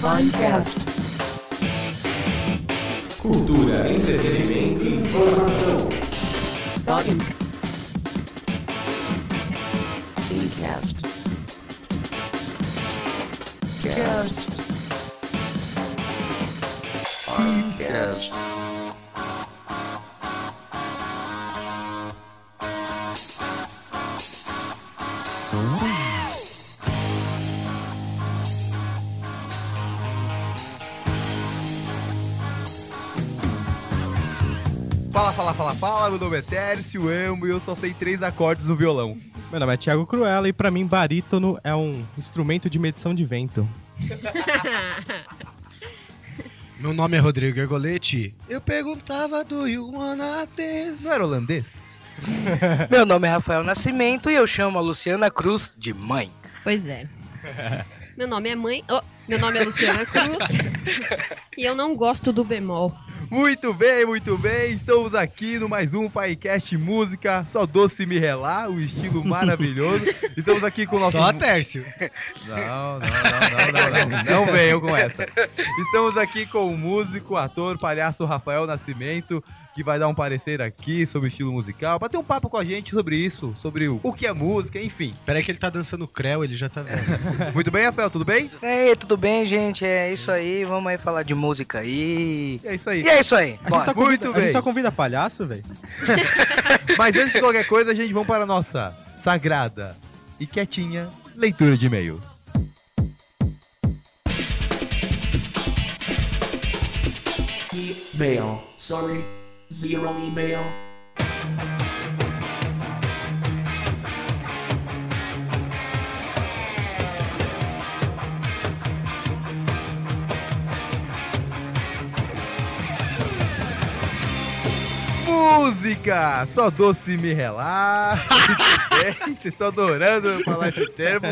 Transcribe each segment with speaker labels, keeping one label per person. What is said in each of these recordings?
Speaker 1: Finecast.
Speaker 2: Cultura, entretenimento e informação.
Speaker 1: Finecast. Cast. Finecast.
Speaker 3: Fala, fala, fala, fala, meu nome é Tércio, amo e eu só sei três acordes no violão.
Speaker 4: Meu nome é Thiago Cruella e pra mim barítono é um instrumento de medição de vento.
Speaker 5: Meu nome é Rodrigo Ergoletti. Eu perguntava do You Wanna Dance.
Speaker 3: Não era holandês?
Speaker 6: Meu nome é Rafael Nascimento e eu chamo a Luciana Cruz de mãe.
Speaker 7: Pois é. Meu nome é mãe. oh, meu nome é Luciana Cruz. e eu não gosto do bemol.
Speaker 3: Muito bem, muito bem, estamos aqui no mais um Finecast Música, só doce me relar, um estilo maravilhoso. Estamos aqui com o nosso...
Speaker 5: Só Tércio.
Speaker 3: Não, não, não, não, não, não, não venham com essa. Estamos aqui com o músico, ator, palhaço Rafael Nascimento, que vai dar um parecer aqui sobre estilo musical, bater um papo com a gente sobre isso, sobre o, o que é música, enfim.
Speaker 5: Peraí que ele tá dançando creu, ele já tá vendo.
Speaker 3: Muito bem, Rafael, tudo bem?
Speaker 6: Ei, tudo bem, gente? É isso aí, vamos aí falar de música aí.
Speaker 3: E É isso aí.
Speaker 6: E é isso aí,
Speaker 4: A gente,
Speaker 6: bora.
Speaker 4: só
Speaker 3: Muito
Speaker 4: convida, a gente
Speaker 3: bem.
Speaker 4: só convida palhaço, velho.
Speaker 3: Mas antes de qualquer coisa, a gente vamos para a nossa sagrada e quietinha leitura de e-mails.
Speaker 1: Email. Sorry. Zero email.
Speaker 3: Música! Só doce me relaxa. Vocês estão adorando falar esse termo.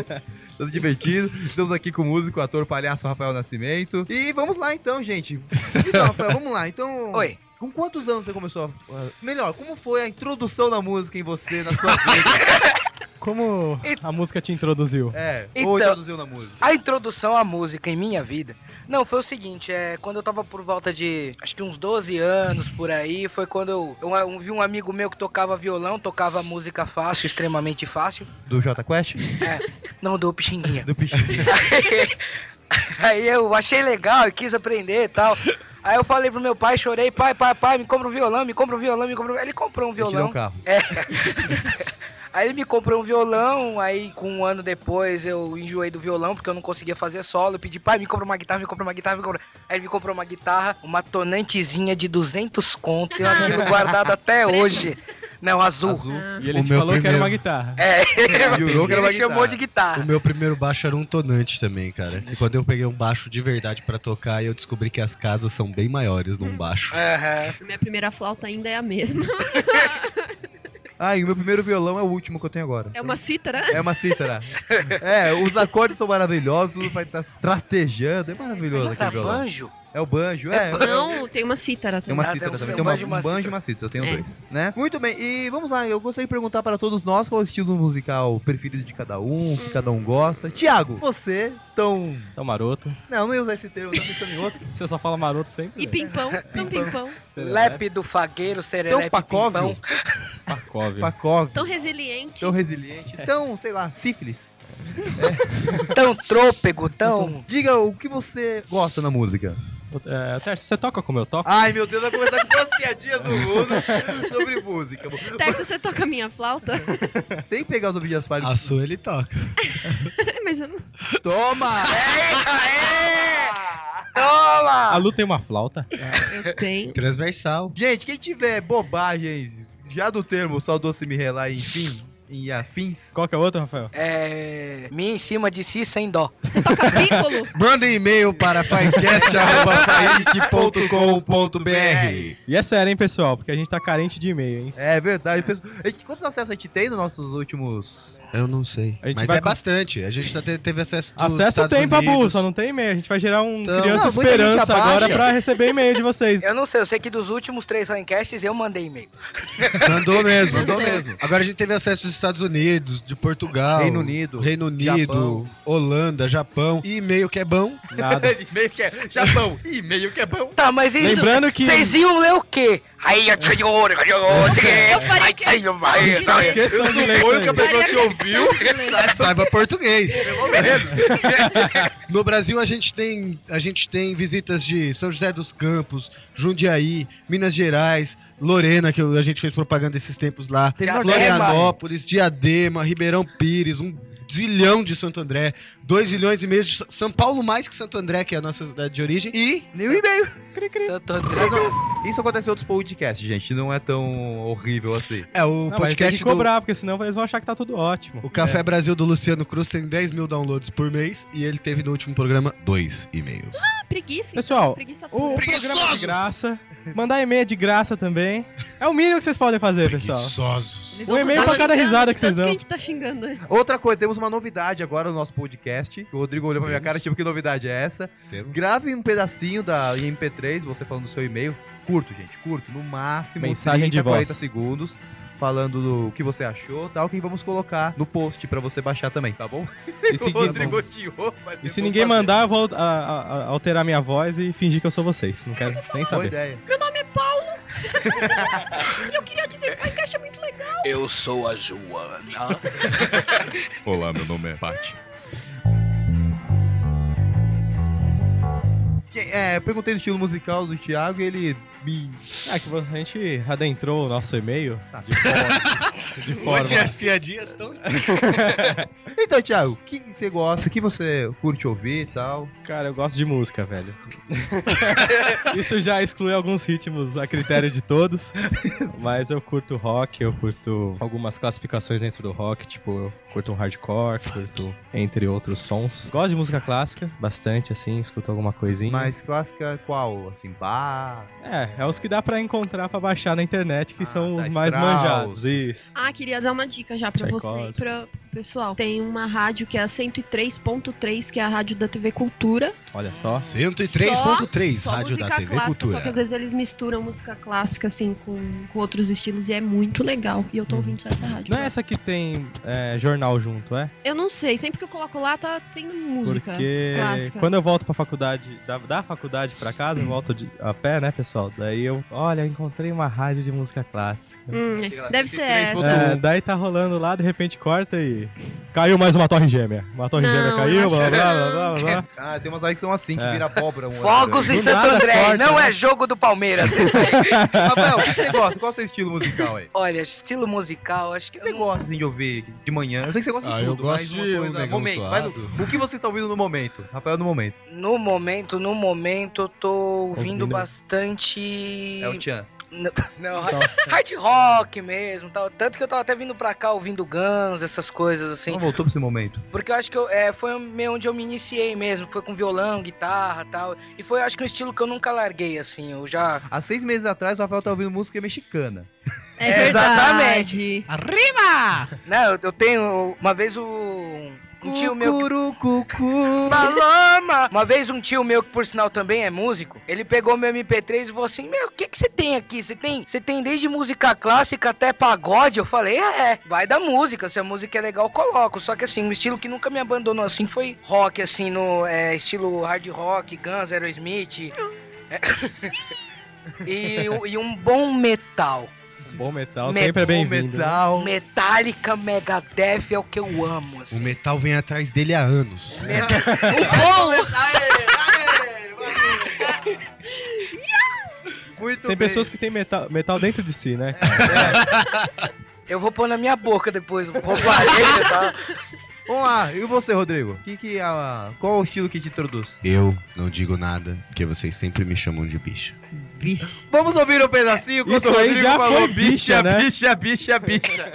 Speaker 3: Tô divertido. Estamos aqui com o músico, ator, palhaço Rafael Nascimento. E vamos lá então, gente. Então, Rafael, vamos lá. Então,
Speaker 6: Oi.
Speaker 3: com quantos anos você começou? A... Melhor, como foi a introdução da música em você, na sua vida?
Speaker 4: Como
Speaker 6: E-
Speaker 4: a música te introduziu?
Speaker 3: É,
Speaker 6: Então-
Speaker 3: ou introduziu na música?
Speaker 6: A introdução à música em minha vida. Não, foi o seguinte, é, quando eu tava por volta de acho que uns 12 anos por aí, foi quando eu, eu, eu vi um amigo meu que tocava violão, tocava música fácil, extremamente fácil.
Speaker 3: Do J Quest?
Speaker 6: então, Não dou pixinguinha.
Speaker 3: Do Pichinho.
Speaker 6: Aí eu achei legal e quis aprender e tal. Aí eu falei pro meu pai, chorei, pai, pai, pai, me compra um violão, me compra um violão, me compra um... Ele comprou um
Speaker 3: Ele te deu
Speaker 6: violão.
Speaker 3: um carro.
Speaker 6: Aí ele me comprou um violão, aí com um ano depois eu enjoei do violão, porque eu não conseguia fazer solo. Eu pedi, pai, me compra uma guitarra, me compra uma guitarra, me compra... Aí ele me comprou uma guitarra, uma tonantezinha de 200 conto, eu aquilo guardado até hoje. Não, azul.
Speaker 3: Azul.
Speaker 4: E ele
Speaker 5: O
Speaker 4: te
Speaker 5: meu
Speaker 4: falou que era
Speaker 5: primeiro.
Speaker 4: uma guitarra.
Speaker 6: É,
Speaker 3: Jurou que era uma
Speaker 6: ele chamou
Speaker 3: guitarra.
Speaker 6: de
Speaker 5: O
Speaker 6: guitarra.
Speaker 5: meu primeiro baixo era um tonante também, cara. E quando eu peguei um baixo de verdade pra tocar, eu descobri que as casas são bem maiores num baixo.
Speaker 6: Aham.
Speaker 7: Minha primeira flauta ainda é a mesma.
Speaker 3: Ah, e o meu primeiro violão é o último que eu tenho agora.
Speaker 7: É uma cítara.
Speaker 3: É uma cítara. é, os acordes são maravilhosos, vai estar tratejando. É maravilhoso
Speaker 6: Tá
Speaker 3: aquele violão.
Speaker 6: banjo?
Speaker 3: É o banjo, é.
Speaker 7: Não, tem uma cítara
Speaker 3: Tem
Speaker 7: também.
Speaker 3: uma
Speaker 6: Ah,
Speaker 3: cítara
Speaker 6: tem
Speaker 3: também.
Speaker 6: um
Speaker 3: Tem uma,
Speaker 6: banjo e uma
Speaker 3: um banjo e
Speaker 6: cítara.
Speaker 3: uma cítara, eu tenho
Speaker 7: É.
Speaker 3: dois, né? Muito bem, e vamos lá, eu gostaria de perguntar para todos nós qual é o estilo musical preferido de cada um, o que cada um gosta. Tiago, você, tão...
Speaker 4: Tão Então, maroto.
Speaker 3: Não, não ia usar esse termo, eu tava pensando em outro.
Speaker 4: Você só fala maroto sempre. é
Speaker 7: E pimpão, tão pimpão.
Speaker 4: Lep.
Speaker 6: Lepe do fagueiro,
Speaker 3: Tão
Speaker 6: serelepe,
Speaker 3: pacóvio,
Speaker 6: pimpão.
Speaker 3: pacóvio,
Speaker 7: Tão resiliente.
Speaker 3: tão resiliente, tão, sei lá, sífilis. Então,
Speaker 6: Tão trôpego, tão...
Speaker 3: Diga o que você gosta na música.
Speaker 4: É, Tércio, você toca como eu toco?
Speaker 3: Ai, meu Deus, vai começar com todas as piadinhas do mundo sobre música.
Speaker 7: Tércio, você toca minha flauta?
Speaker 3: Tem que pegar os vídeos falhas.
Speaker 5: A sua ele toca.
Speaker 7: Mas eu não...
Speaker 3: Toma! É. Ah.
Speaker 4: A
Speaker 6: Toma!
Speaker 4: Lu tem uma flauta.
Speaker 7: Eu tenho.
Speaker 5: Transversal.
Speaker 3: Gente, quem tiver bobagens já do termo só doce me relar, enfim, em afins,
Speaker 4: Qual que é o outro, Rafael?
Speaker 6: É... Minha em cima de si sem dó.
Speaker 7: Você toca pícolo?
Speaker 5: Manda e-mail para podcast.com.br.
Speaker 4: E é sério, hein, pessoal? Porque a gente tá carente de e-mail, hein?
Speaker 3: é verdade. pessoal. A gente- Quantos acessos a gente tem nos nossos últimos.
Speaker 5: Eu não sei.
Speaker 4: A gente
Speaker 5: Mas
Speaker 4: vai
Speaker 5: é
Speaker 4: com-
Speaker 5: bastante. A gente tá te- teve acesso dos
Speaker 4: Acesso
Speaker 5: Estados
Speaker 4: tem, Babu,
Speaker 5: Unidos.
Speaker 4: só não tem e-mail. A gente vai gerar um
Speaker 5: Então-
Speaker 4: Criança
Speaker 3: Não, muita gente
Speaker 4: Esperança
Speaker 3: abaixa.
Speaker 4: agora pra receber e-mail de vocês.
Speaker 6: Eu não sei, eu sei que dos últimos três encasts eu mandei e-mail.
Speaker 5: Mandou mesmo.
Speaker 3: Mandou mesmo.
Speaker 4: É.
Speaker 5: Agora a gente teve acesso dos Estados Unidos, de Portugal,
Speaker 3: Reino Unido,
Speaker 5: Reino Unido,
Speaker 3: Japão.
Speaker 5: Holanda, Japão, e meio que é bom.
Speaker 4: Nada.
Speaker 3: meio que é Japão. e meio que é bom.
Speaker 6: Tá, mas isso,
Speaker 4: Lembrando que-
Speaker 6: Vocês iam ler o quê? Aí, eu tenho ouro, eu tenho ouro, eu
Speaker 7: Eu
Speaker 6: tenho-
Speaker 7: faria
Speaker 6: Ai,
Speaker 7: questão
Speaker 6: tenho mais,
Speaker 7: de
Speaker 6: ai,
Speaker 7: ler.
Speaker 4: Questão de ler
Speaker 3: Foi o que
Speaker 4: isso
Speaker 3: a
Speaker 4: aí.
Speaker 3: pessoa que
Speaker 7: Faria
Speaker 3: ouviu.
Speaker 7: questão de ler.
Speaker 5: Saiba português.
Speaker 4: É,
Speaker 3: Pelo menos.
Speaker 5: No Brasil a gente tem a gente tem visitas de São José dos Campos, Jundiaí, Minas Gerais, Lorena que eu- a gente fez propaganda esses tempos lá,
Speaker 6: Diadema.
Speaker 5: Florianópolis, Diadema, Ribeirão Pires, um zilhão de Santo André, dois zilhões e meio de Sa- São Paulo mais que Santo André que é a nossa cidade de origem e
Speaker 3: Nem o e-mail.
Speaker 6: Santo André.
Speaker 3: Mas não, Isso acontece em outros podcasts, gente. Não é tão horrível assim.
Speaker 5: é o
Speaker 4: Não, mas tem
Speaker 5: podcast
Speaker 4: que
Speaker 5: do-
Speaker 4: cobrar, porque senão eles vão achar que tá tudo ótimo.
Speaker 5: o Café Brasil do Luciano Cruz tem 10 mil downloads por mês e ele teve no último programa dois e-mails.
Speaker 7: Ah, preguiça.
Speaker 4: Pessoal,
Speaker 7: Preguiça
Speaker 4: O
Speaker 7: pura.
Speaker 4: programa é de graça. Mandar e-mail é de graça também. É o mínimo que vocês podem fazer, pessoal.
Speaker 5: Preguiçosos.
Speaker 7: Eles
Speaker 4: o
Speaker 7: vão
Speaker 4: e-mail
Speaker 7: mandar
Speaker 4: pra cada
Speaker 7: xingando
Speaker 4: risada
Speaker 7: de
Speaker 4: que vocês
Speaker 7: tanto
Speaker 4: dão.
Speaker 7: a gente tá xingando. né?
Speaker 3: Outra coisa, temos uma novidade agora no nosso podcast. O Rodrigo olhou pra minha cara, tipo, que novidade é essa?
Speaker 5: Temos.
Speaker 3: Grave um pedacinho da MP3, você falando do seu e-mail. Curto, gente, curto. No máximo
Speaker 4: Mensagem de voz.
Speaker 3: 40 segundos. Falando do que você achou e tal, que vamos colocar no post pra você baixar também, tá bom?
Speaker 4: E se,
Speaker 3: o Rodrigo odiou, mas
Speaker 4: e se
Speaker 3: eu vou
Speaker 4: ninguém
Speaker 3: fazer.
Speaker 4: mandar, eu vou a- a- a- alterar minha voz e fingir que eu sou vocês. Não quero nem
Speaker 3: Boa
Speaker 4: saber.
Speaker 3: ideia.
Speaker 7: Meu nome é Paulo. e eu queria dizer que o podcast é muito legal.
Speaker 6: Eu sou a Joana.
Speaker 4: Então,
Speaker 8: Olá, meu nome é Paty.
Speaker 3: Que- É, perguntei do estilo musical do Thiago e ele me.
Speaker 4: Ah, que a gente adentrou o nosso e-mail
Speaker 3: Tá.
Speaker 4: de forma. de forma.
Speaker 5: piadinhas estão
Speaker 3: Então, Thiago, o que você gosta, o que você curte ouvir e tal?
Speaker 4: Cara, eu gosto de música, velho. Isso já exclui alguns ritmos a critério de todos. Mas eu curto rock, eu curto algumas classificações dentro do rock, tipo, eu curto um hardcore, curto entre outros sons. Gosto de música clássica, bastante, assim, escuto alguma coisinha.
Speaker 3: Mas clássica qual? Assim, bar.
Speaker 4: É, é os que dá pra encontrar pra baixar na internet, que
Speaker 3: Ah,
Speaker 4: são
Speaker 3: da
Speaker 4: os mais
Speaker 3: Strauss.
Speaker 4: manjados. Isso.
Speaker 7: Ah, queria dar uma dica já pra você e
Speaker 4: Tchaikovsky.
Speaker 7: pra pro pessoal. Tem uma rádio que é a 103.3, que é a rádio da TV Cultura.
Speaker 4: Olha só.
Speaker 5: 103.3
Speaker 7: Só
Speaker 5: Rádio
Speaker 7: música
Speaker 5: da TV
Speaker 7: clássica,
Speaker 5: Cultura.
Speaker 7: só que às vezes eles misturam música clássica, assim, com, com outros estilos e é muito legal. E eu tô ouvindo só essa rádio.
Speaker 4: Não é essa que tem é, jornal junto, é?
Speaker 7: Eu não sei, sempre que eu coloco lá, tá tendo música.
Speaker 4: Porque
Speaker 7: clássica.
Speaker 4: quando eu volto pra faculdade, da, da faculdade pra casa, eu volto de- a pé, né, pessoal? Daí eu, olha, eu encontrei uma rádio de música clássica.
Speaker 7: Hum, deve
Speaker 3: assim,
Speaker 7: ser essa.
Speaker 4: É, daí tá rolando lá, de repente corta e. Caiu mais uma torre gêmea. Uma torre
Speaker 7: Não,
Speaker 4: gêmea caiu,
Speaker 7: acho
Speaker 4: blá blá
Speaker 7: que
Speaker 4: blá
Speaker 7: não.
Speaker 4: blá blá.
Speaker 5: É,
Speaker 4: blá.
Speaker 3: Ah, tem umas aí que são assim, que
Speaker 4: É.
Speaker 3: vira abóbora. Um
Speaker 6: Fogos
Speaker 3: e...
Speaker 6: em
Speaker 4: Do
Speaker 6: Santo
Speaker 4: nada
Speaker 6: André,
Speaker 4: corta,
Speaker 6: não
Speaker 4: né?
Speaker 6: é jogo do Palmeiras.
Speaker 3: Rafael, o que você gosta? Qual é o seu estilo musical aí?
Speaker 6: Olha, estilo musical, acho
Speaker 3: O que
Speaker 6: que
Speaker 3: você
Speaker 6: eu não-
Speaker 3: gosta assim, de ouvir de manhã? Eu sei que você gosta
Speaker 5: Ah,
Speaker 3: de
Speaker 5: eu
Speaker 3: tudo, mas
Speaker 5: gosto
Speaker 3: uma
Speaker 5: de um
Speaker 3: coisa-
Speaker 5: negão
Speaker 3: momento, vai no-
Speaker 5: suado.
Speaker 3: O que você está ouvindo no momento? Rafael, no momento.
Speaker 6: No momento, no momento, eu tô ouvindo
Speaker 4: Ouvindo.
Speaker 6: bastante.
Speaker 3: É o Tchan.
Speaker 6: Não, não, hard rock mesmo, tal. Tanto que eu tava até vindo pra cá ouvindo Guns, essas coisas assim.
Speaker 3: Não voltou pra esse momento.
Speaker 6: Porque eu acho que eu, é, foi meio onde eu me iniciei mesmo. Foi com violão, guitarra tal. E foi, acho que, um estilo que eu nunca larguei, assim. Eu já.
Speaker 3: Há seis meses atrás, o Rafael tá ouvindo música mexicana.
Speaker 7: É
Speaker 6: É, exatamente.
Speaker 7: verdade.
Speaker 6: Não, eu, eu tenho. Uma vez o. Um tio meu. que-
Speaker 3: Cucurucucu.
Speaker 6: Paloma! Uma vez um tio meu, que por sinal também é músico, ele pegou meu MP3 e falou assim: Meu, o que que você tem aqui? Você tem, você tem desde música clássica até pagode? Eu falei: É, é, vai da música. Se a música é legal, eu coloco. Só que assim, um estilo que nunca me abandonou assim foi rock, assim, no é, estilo hard rock, Guns, Aerosmith. É. E, um- e um bom metal.
Speaker 4: Um Bom metal,
Speaker 6: Metal,
Speaker 4: sempre é
Speaker 3: O
Speaker 4: bem-vindo. né?
Speaker 3: metal.
Speaker 6: Metallica Megadeth é o que eu amo.
Speaker 5: O
Speaker 6: Assim.
Speaker 5: metal vem atrás dele há anos.
Speaker 3: Muito
Speaker 4: Tem pessoas que têm metal, metal dentro de si, né?
Speaker 6: Eu vou pôr na minha boca depois. Vou fazer, tá?
Speaker 3: Vamos lá, e você, Rodrigo? Que que é a- Qual é o estilo que te introduz?
Speaker 5: Eu não digo nada, porque vocês sempre me chamam de bicho.
Speaker 3: Vamos ouvir um pedacinho quando
Speaker 4: Isso
Speaker 3: o
Speaker 4: aí
Speaker 3: Rodrigo
Speaker 4: já
Speaker 3: falou
Speaker 4: foi bicha, né?
Speaker 3: bicha, bicha, bicha.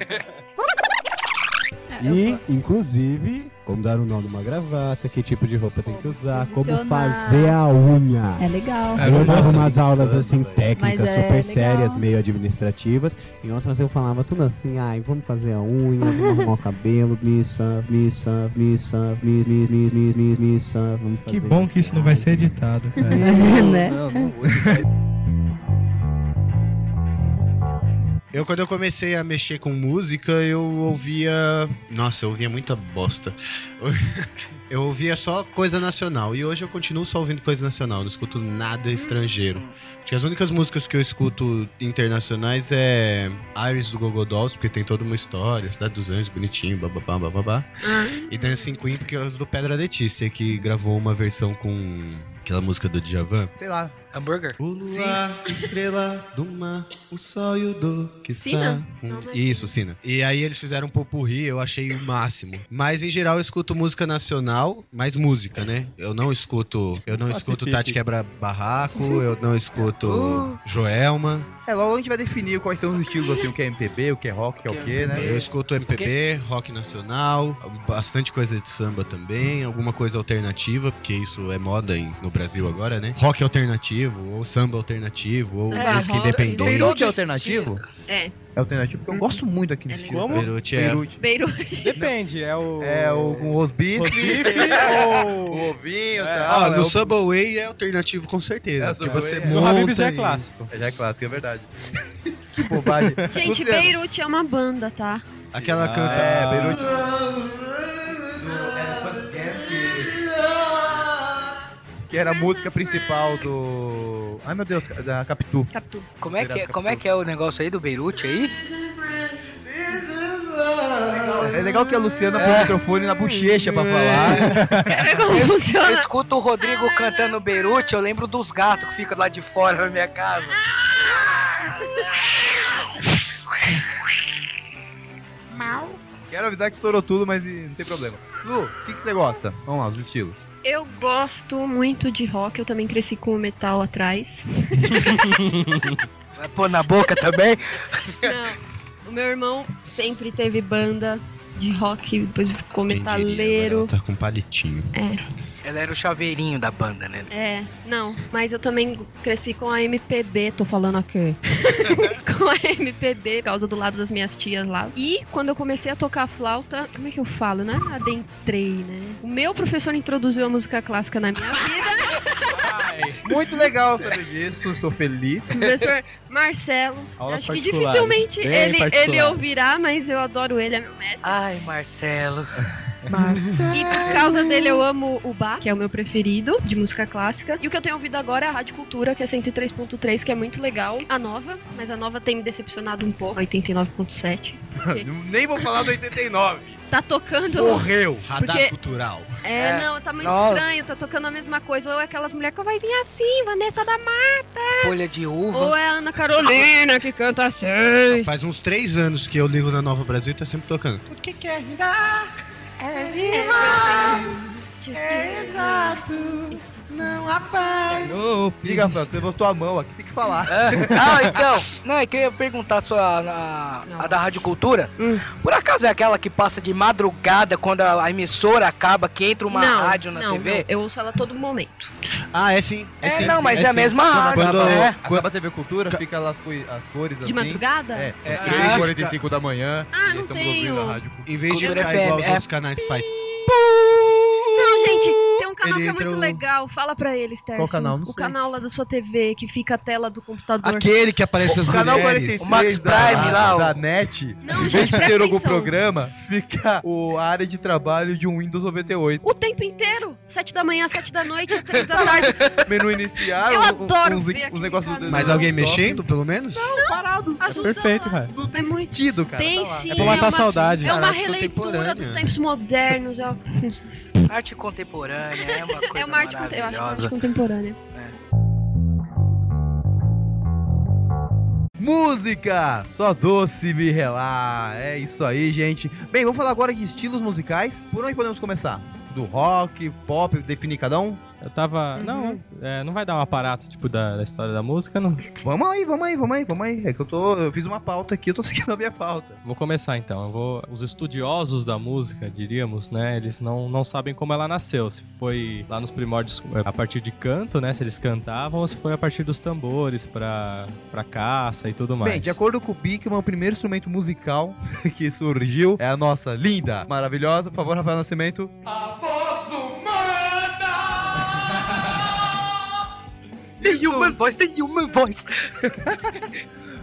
Speaker 7: É, eu
Speaker 9: E, inclusive, como dar um nó numa gravata, que tipo de roupa tem que usar, como
Speaker 10: posicionar.
Speaker 9: fazer a unha.
Speaker 10: É legal.
Speaker 4: É
Speaker 9: eu
Speaker 4: verdade.
Speaker 9: dava umas aulas assim
Speaker 10: Mas
Speaker 9: técnicas,
Speaker 10: é
Speaker 9: super
Speaker 10: legal.
Speaker 9: sérias, meio administrativas. Em outras eu falava tudo assim, ai, vamos fazer a unha, vamos arrumar o cabelo, missa, missa, missa, miss, miss, miss, miss, miss, missa, vamos fazer.
Speaker 4: Que bom que isso não vai ser
Speaker 9: maquiagem.
Speaker 4: editado, cara.
Speaker 10: né?
Speaker 3: Não, não vou.
Speaker 5: Eu, quando eu comecei a mexer com música, eu ouvia. Nossa, eu ouvia muita bosta. Eu ouvia só coisa nacional. E hoje eu continuo só ouvindo coisa nacional, não escuto nada estrangeiro. Acho que as únicas músicas que eu escuto internacionais é Iris do Gogo Dolls, porque tem toda uma história, Cidade dos Anjos, bonitinho, bababá, bababá.
Speaker 7: Ah,
Speaker 5: E Dancing Queen, porque é as do Pedra Letícia, que gravou uma versão com aquela música do Djavan.
Speaker 3: Sei lá.
Speaker 6: Hambúrguer?
Speaker 5: O luar, estrela do mar, o sol e o do que
Speaker 7: Sina?
Speaker 5: sa- um-
Speaker 7: Não, mas-
Speaker 5: Isso, Sina. E aí eles fizeram um popurri, eu achei o máximo. Mas em geral eu escuto música nacional, mais música, né? Eu não escuto, eu não escuto
Speaker 4: Classifique.
Speaker 5: Tati Quebra Barraco, eu não escuto
Speaker 6: Uh.
Speaker 5: Joelma,
Speaker 3: É, logo a gente vai definir quais são os estilos, assim, o que é MPB, o que é rock, o que é o quê, né?
Speaker 5: eu escuto MPB, rock nacional, bastante coisa de samba também, alguma coisa alternativa, porque isso é moda em- no Brasil agora, né? Rock alternativo, ou samba alternativo, ou
Speaker 7: É,
Speaker 5: música
Speaker 6: roda-
Speaker 3: O
Speaker 5: independente.
Speaker 3: Beirute é
Speaker 6: Todo
Speaker 3: alternativo?
Speaker 7: É.
Speaker 3: É alternativo porque eu gosto muito daquele
Speaker 7: É
Speaker 3: estilo.
Speaker 4: legal.
Speaker 3: cara.
Speaker 5: Beirute é
Speaker 3: Beirute.
Speaker 7: Beirute.
Speaker 4: Depende, é o.
Speaker 3: É o com os bifes,
Speaker 4: Rodrigo
Speaker 3: o
Speaker 4: ou.
Speaker 3: ovinho e
Speaker 4: É.
Speaker 3: tal.
Speaker 5: Ah,
Speaker 3: é
Speaker 5: no
Speaker 3: o-
Speaker 5: Subway é alternativo com certeza.
Speaker 3: É,
Speaker 5: porque
Speaker 3: Subway
Speaker 5: você
Speaker 3: é.
Speaker 5: monta
Speaker 4: No Habib's já é
Speaker 5: e-
Speaker 4: clássico.
Speaker 3: É, já é clássico, é verdade. que bobagem.
Speaker 7: Gente,
Speaker 3: Luciano.
Speaker 7: Beirute é uma banda, tá?
Speaker 5: Aquela
Speaker 4: Ah,
Speaker 5: canta.
Speaker 3: É,
Speaker 4: Ah.
Speaker 3: Beirute. Do Elephant Camp, Que era a música principal do. Ai meu Deus, da Capitu.
Speaker 7: Capitu.
Speaker 6: Como é, que, é- como é que é o negócio aí do Beirute aí?
Speaker 3: É legal que a Luciana põe o microfone na bochecha pra falar.
Speaker 7: É como
Speaker 6: Eu
Speaker 7: funciona.
Speaker 6: escuto o Rodrigo cantando Beirute, eu lembro dos gatos que ficam lá de fora na minha casa.
Speaker 3: Quero avisar que estourou tudo, mas eh, não tem problema. Lu, o que, que você gosta? Vamos lá, os estilos.
Speaker 7: Eu gosto muito de rock, eu também cresci com o metal atrás.
Speaker 6: Vai pôr na boca também?
Speaker 7: Não. O meu irmão sempre teve banda de rock, depois ficou
Speaker 5: Quem diria,
Speaker 7: metaleiro.
Speaker 4: né?
Speaker 5: agora ela Tá com palitinho.
Speaker 6: Ela era o chaveirinho da banda, né?
Speaker 7: É, não, mas eu também cresci com a MPB, tô falando aqui. com a MPB, por causa do lado das minhas tias lá. E quando eu comecei a tocar flauta, como é que eu falo, né? Adentrei, né? O meu professor introduziu a música clássica na minha vida,
Speaker 3: Muito legal saber disso, estou feliz.
Speaker 7: o professor Marcelo.
Speaker 4: Aulas
Speaker 7: Acho que
Speaker 4: particulares,
Speaker 7: dificilmente
Speaker 4: bem
Speaker 7: ele, ele
Speaker 4: particulares.
Speaker 7: ouvirá, mas eu adoro ele, é meu mestre.
Speaker 6: Ai, Marcelo.
Speaker 7: E por causa dele eu amo o Bach, que é o meu preferido de música clássica. E o que eu tenho ouvido agora é a Rádio Cultura, que é 103.3, que é muito legal. A nova, mas a nova tem me decepcionado um pouco, 89.7.
Speaker 3: Nem vou falar do 89.
Speaker 7: Tá tocando.
Speaker 3: Morreu.
Speaker 5: Radar
Speaker 7: Porque-
Speaker 5: cultural.
Speaker 7: É,
Speaker 6: É.
Speaker 7: não, tá muito
Speaker 6: Nossa.
Speaker 7: estranho, tá tocando a mesma coisa. Ou é aquelas mulheres com a vozinha assim, Vanessa da Mar.
Speaker 6: Folha de uva.
Speaker 7: Ou é a Ana Carolina que canta assim.
Speaker 5: Faz uns três anos que eu ligo na Nova Brasil e tá sempre tocando.
Speaker 7: É exato.
Speaker 3: Diga, Fran, você levantou a mão aqui, tem que falar.
Speaker 6: Ah, ah, então. Não, é que eu ia perguntar a sua. A, a da Rádio Cultura.
Speaker 7: Hum.
Speaker 6: Por acaso é aquela que passa de madrugada quando a, a emissora acaba, que entra uma
Speaker 7: não,
Speaker 6: rádio na
Speaker 7: não,
Speaker 6: TV?
Speaker 7: não, eu ouço ela a todo momento.
Speaker 5: Ah, é sim.
Speaker 6: É,
Speaker 5: sim,
Speaker 6: não, mas é a
Speaker 5: sim.
Speaker 6: mesma rádio,
Speaker 5: Quando,
Speaker 6: né?
Speaker 3: Acaba é. a TV Cultura, fica lá as, coi- as cores
Speaker 7: De
Speaker 3: assim.
Speaker 7: madrugada?
Speaker 3: É,
Speaker 5: É,
Speaker 3: são
Speaker 5: em
Speaker 6: vez de-
Speaker 3: 3h45 da manhã.
Speaker 7: Ah,
Speaker 3: e
Speaker 7: não
Speaker 3: estamos
Speaker 7: tenho.
Speaker 3: ouvindo a rádio Cultura.
Speaker 5: Em vez de
Speaker 6: Cultura
Speaker 5: ficar igual os
Speaker 6: FM,
Speaker 5: outros canais que faz.
Speaker 7: Não, gente, tem um canal
Speaker 5: Ele
Speaker 7: que é muito
Speaker 5: entrou-
Speaker 7: legal. Fala pra eles, Tercio.
Speaker 3: Qual canal? Não
Speaker 7: o
Speaker 3: sei.
Speaker 7: canal lá da sua TV, que fica a tela do computador.
Speaker 5: Aquele que aparece as
Speaker 3: O canal
Speaker 5: mulheres.
Speaker 3: 46
Speaker 6: O Max Prime
Speaker 3: da,
Speaker 6: lá, o-
Speaker 3: da NET,
Speaker 7: Não,
Speaker 3: em vez
Speaker 7: gente,
Speaker 3: de
Speaker 7: presta
Speaker 3: ter algum
Speaker 7: atenção.
Speaker 3: programa, fica o, a área de trabalho de um Windows 98.
Speaker 7: O tempo inteiro. Sete da manhã, sete da noite, três da tarde.
Speaker 3: Menu iniciar,
Speaker 7: Eu
Speaker 3: um-
Speaker 7: adoro
Speaker 3: uns,
Speaker 7: ver aquele
Speaker 3: uns negócios
Speaker 7: canal.
Speaker 5: Mas alguém mexendo, pelo menos?
Speaker 3: Parado.
Speaker 7: As luzes
Speaker 4: Perfeito,
Speaker 7: lá.
Speaker 4: cara.
Speaker 7: É muito.
Speaker 3: Tido, cara.
Speaker 7: Tem
Speaker 3: tá lá.
Speaker 7: sim.
Speaker 4: É pra matar a
Speaker 7: uma-
Speaker 4: saudade.
Speaker 7: É uma
Speaker 5: Caraca,
Speaker 7: releitura
Speaker 5: contemporânea.
Speaker 7: dos tempos modernos. É,
Speaker 6: Arte contemporânea, é uma coisa
Speaker 7: é uma arte, conte- eu acho uma arte
Speaker 6: maravilhosa.
Speaker 7: contemporânea.
Speaker 3: Música! Só doce me relar. É isso aí, gente. Bem, vamos falar agora de estilos musicais. Por onde podemos começar? Do rock, pop, definir cada um?
Speaker 4: Eu tava.
Speaker 7: Uhum.
Speaker 4: Não, é, não vai dar um aparato, tipo, da, da história da música, não.
Speaker 3: Vamos aí, vamos aí, vamos aí, vamos aí. É que eu tô. Eu fiz uma pauta aqui, eu tô seguindo a minha pauta.
Speaker 4: Vou começar então. Eu vou... Os estudiosos da música, diríamos, né? Eles não, não sabem como ela nasceu. Se foi lá nos primórdios é, a partir de canto, né? Se eles cantavam, ou se foi a partir dos tambores pra, pra caça e tudo mais.
Speaker 3: Bem, de acordo com o Bickman, o primeiro instrumento musical que surgiu é a nossa linda, maravilhosa, por favor, Rafael Nascimento.
Speaker 6: The Human Voice, The Human Voice.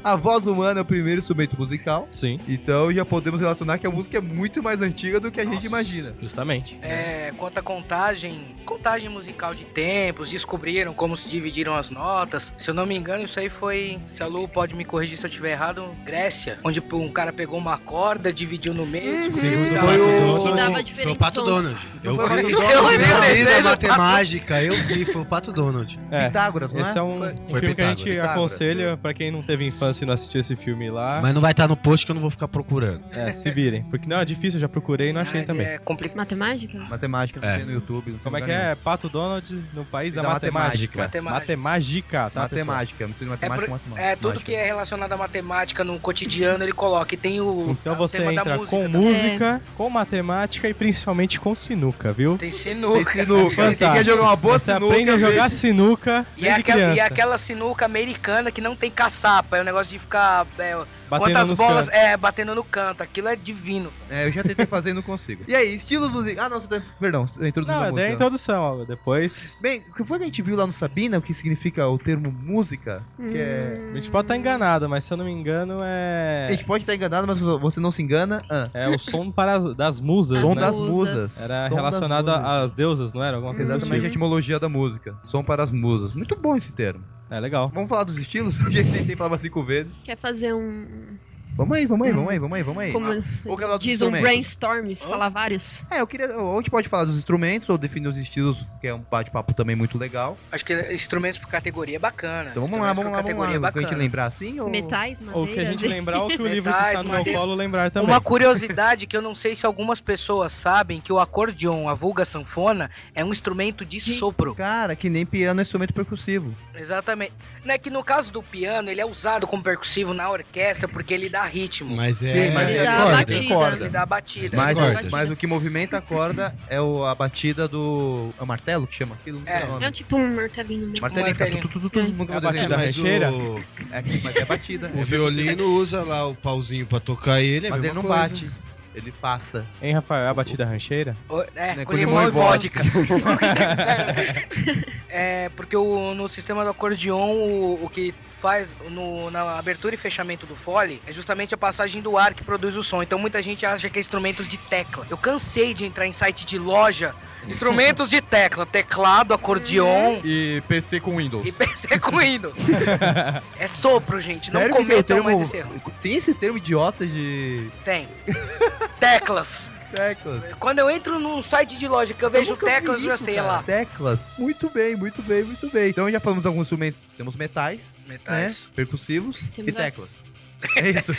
Speaker 3: A voz humana é o primeiro instrumento musical.
Speaker 4: Sim,
Speaker 3: Então já podemos relacionar que a música é muito mais antiga do que a gente imagina.
Speaker 4: justamente.
Speaker 6: É, quanto à contagem, contagem musical de tempos, descobriram como se dividiram as notas. Se eu não me engano, isso aí foi, se a Lu pode me corrigir se eu estiver errado, Grécia, onde pô, um cara pegou uma corda, dividiu no meio.
Speaker 7: Uhum.
Speaker 5: Segundo
Speaker 6: Foi
Speaker 5: Pato
Speaker 6: o-
Speaker 5: Donald,
Speaker 7: Que dava
Speaker 5: Foi o
Speaker 7: diferentes
Speaker 5: Pato
Speaker 7: sons.
Speaker 5: Donald. Eu
Speaker 3: foi o Pato
Speaker 5: vi.
Speaker 3: Donald.
Speaker 5: Eu
Speaker 6: Eu
Speaker 5: vi a
Speaker 6: vi,
Speaker 5: vida
Speaker 6: velho,
Speaker 5: matemática. Eu vi. Foi o Pato Donald.
Speaker 4: né? É.
Speaker 3: Pitágoras, não é?
Speaker 4: Esse é um,
Speaker 6: Foi-
Speaker 4: um
Speaker 5: Foi
Speaker 4: filme que a gente
Speaker 3: Pitágoras.
Speaker 4: aconselha pra quem não teve infância e não assistiu esse filme lá.
Speaker 5: Ah. Mas não vai estar no post que eu não vou ficar procurando.
Speaker 4: É, se virem. Porque não, é difícil, eu já procurei e não achei
Speaker 6: Ah,
Speaker 4: também.
Speaker 6: É complicado.
Speaker 7: Matemática?
Speaker 3: Matemática, não
Speaker 5: É.
Speaker 3: tem no YouTube. Não tem
Speaker 4: Como é
Speaker 3: lugar
Speaker 4: que
Speaker 3: nenhum.
Speaker 4: é? Pato Donald no país da,
Speaker 3: Da
Speaker 4: matemática.
Speaker 6: matemática.
Speaker 4: Matemática, tá?
Speaker 3: Matemática, não sei de matemática,
Speaker 6: pro-
Speaker 3: matemática.
Speaker 6: É, tudo que é relacionado à matemática no cotidiano ele coloca. E tem
Speaker 4: pessoal?
Speaker 6: o.
Speaker 4: Então
Speaker 6: É o
Speaker 4: você
Speaker 6: tema da
Speaker 4: entra
Speaker 6: também.
Speaker 4: com
Speaker 6: É.
Speaker 4: música, com matemática e principalmente com sinuca, viu?
Speaker 6: Tem
Speaker 3: Tem
Speaker 6: sinuca.
Speaker 3: sinuca. Você quer
Speaker 4: Fantástico.
Speaker 3: jogar uma boa
Speaker 4: você
Speaker 3: sinuca?
Speaker 4: aprende a jogar sinuca
Speaker 6: E,
Speaker 4: desde
Speaker 6: é aquela,
Speaker 4: criança.
Speaker 6: e é aquela sinuca americana que não tem caçapa. É o negócio de ficar. é,
Speaker 4: batendo
Speaker 6: quantas
Speaker 4: nos
Speaker 6: bolas.
Speaker 4: cantos.
Speaker 6: É, batendo no canto. Aquilo é divino.
Speaker 3: É, eu já tentei fazer e não consigo. E aí, estilos musicais. Ah, não, você tá... Perdão, você introduziu
Speaker 4: Não,
Speaker 3: a
Speaker 4: é
Speaker 3: música.
Speaker 4: da introdução, ó, depois...
Speaker 3: Bem, o que foi que a gente viu lá no Sabina, o que significa o termo música?
Speaker 7: Hum.
Speaker 3: Que é...
Speaker 4: A gente pode estar enganado, mas se eu não me engano é...
Speaker 3: A gente pode estar enganado, mas você não se engana. Ah.
Speaker 4: É o som para as- das musas,
Speaker 3: Som
Speaker 4: né?
Speaker 3: das
Speaker 7: musas.
Speaker 3: musas.
Speaker 4: Era
Speaker 3: Som das
Speaker 4: relacionado
Speaker 3: musas.
Speaker 4: a- às deusas, não era? Alguma coisa do
Speaker 3: Exatamente a Uhum.
Speaker 4: tipo.
Speaker 3: etimologia da música. Som para as musas. Muito bom esse termo.
Speaker 4: É legal.
Speaker 3: Vamos falar dos estilos? Eu já tentei falar umas cinco vezes.
Speaker 7: Quer fazer um.
Speaker 3: Vamos aí, vamos aí, vamos aí, vamos aí, vamos aí.
Speaker 7: Como
Speaker 3: Ou cada outro
Speaker 7: diz um
Speaker 3: instrumento.
Speaker 7: brainstorm, se falar vários?
Speaker 3: É, eu queria. Ou a gente pode falar dos instrumentos, ou definir os estilos, que é um bate-papo também muito legal.
Speaker 6: Acho que instrumentos por categoria é bacana.
Speaker 3: Então vamos lá, vamos lá,
Speaker 6: Instrumentos por
Speaker 3: vamos lá. Pra
Speaker 6: categoria é
Speaker 3: gente
Speaker 6: bacana.
Speaker 3: lembrar assim? Ou...
Speaker 7: Metais,
Speaker 4: Ou que a
Speaker 7: madeiras. é
Speaker 4: gente
Speaker 7: e-
Speaker 4: lembrar, ou que o livro que
Speaker 6: Metais,
Speaker 4: está no meu
Speaker 6: madeira.
Speaker 4: colo lembrar também.
Speaker 6: Uma curiosidade que eu não sei se algumas pessoas sabem que o acordeon, a vulga sanfona, é um instrumento de
Speaker 3: Sim.
Speaker 6: sopro.
Speaker 3: Cara, que nem piano é instrumento percussivo.
Speaker 6: Exatamente. Não é que no caso do piano, ele é usado como percussivo na orquestra porque ele dá ritmo.
Speaker 5: Mas é.
Speaker 3: Sim, mas
Speaker 7: Ele
Speaker 3: é
Speaker 7: dá
Speaker 3: corda,
Speaker 7: a
Speaker 3: é
Speaker 7: batida. né?
Speaker 3: corda.
Speaker 6: Ele dá a batida.
Speaker 3: Mas,
Speaker 5: Corda.
Speaker 3: o- mas o que movimenta a corda é o- a batida do. É o martelo que chama aquilo? Não tem
Speaker 6: É.
Speaker 3: nome.
Speaker 7: É um tipo um martelinho mesmo.
Speaker 3: Martelinho, fica tu, tu, tu, tu,
Speaker 7: É.
Speaker 3: nunca
Speaker 4: É a
Speaker 3: vou desenhar.
Speaker 4: batida
Speaker 5: mas
Speaker 4: recheira?
Speaker 5: o,
Speaker 3: É, mas é a batida.
Speaker 5: o
Speaker 3: é-
Speaker 5: violino usa lá o pauzinho pra tocar ele. é a
Speaker 3: Mas ele
Speaker 5: mesma
Speaker 3: não
Speaker 5: coisa.
Speaker 3: bate. Ele passa.
Speaker 4: Hein, Rafael? É A batida rancheira?
Speaker 6: O- É,
Speaker 3: Né,
Speaker 6: com, limão, e vodka.
Speaker 3: vodka.
Speaker 6: é, porque o, no sistema do acordeon, o, o que faz no- na abertura e fechamento do fole é justamente a passagem do ar que produz o som. Então muita gente acha que é instrumentos de tecla. Eu cansei de entrar em site de loja, instrumentos de tecla, teclado, acordeon
Speaker 3: E PC com Windows.
Speaker 6: e PC com Windows. é sopro, gente.
Speaker 3: Sério
Speaker 6: não
Speaker 3: que tem o
Speaker 6: cometam mais
Speaker 3: termo...
Speaker 6: esse erro.
Speaker 3: Tem esse termo idiota de
Speaker 6: Tem. Teclas.
Speaker 3: teclas.
Speaker 6: Quando eu entro num site de loja que eu vejo
Speaker 3: nunca
Speaker 6: teclas,
Speaker 3: ouvi
Speaker 6: eu já
Speaker 3: isso,
Speaker 6: sei
Speaker 3: cara.
Speaker 6: lá.
Speaker 3: Teclas. Muito bem, muito bem, muito bem. Então já falamos alguns instrumentos. Temos metais,
Speaker 6: Metais.
Speaker 3: né? Percussivos
Speaker 7: Temos
Speaker 3: e
Speaker 7: as-
Speaker 3: teclas. É isso.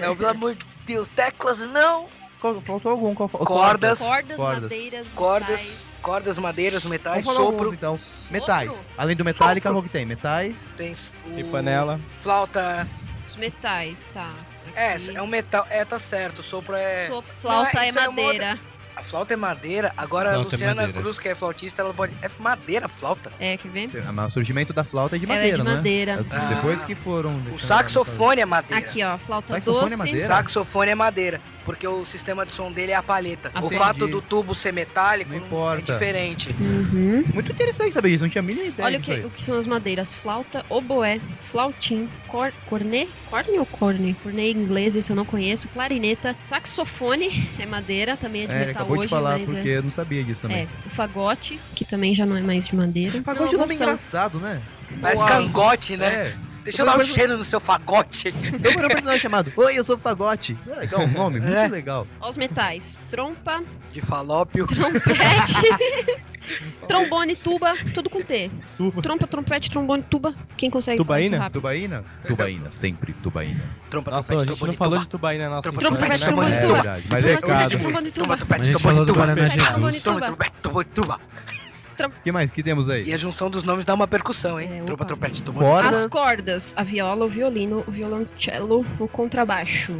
Speaker 6: Não, pelo amor de Deus, teclas não.
Speaker 3: Qual- Faltou algum? Qual... fal-
Speaker 6: Cordas.
Speaker 7: Cordas,
Speaker 3: Cordas.
Speaker 7: madeiras,
Speaker 6: Cordas,
Speaker 7: metais.
Speaker 6: cordas, madeiras, metais,
Speaker 3: Vamos falar
Speaker 6: sopro.
Speaker 3: alguns, então.
Speaker 7: Sopro?
Speaker 3: Metais. Além do metálica, qual que tem? Metais.
Speaker 6: Tem s- o-
Speaker 4: E panela?
Speaker 6: Flauta.
Speaker 7: Os metais, tá.
Speaker 6: É,
Speaker 7: Aqui.
Speaker 6: é um metal. É, tá certo. Sopro é.
Speaker 7: Sopro- Flauta
Speaker 6: Não, é-
Speaker 7: é
Speaker 6: isso é uma
Speaker 7: madeira.
Speaker 6: A flauta é madeira. Agora a
Speaker 5: Flauta é
Speaker 6: Luciana
Speaker 5: madeira.
Speaker 6: Cruz, que é flautista, ela pode. É madeira a flauta.
Speaker 7: É, quer ver?
Speaker 3: Ah, mas O surgimento da flauta é de
Speaker 7: Ela é
Speaker 3: madeira,
Speaker 7: de
Speaker 3: né?
Speaker 7: madeira.
Speaker 6: Ah.
Speaker 3: Depois que foram.
Speaker 6: O saxofone é madeira.
Speaker 7: Aqui, ó, flauta
Speaker 3: Saxofone é
Speaker 7: doce.
Speaker 3: madeira?
Speaker 6: Saxofone é madeira, porque o sistema de som dele é a palheta.
Speaker 7: Ah,
Speaker 6: o
Speaker 3: entendi.
Speaker 6: fato do tubo ser metálico
Speaker 3: Não
Speaker 6: não- é
Speaker 3: importa.
Speaker 6: diferente.
Speaker 7: Uhum.
Speaker 3: Muito interessante saber isso, não tinha a mínima ideia.
Speaker 7: Olha o
Speaker 3: disso
Speaker 7: que,
Speaker 3: aí.
Speaker 7: o que são as madeiras: flauta, oboé, flautim, cor, cornê, corne ou corne? Cornê em inglês, esse eu não conheço. Clarineta, saxofone é madeira, também é de
Speaker 3: É, ele
Speaker 7: metal
Speaker 3: acabou
Speaker 7: hoje,
Speaker 3: de falar
Speaker 7: mas
Speaker 3: porque
Speaker 7: é.
Speaker 3: eu não sabia disso também.
Speaker 7: É, o fagote, que também já não é mais de madeira.
Speaker 3: Pagode é um
Speaker 7: Não,
Speaker 3: nome
Speaker 7: são-
Speaker 3: engraçado, né?
Speaker 6: Mas
Speaker 3: Uau.
Speaker 6: cangote, né?
Speaker 3: É.
Speaker 6: Deixa eu dar um
Speaker 3: Mas-
Speaker 6: cheiro no seu fagote.
Speaker 3: Eu era um personagem chamado Oi, eu sou o Fagote. É legal o nome, muito
Speaker 6: É.
Speaker 3: legal.
Speaker 7: Ó, os metais: trompa,
Speaker 6: De falópio.
Speaker 7: trompete, trombone, tuba, tudo com T.
Speaker 4: Tuba.
Speaker 7: Trompa, trompete, trombone, tuba. Quem consegue
Speaker 3: né?
Speaker 4: Tubaína?
Speaker 7: falar isso rápido?
Speaker 3: Tubaína?
Speaker 8: Tubaína, sempre tubaína.
Speaker 6: Trompa,
Speaker 4: Nossa, a
Speaker 6: trompete,
Speaker 4: gente não
Speaker 6: trombone,
Speaker 4: falou
Speaker 6: tuba.
Speaker 4: de tubaína na nossa
Speaker 6: Trompa-
Speaker 4: infância,
Speaker 7: Trompete, trombone,
Speaker 4: né? Mas-
Speaker 3: É
Speaker 7: tuba.
Speaker 3: verdade, mas é
Speaker 7: Trombone,
Speaker 4: pecado.
Speaker 7: trompete, trombone, tuba.
Speaker 6: Tuba, tupete,
Speaker 5: Mas a gente
Speaker 6: tuba,
Speaker 5: falou do
Speaker 6: tuba,
Speaker 5: Guaraná
Speaker 6: tupete,
Speaker 5: Jesus.
Speaker 6: tuba,
Speaker 7: Tuba,
Speaker 6: tupete, tuba, tuba.
Speaker 3: O que mais que temos
Speaker 6: E
Speaker 3: aí?
Speaker 6: a junção dos nomes dá uma percussão, hein?
Speaker 7: É, opa.
Speaker 6: Trompa, trompete, tuba.
Speaker 3: Cordas.
Speaker 7: As cordas, a viola, o violino, o violoncelo, o contrabaixo.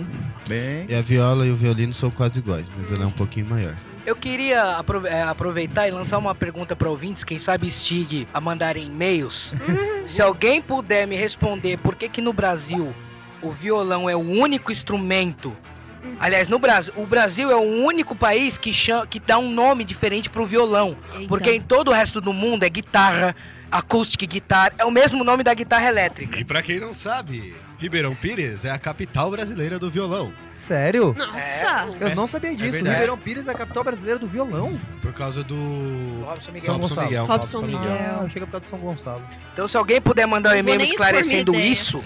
Speaker 3: Bem.
Speaker 5: E a viola e o violino são quase iguais, mas ela é um pouquinho maior.
Speaker 6: Ah, Eu queria aprove- eh, aproveitar e lançar uma pergunta para ouvintes, quem sabe estigue a mandarem e-mails.
Speaker 7: Uhum.
Speaker 6: Se alguém puder me responder por que que no Brasil o violão é o único instrumento.
Speaker 7: Uhum.
Speaker 6: Aliás, no Brasil, o Brasil é o único país que chama, que dá um nome diferente pro violão,
Speaker 7: Eita.
Speaker 6: porque em todo o resto do mundo é guitarra, acústica e guitarra, é o mesmo nome da guitarra elétrica.
Speaker 5: E pra quem não sabe, Ribeirão Pires é a capital brasileira do violão.
Speaker 3: Sério?
Speaker 7: Nossa!
Speaker 6: É,
Speaker 3: Eu não sabia disso.
Speaker 5: verdade.
Speaker 3: Ribeirão Pires é a capital brasileira do violão.
Speaker 5: Por causa do.
Speaker 6: o Robson Miguel.
Speaker 3: São Gonçalo.
Speaker 7: Robson Miguel.
Speaker 3: Ah, chega por causa de São Gonçalo.
Speaker 6: Então, se alguém puder mandar um
Speaker 7: Não vou
Speaker 6: e-mail
Speaker 7: nem expor minha
Speaker 6: esclarecendo
Speaker 7: ideia.
Speaker 6: isso,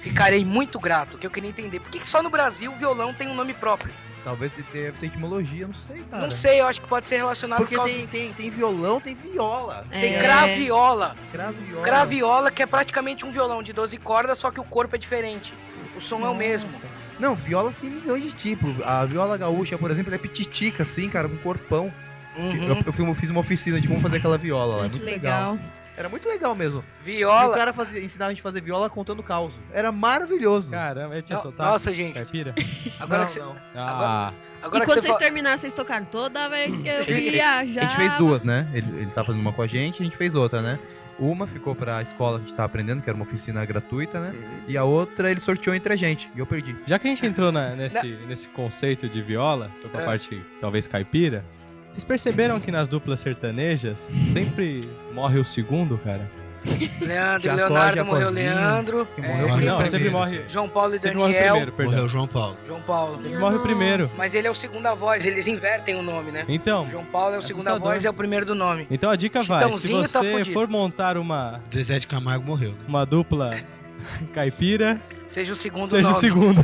Speaker 6: ficarei muito grato. Que eu queria entender por que, que só no Brasil o violão tem um nome próprio.
Speaker 3: Talvez deve ser etimologia, não sei, cara.
Speaker 6: Não sei, eu acho que pode ser relacionado
Speaker 3: Porque
Speaker 6: por causa
Speaker 3: tem, tem, tem violão, tem viola.
Speaker 6: Tem
Speaker 7: É.
Speaker 6: graviola.
Speaker 3: Graviola.
Speaker 6: Graviola que é praticamente um violão de 12 cordas, só que o corpo é diferente. O som é o mesmo.
Speaker 3: Não, violas tem milhões de tipos. A viola gaúcha, por exemplo, ela é pititica, assim, cara, com um corpão. Eu,
Speaker 6: Uhum.
Speaker 3: eu fui- eu fiz uma oficina de como fazer aquela viola lá.
Speaker 7: Ai,
Speaker 3: é
Speaker 7: que
Speaker 3: muito legal.
Speaker 7: legal.
Speaker 3: Era muito legal mesmo. E o
Speaker 6: Viola.
Speaker 3: cara fazia, ensinava a gente a fazer viola contando caos. Era maravilhoso.
Speaker 4: Caramba, eu tinha
Speaker 6: No-
Speaker 4: soltado.
Speaker 6: Nossa, gente.
Speaker 4: Caipira?
Speaker 6: Agora
Speaker 3: Não,
Speaker 6: que você,
Speaker 3: não.
Speaker 4: Ah,
Speaker 6: agora
Speaker 7: e
Speaker 6: que
Speaker 7: quando
Speaker 6: você
Speaker 7: vocês
Speaker 6: fa-
Speaker 7: terminaram, vocês tocaram toda vez que eu
Speaker 6: A gente-
Speaker 7: viajar.
Speaker 3: A gente fez duas, né? Ele, ele tava fazendo uma com a gente, a gente fez outra, né? Uma ficou pra escola que a gente tava aprendendo, que era uma oficina gratuita, né? E a outra ele sorteou entre a gente, e eu perdi.
Speaker 4: já que a gente entrou na- nesse, nesse conceito de viola, tô com a
Speaker 6: É.
Speaker 4: parte talvez caipira, vocês perceberam que nas duplas sertanejas sempre morre o segundo, cara?
Speaker 6: Leandro e
Speaker 3: Jacó,
Speaker 6: Leonardo morreu
Speaker 3: Jacozinho,
Speaker 6: Leandro.
Speaker 3: que
Speaker 6: é,
Speaker 3: morreu
Speaker 4: Ah,
Speaker 3: o
Speaker 4: não, sempre
Speaker 3: primeiro,
Speaker 4: morre.
Speaker 6: João Paulo e
Speaker 4: Sempre morre o
Speaker 6: Daniel.
Speaker 4: primeiro, perdão.
Speaker 5: Morreu João Paulo.
Speaker 6: João Paulo.
Speaker 4: Sempre morre o primeiro.
Speaker 6: Mas ele é o segunda voz, eles invertem o nome, né?
Speaker 4: Então,
Speaker 6: João Paulo é o segunda
Speaker 4: Assustador.
Speaker 6: voz e é o primeiro do nome.
Speaker 4: então a dica vai, se
Speaker 6: Chitãozinho tá
Speaker 4: você
Speaker 6: fudido.
Speaker 4: for montar uma,
Speaker 5: Zezé de Camargo morreu, né?
Speaker 4: uma dupla caipira,
Speaker 6: Seja o segundo
Speaker 4: seja
Speaker 6: nome.
Speaker 4: o segundo.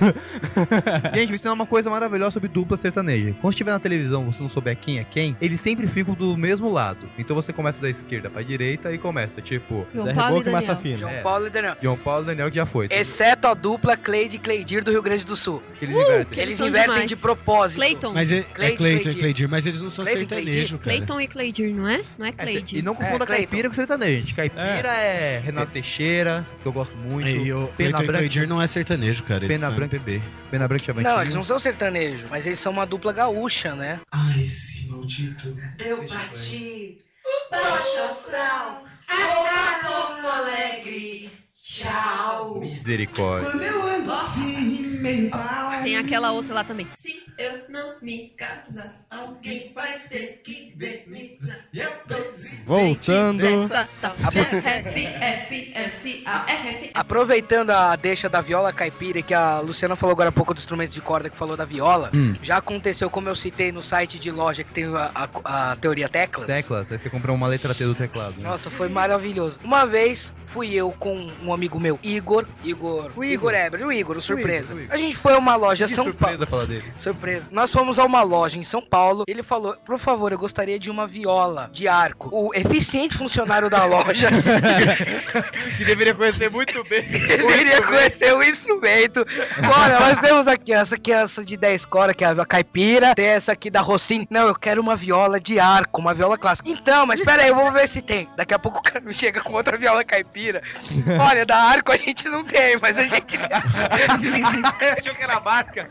Speaker 3: Gente, vou ensinar uma coisa maravilhosa sobre dupla sertaneja. Quando estiver na televisão você não souber quem é quem, eles sempre ficam do mesmo lado. Então você começa da esquerda pra direita e começa, tipo,
Speaker 7: João
Speaker 4: Zé
Speaker 7: Paulo e
Speaker 4: Reboco e Massa
Speaker 7: tá Daniel.
Speaker 4: Fina.
Speaker 6: João
Speaker 3: É.
Speaker 6: Paulo e Daniel.
Speaker 3: João Paulo e Daniel que já foi. tá?
Speaker 6: Exceto a dupla Cleide e Cleidir do Rio Grande do Sul.
Speaker 3: Que eles invertem.
Speaker 7: Que eles
Speaker 6: Eles
Speaker 7: são
Speaker 6: invertem
Speaker 7: demais.
Speaker 6: de propósito.
Speaker 7: Clayton.
Speaker 5: Mas é,
Speaker 6: Cleide,
Speaker 5: é Cleiton e
Speaker 6: Cleidir.
Speaker 5: Cleidir, mas eles não são
Speaker 6: Cleiton e
Speaker 5: sertanejo, cara.
Speaker 7: Clayton e Cleidir, não é? Não é
Speaker 3: É,
Speaker 7: Cleide.
Speaker 3: E não
Speaker 6: É,
Speaker 3: confunda
Speaker 6: Cleiton.
Speaker 3: caipira com sertanejo, gente. Caipira é, Renato Teixeira, que eu gosto
Speaker 6: é
Speaker 3: muito.
Speaker 5: E o
Speaker 3: Pena
Speaker 5: Cleiton e
Speaker 3: Branca.
Speaker 5: Cleidir não é sertanejo, cara. eles
Speaker 3: Pena
Speaker 5: são
Speaker 3: Branca.
Speaker 5: MPB.
Speaker 3: Pena Branca e Chavantinho.
Speaker 6: Não, eles não são sertanejo, mas eles são uma dupla gaúcha, né?
Speaker 5: Ah, esse maldito.
Speaker 11: Eu parti. Baixa astral. Acabou Porto Alegre. Tchau.
Speaker 3: Misericórdia.
Speaker 11: eu ando assim, mental.
Speaker 7: Tem aquela outra lá também.
Speaker 11: Se eu não me casar, alguém vai ter que ver me casar. Eu preciso.
Speaker 4: Voltando.
Speaker 7: Dessa tal.
Speaker 11: é F, F, F, A, F, F.
Speaker 6: Aproveitando a deixa da viola caipira, que a Luciana falou agora há pouco dos instrumentos de corda que falou da viola,
Speaker 3: Hum.
Speaker 6: já aconteceu, como eu citei no site de loja que tem a, a- a teoria teclas.
Speaker 3: Teclas, aí você comprou uma letra T do teclado. né?
Speaker 6: Nossa, foi maravilhoso. Uma vez fui eu com um amigo meu, Igor. Igor.
Speaker 3: O
Speaker 6: O
Speaker 3: Igor.
Speaker 6: Igor Ebre, o Igor, o surpresa.
Speaker 3: o Igor.
Speaker 6: A gente foi a uma loja
Speaker 3: Que
Speaker 6: São Paulo.
Speaker 3: surpresa falar dele.
Speaker 6: Surpresa. Nós fomos a uma loja em São Paulo. Ele falou: por favor, eu gostaria de uma viola de arco. O eficiente funcionário da loja
Speaker 3: Que deveria conhecer muito bem.
Speaker 6: queria conhecer o instrumento. Olha, nós temos aqui essa criança de 10 cordas, que é a caipira. Tem essa aqui da Rossini. Não, eu quero uma viola de arco, uma viola clássica. Então, mas pera aí, eu vou ver se tem. Daqui a pouco o cara chega com outra viola caipira. Olha, da arco a gente não tem, mas a gente.
Speaker 3: Achou que era marca.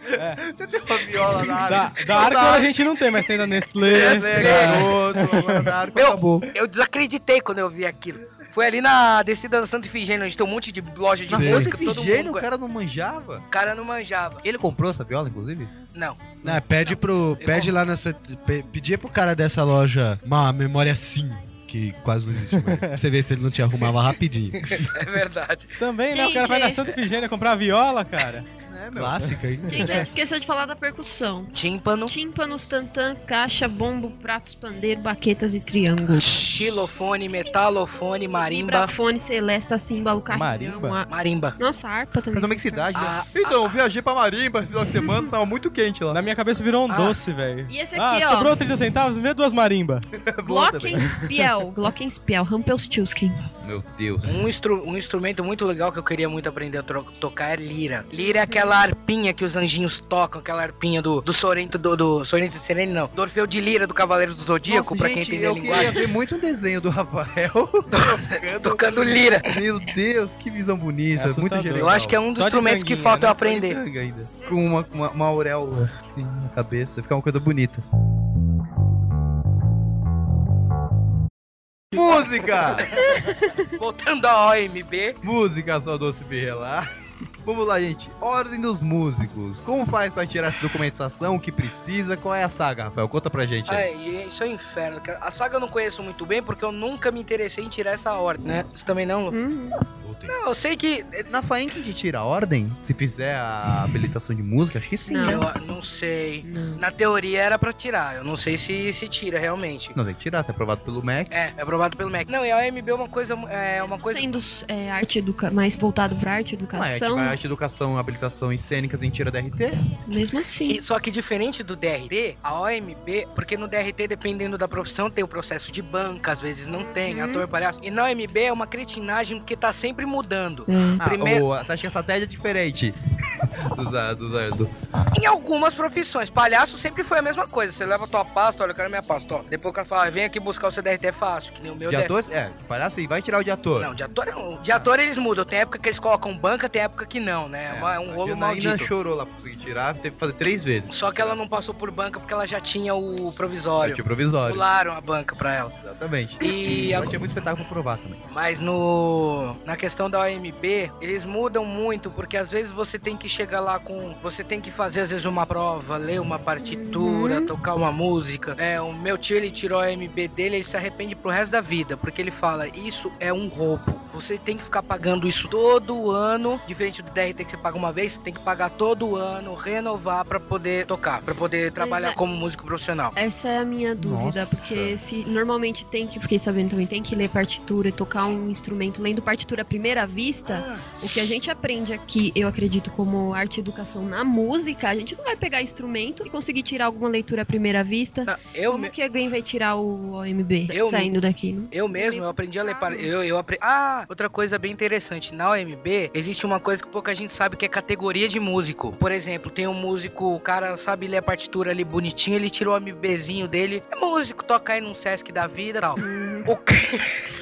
Speaker 3: Você tem uma viola na
Speaker 4: Da,
Speaker 3: área.
Speaker 4: da Arco a gente não tem, mas tem da Nestlé.
Speaker 3: É, garoto, agora da arco
Speaker 6: Meu,
Speaker 3: acabou.
Speaker 6: Eu desacreditei quando eu vi aquilo. Foi ali na descida da Santa Ifigênia, onde tem um monte de loja de
Speaker 3: Na
Speaker 5: Sim.
Speaker 3: Santa
Speaker 6: música. todo
Speaker 3: Ifigênia
Speaker 6: mundo-
Speaker 3: o cara não manjava?
Speaker 6: O cara não manjava.
Speaker 3: Ele comprou essa viola, inclusive?
Speaker 6: Não.
Speaker 5: Não, é, pede pro.
Speaker 6: Eu
Speaker 5: Pede
Speaker 6: compro.
Speaker 5: lá nessa. pe- Pedia pro cara dessa loja uma memória sim, que quase não existe mais. pra você ver se ele não te arrumava rapidinho.
Speaker 6: É verdade.
Speaker 4: Também, né? O cara vai na
Speaker 7: Gente.
Speaker 4: Santa Ifigênia comprar viola, cara.
Speaker 3: É,
Speaker 5: Clássica, hein?
Speaker 7: Gente, a gente esqueceu de falar da percussão.
Speaker 6: Tímpano,
Speaker 7: Tímpanos, tantã, caixa, bombo, pratos, pandeiro, baquetas e triângulo.
Speaker 6: xilofone, metalofone, marimba.
Speaker 7: Vibrafone, celesta, símbolo, cartão.
Speaker 4: Marimba?
Speaker 7: a-
Speaker 6: Marimba.
Speaker 7: Nossa, a harpa também.
Speaker 3: Pra nome que cidade,
Speaker 6: Ah,
Speaker 3: né? Então, eu viajei pra Marimba esse final de semana, tava muito quente lá.
Speaker 4: Na minha cabeça virou um
Speaker 6: Ah.
Speaker 4: doce, velho.
Speaker 7: E esse
Speaker 4: Ah,
Speaker 7: aqui, ó.
Speaker 4: sobrou 30 centavos, vê duas marimba.
Speaker 3: É
Speaker 7: Glockenspiel. Glockenspiel. Rumpelstiltskin.
Speaker 3: Meu Deus.
Speaker 6: Um, instru- um instrumento muito legal que eu queria muito aprender a tro- tocar é lira. Lira é aquela arpinha que os anjinhos tocam, aquela arpinha do, do Sorento do, do Sorento de Serene, não. Do Orfeu de Lira do Cavaleiro do Zodíaco, pra quem entende a
Speaker 3: eu queria
Speaker 6: linguagem.
Speaker 3: ver muito um desenho do Rafael tocando.
Speaker 6: Tocando lira.
Speaker 3: Meu Deus, que visão bonita,
Speaker 4: É
Speaker 3: muito
Speaker 4: assustador.
Speaker 3: genial.
Speaker 6: Eu acho que é um dos
Speaker 4: Só de
Speaker 6: instrumentos que
Speaker 4: tanguinha,
Speaker 6: falta eu
Speaker 4: né?
Speaker 6: aprender.
Speaker 3: Tanga ainda. Com uma, uma, uma auréola assim na cabeça, ficar uma coisa bonita. Música!
Speaker 6: Voltando à OMB,
Speaker 3: Música, só doce birrelar. Vamos lá, gente. Ordem dos músicos. Como faz pra tirar essa documentação? O que precisa? Qual é a saga, Rafael? Conta pra gente aí.
Speaker 6: É, e isso é um inferno. cara. A saga eu não conheço muito bem porque eu nunca me interessei em tirar essa ordem, né? Você também não? Lu?
Speaker 3: É
Speaker 6: Não, eu sei que. é,
Speaker 3: Na FAENC a gente tira a ordem? Se fizer a habilitação de música, acho que sim, né?
Speaker 6: Eu ah, não sei. Na teoria era pra tirar. Eu não sei se se tira realmente.
Speaker 3: Não, tem que tirar, se é aprovado pelo MEC.
Speaker 6: É, é aprovado pelo MEC. Não, e a OMB é uma coisa. É uma coisa.
Speaker 7: Sendo é, arte educa mais voltado pra arte
Speaker 3: Ah, é,
Speaker 7: e educação,
Speaker 3: tipo, a arte, educação, habilitação e cênicas, a gente tira DRT.
Speaker 7: mesmo assim.
Speaker 6: E, só que diferente do DRT, a OMB, porque no DRT, dependendo da profissão, tem o processo de banca, às vezes não tem, ator, palhaço. E na OMB é uma cretinagem porque tá sempre mudando.
Speaker 7: Hum.
Speaker 3: Ah,
Speaker 6: Primeiro-
Speaker 3: ou, você acha que essa TED é diferente dos, ah, dos, ah, do-
Speaker 6: Em algumas profissões, palhaço sempre foi a mesma coisa. Você leva a tua pasta, olha, eu quero minha pasta, ó. Depois o cara fala, "Ah, vem aqui buscar o seu DRT é fácil, que nem o meu
Speaker 3: de
Speaker 6: DRT.
Speaker 3: ator? É, palhaço aí, vai tirar o de ator.
Speaker 6: Não, de ator não. De ator eles mudam. Tem época que eles colocam banca, tem época que não, né? É, uma- é um
Speaker 3: a
Speaker 6: rolo
Speaker 3: Janaína
Speaker 6: maldito.
Speaker 3: chorou lá pra conseguir tirar, teve que fazer três vezes.
Speaker 6: Só que ela não passou por banca porque ela já tinha o
Speaker 3: Olha,
Speaker 6: provisório.
Speaker 3: provisório.
Speaker 6: Pularam a banca pra ela.
Speaker 3: Exatamente.
Speaker 6: E
Speaker 3: Ela
Speaker 6: a-
Speaker 3: tinha muito espetáculo pra provar também.
Speaker 6: Mas no na questão da OMB, eles mudam muito porque às vezes você tem que chegar lá com, você tem que fazer às vezes uma prova, ler uma partitura, tocar uma música. É, o meu tio ele tirou a OMB dele, ele se arrepende pro resto da vida, porque ele fala: "Isso é um roubo. Você tem que ficar pagando isso todo ano, diferente do DRT que você paga uma vez, você tem que pagar todo ano, renovar pra poder tocar, pra poder trabalhar
Speaker 7: é-
Speaker 6: como músico profissional".
Speaker 7: Essa é a minha dúvida,
Speaker 3: Nossa.
Speaker 7: porque se normalmente tem que, fiquei sabendo também, tem que ler partitura e tocar um instrumento lendo partitura à primeira vista, o que a gente aprende aqui, eu acredito, como arte e educação na música, a gente não vai pegar instrumento e conseguir tirar alguma leitura à primeira vista.
Speaker 6: Não, eu
Speaker 7: como
Speaker 6: me-
Speaker 7: que alguém vai tirar o OMB
Speaker 6: Eu-
Speaker 7: saindo daqui? Não?
Speaker 6: Eu mesmo, eu aprendi a ler par... eu, eu apre... Ah, outra coisa bem interessante. Na OMB, existe uma coisa que pouca gente sabe que é categoria de músico. Por exemplo, tem um músico, o cara sabe ler a partitura ali bonitinho, ele tirou o OMBzinho dele. É músico, toca aí num Sesc da vida e tal. O, ca-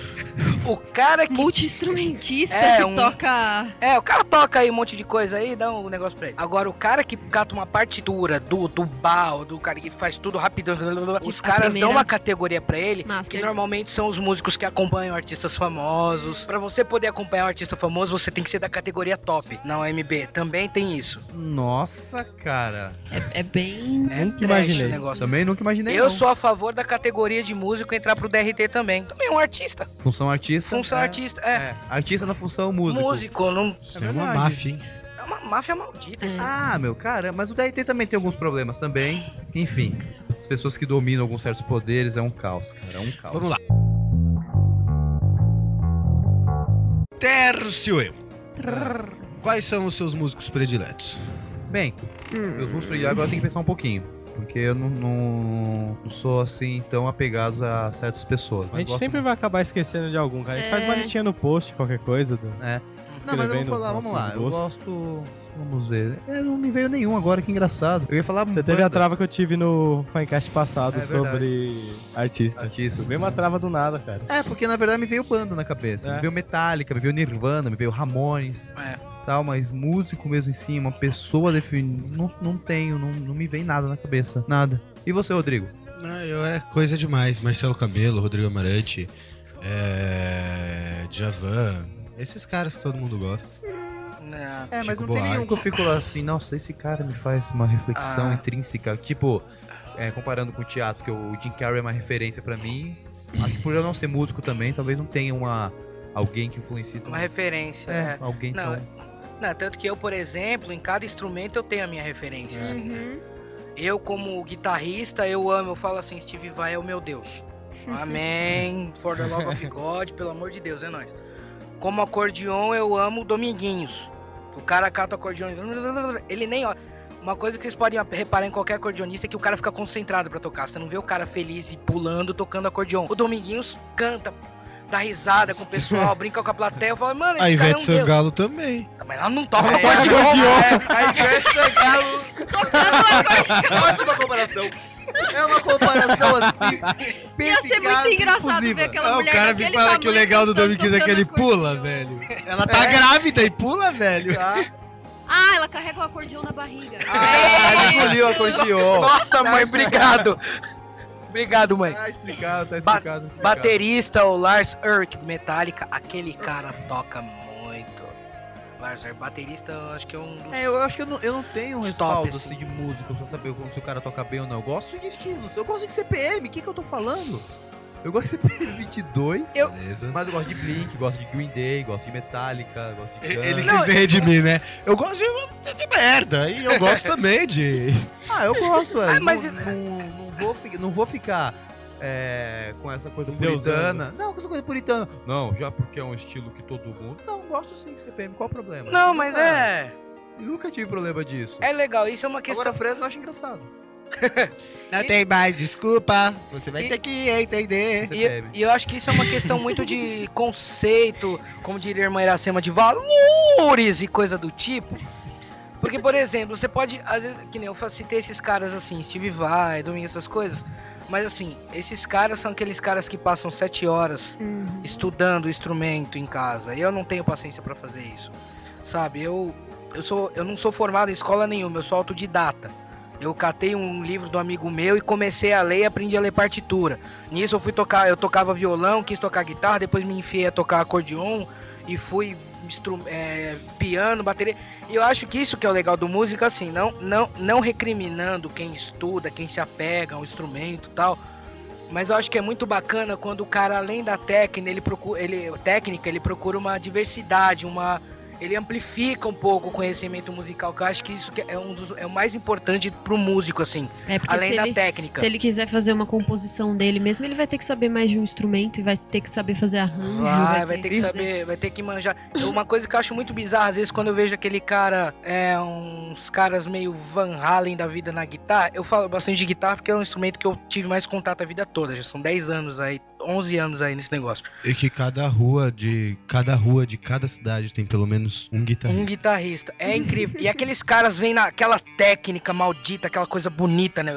Speaker 6: o cara que.
Speaker 7: Multi-instrumentista
Speaker 6: É,
Speaker 7: que
Speaker 6: um-
Speaker 7: toca.
Speaker 6: É, o cara toca aí um monte de coisa aí, dá um negócio pra ele. Agora, o cara que cata uma partitura do, do bal, do cara que faz tudo rapidão, os
Speaker 7: a
Speaker 6: caras
Speaker 7: primeira-
Speaker 6: dão uma categoria pra ele que
Speaker 7: Master.
Speaker 6: normalmente são os músicos que acompanham artistas famosos. Pra você poder acompanhar um artista famoso, você tem que ser da categoria top na OMB. Também tem isso.
Speaker 3: Nossa, cara.
Speaker 7: É bem.
Speaker 6: É
Speaker 4: Nunca
Speaker 6: trash
Speaker 4: imaginei.
Speaker 6: o negócio.
Speaker 3: Também nunca imaginei.
Speaker 6: Eu
Speaker 3: não.
Speaker 6: sou a favor da categoria de músico entrar pro DRT também. Também é um artista.
Speaker 3: Função artista.
Speaker 6: Função
Speaker 3: é,
Speaker 6: artista. É,
Speaker 3: É, artista na função músico.
Speaker 6: músico. não...
Speaker 5: Isso
Speaker 3: É
Speaker 5: é, uma
Speaker 3: verdade.
Speaker 5: máfia, hein?
Speaker 6: É uma máfia maldita.
Speaker 7: É.
Speaker 3: Ah, meu, cara, mas o DRT também tem alguns problemas também. Enfim, as pessoas que dominam alguns certos poderes é um caos, cara, é um caos.
Speaker 5: Vamos lá. Tércio eu. Quais são os seus músicos prediletos?
Speaker 3: Bem, meus músicos prediletos agora tem que pensar um pouquinho. Porque eu não, não- não sou assim tão apegado a certas pessoas.
Speaker 4: A gente sempre vai acabar esquecendo de algum, cara. A gente
Speaker 7: É.
Speaker 4: faz uma listinha no post, qualquer coisa. Do...
Speaker 3: É. Não, mas eu vou
Speaker 4: escrevendo
Speaker 3: falar, vamos lá.
Speaker 4: nossos
Speaker 3: Eu
Speaker 4: gostos.
Speaker 3: gosto. Vamos ver. É, não me veio nenhum agora, que engraçado. Eu ia falar.
Speaker 4: Você teve a
Speaker 3: bandas,
Speaker 4: trava que eu tive no Finecast passado
Speaker 3: É verdade.
Speaker 4: sobre artista.
Speaker 3: Artistas.
Speaker 4: Veio uma trava do nada, cara.
Speaker 3: É, porque na verdade me veio banda na cabeça.
Speaker 4: É.
Speaker 3: Me veio Metallica, me veio Nirvana, me veio Ramones.
Speaker 6: É.
Speaker 3: Tal, mas músico mesmo em si, uma pessoa definida. Não, não tenho, não, não me vem nada na cabeça. Nada. E você, Rodrigo?
Speaker 5: Ah, eu é coisa demais. Marcelo Camelo, Rodrigo Amarante, é... Javan. Esses caras que todo mundo gosta.
Speaker 6: Não.
Speaker 3: É, mas não
Speaker 5: Chico
Speaker 3: tem nenhum
Speaker 5: Buarque.
Speaker 3: que eu fico lá assim, nossa, esse cara me faz uma reflexão
Speaker 6: Ah.
Speaker 3: intrínseca. Tipo, é, comparando com o teatro, que o Jim Carrey é uma referência pra mim. Acho que por eu não ser músico também, talvez não tenha uma. Alguém que influencie. tão-
Speaker 6: Uma referência.
Speaker 3: É,
Speaker 6: é.
Speaker 3: alguém
Speaker 6: Não,
Speaker 3: tão-
Speaker 6: Não, tanto que eu, por exemplo, em cada instrumento eu tenho a minha referência. assim,
Speaker 7: Uhum.
Speaker 6: né? Eu, como guitarrista, eu amo, eu falo assim, Steve Vai é o meu Deus. Amém. For the love of God, pelo amor de Deus, é nóis. Como acordeon, eu amo Dominguinhos. O cara cata o acordeon, e- ele nem olha. Uma coisa que vocês podem reparar em qualquer acordeonista é que o cara fica concentrado pra tocar. Você não vê o cara feliz e pulando, tocando acordeon. O Dominguinhos canta, dá risada com o pessoal, brinca com a plateia. Eu falo, mano,
Speaker 5: A
Speaker 6: esse cara é
Speaker 5: Ivete
Speaker 6: um deus.
Speaker 5: Sangalo também.
Speaker 6: Mas ela não toca acordeon.
Speaker 3: Aí Ivete Sangalo. Ótima comparação. É uma comparação assim.
Speaker 7: Ia ser muito
Speaker 3: perspicaz e
Speaker 7: engraçado
Speaker 3: inclusiva.
Speaker 7: ver aquela
Speaker 5: Ah, o
Speaker 7: mulher
Speaker 5: cara
Speaker 7: daquele
Speaker 5: me fala que o
Speaker 7: tamanho
Speaker 5: legal do
Speaker 7: cantando,
Speaker 5: Domingues é que ele
Speaker 7: tocando acordeon.
Speaker 5: pula, velho. Ela tá grávida e pula, velho.
Speaker 3: Ah,
Speaker 7: Ah, ela carrega o acordeão na barriga.
Speaker 6: É.
Speaker 3: ah, engoliu o acordeon.
Speaker 6: Nossa, mãe, obrigado. Obrigado, mãe.
Speaker 3: Tá explicado, tá
Speaker 6: Ba-
Speaker 3: explicado. explicado.
Speaker 6: Baterista, o Lars Ulrich, Metallica, aquele cara toca muito. Vários, né? baterista, eu acho que é um dos.
Speaker 3: É, eu, eu acho que eu não, eu não tenho um
Speaker 6: Stop,
Speaker 3: respaldo
Speaker 6: assim.
Speaker 3: assim, de músico pra saber como, se o cara toca bem ou não. Eu gosto de estilos. Eu gosto de CPM. O que, que eu tô falando? Eu gosto de CPM 22.
Speaker 7: Eu-
Speaker 5: Beleza.
Speaker 3: Mas eu gosto de Blink, gosto de Green Day, gosto de Metallica, gosto de.
Speaker 5: E-
Speaker 3: Guns.
Speaker 5: Ele
Speaker 6: Não,
Speaker 5: quis se redimir, né? Eu gosto de, de merda. E eu gosto também de.
Speaker 3: Ah, eu gosto, velho.
Speaker 6: Ah, mas
Speaker 3: não,
Speaker 6: isso-
Speaker 3: não, não vou, fi- não vou ficar é, com essa coisa
Speaker 4: Deusando.
Speaker 3: puritana. Não, com essa coisa puritana. Não, já porque é um estilo que todo mundo. Não, gosto sim de CPM. Qual o problema?
Speaker 6: Não, mas
Speaker 3: Nunca-
Speaker 6: é.
Speaker 3: Nunca tive problema disso.
Speaker 6: É legal, isso é uma questão.
Speaker 3: Agora, Fresno eu acho engraçado.
Speaker 5: Não tem mais desculpa. Você vai
Speaker 6: E-
Speaker 5: ter que entender.
Speaker 3: Você bebe.
Speaker 6: E, e eu acho que isso é uma questão muito de conceito, como diria a irmã Iracema, de valores e coisa do tipo. Porque, por exemplo, você pode, às vezes, que nem eu fa- citei esses caras assim, Steve Vai, Domingo, essas coisas. Mas assim, esses caras são aqueles caras que passam sete horas
Speaker 7: Uhum.
Speaker 6: estudando o instrumento em casa. Eu não tenho paciência pra fazer isso. Sabe, eu eu sou eu não sou formado em escola nenhuma, eu sou autodidata. Eu catei um livro do amigo meu e comecei a ler e aprendi a ler partitura. Nisso eu fui tocar, eu tocava violão, quis tocar guitarra, depois me enfiei a tocar acordeon e fui instru- é, piano, bateria. E eu acho que isso que é o legal do música, assim, não, não, não recriminando quem estuda, quem se apega ao instrumento e tal. Mas eu acho que é muito bacana quando o cara, além da técnica, ele procura, ele, técnica, ele procura uma diversidade, uma. Ele amplifica um pouco o conhecimento musical, que eu acho que isso que é, um dos, é o mais importante pro músico, assim,
Speaker 7: É porque
Speaker 6: além
Speaker 7: se
Speaker 6: da
Speaker 7: ele,
Speaker 6: técnica.
Speaker 7: se ele quiser fazer uma composição dele mesmo, ele vai ter que saber mais de um instrumento e vai ter que saber fazer arranjo.
Speaker 6: Vai, vai ter que saber, vai ter que manjar. Eu- Uma coisa que eu acho muito bizarra, às vezes, quando eu vejo aquele cara, é, uns caras meio Van Halen da vida na guitarra, eu falo bastante de guitarra porque é um instrumento que eu tive mais contato a vida toda, já são 10 anos aí, 11 anos aí nesse negócio.
Speaker 5: E que cada rua de cada rua de cada cidade tem pelo menos um guitarrista.
Speaker 6: Um guitarrista, é incrível. E aqueles caras vêm naquela técnica maldita, aquela coisa bonita, né?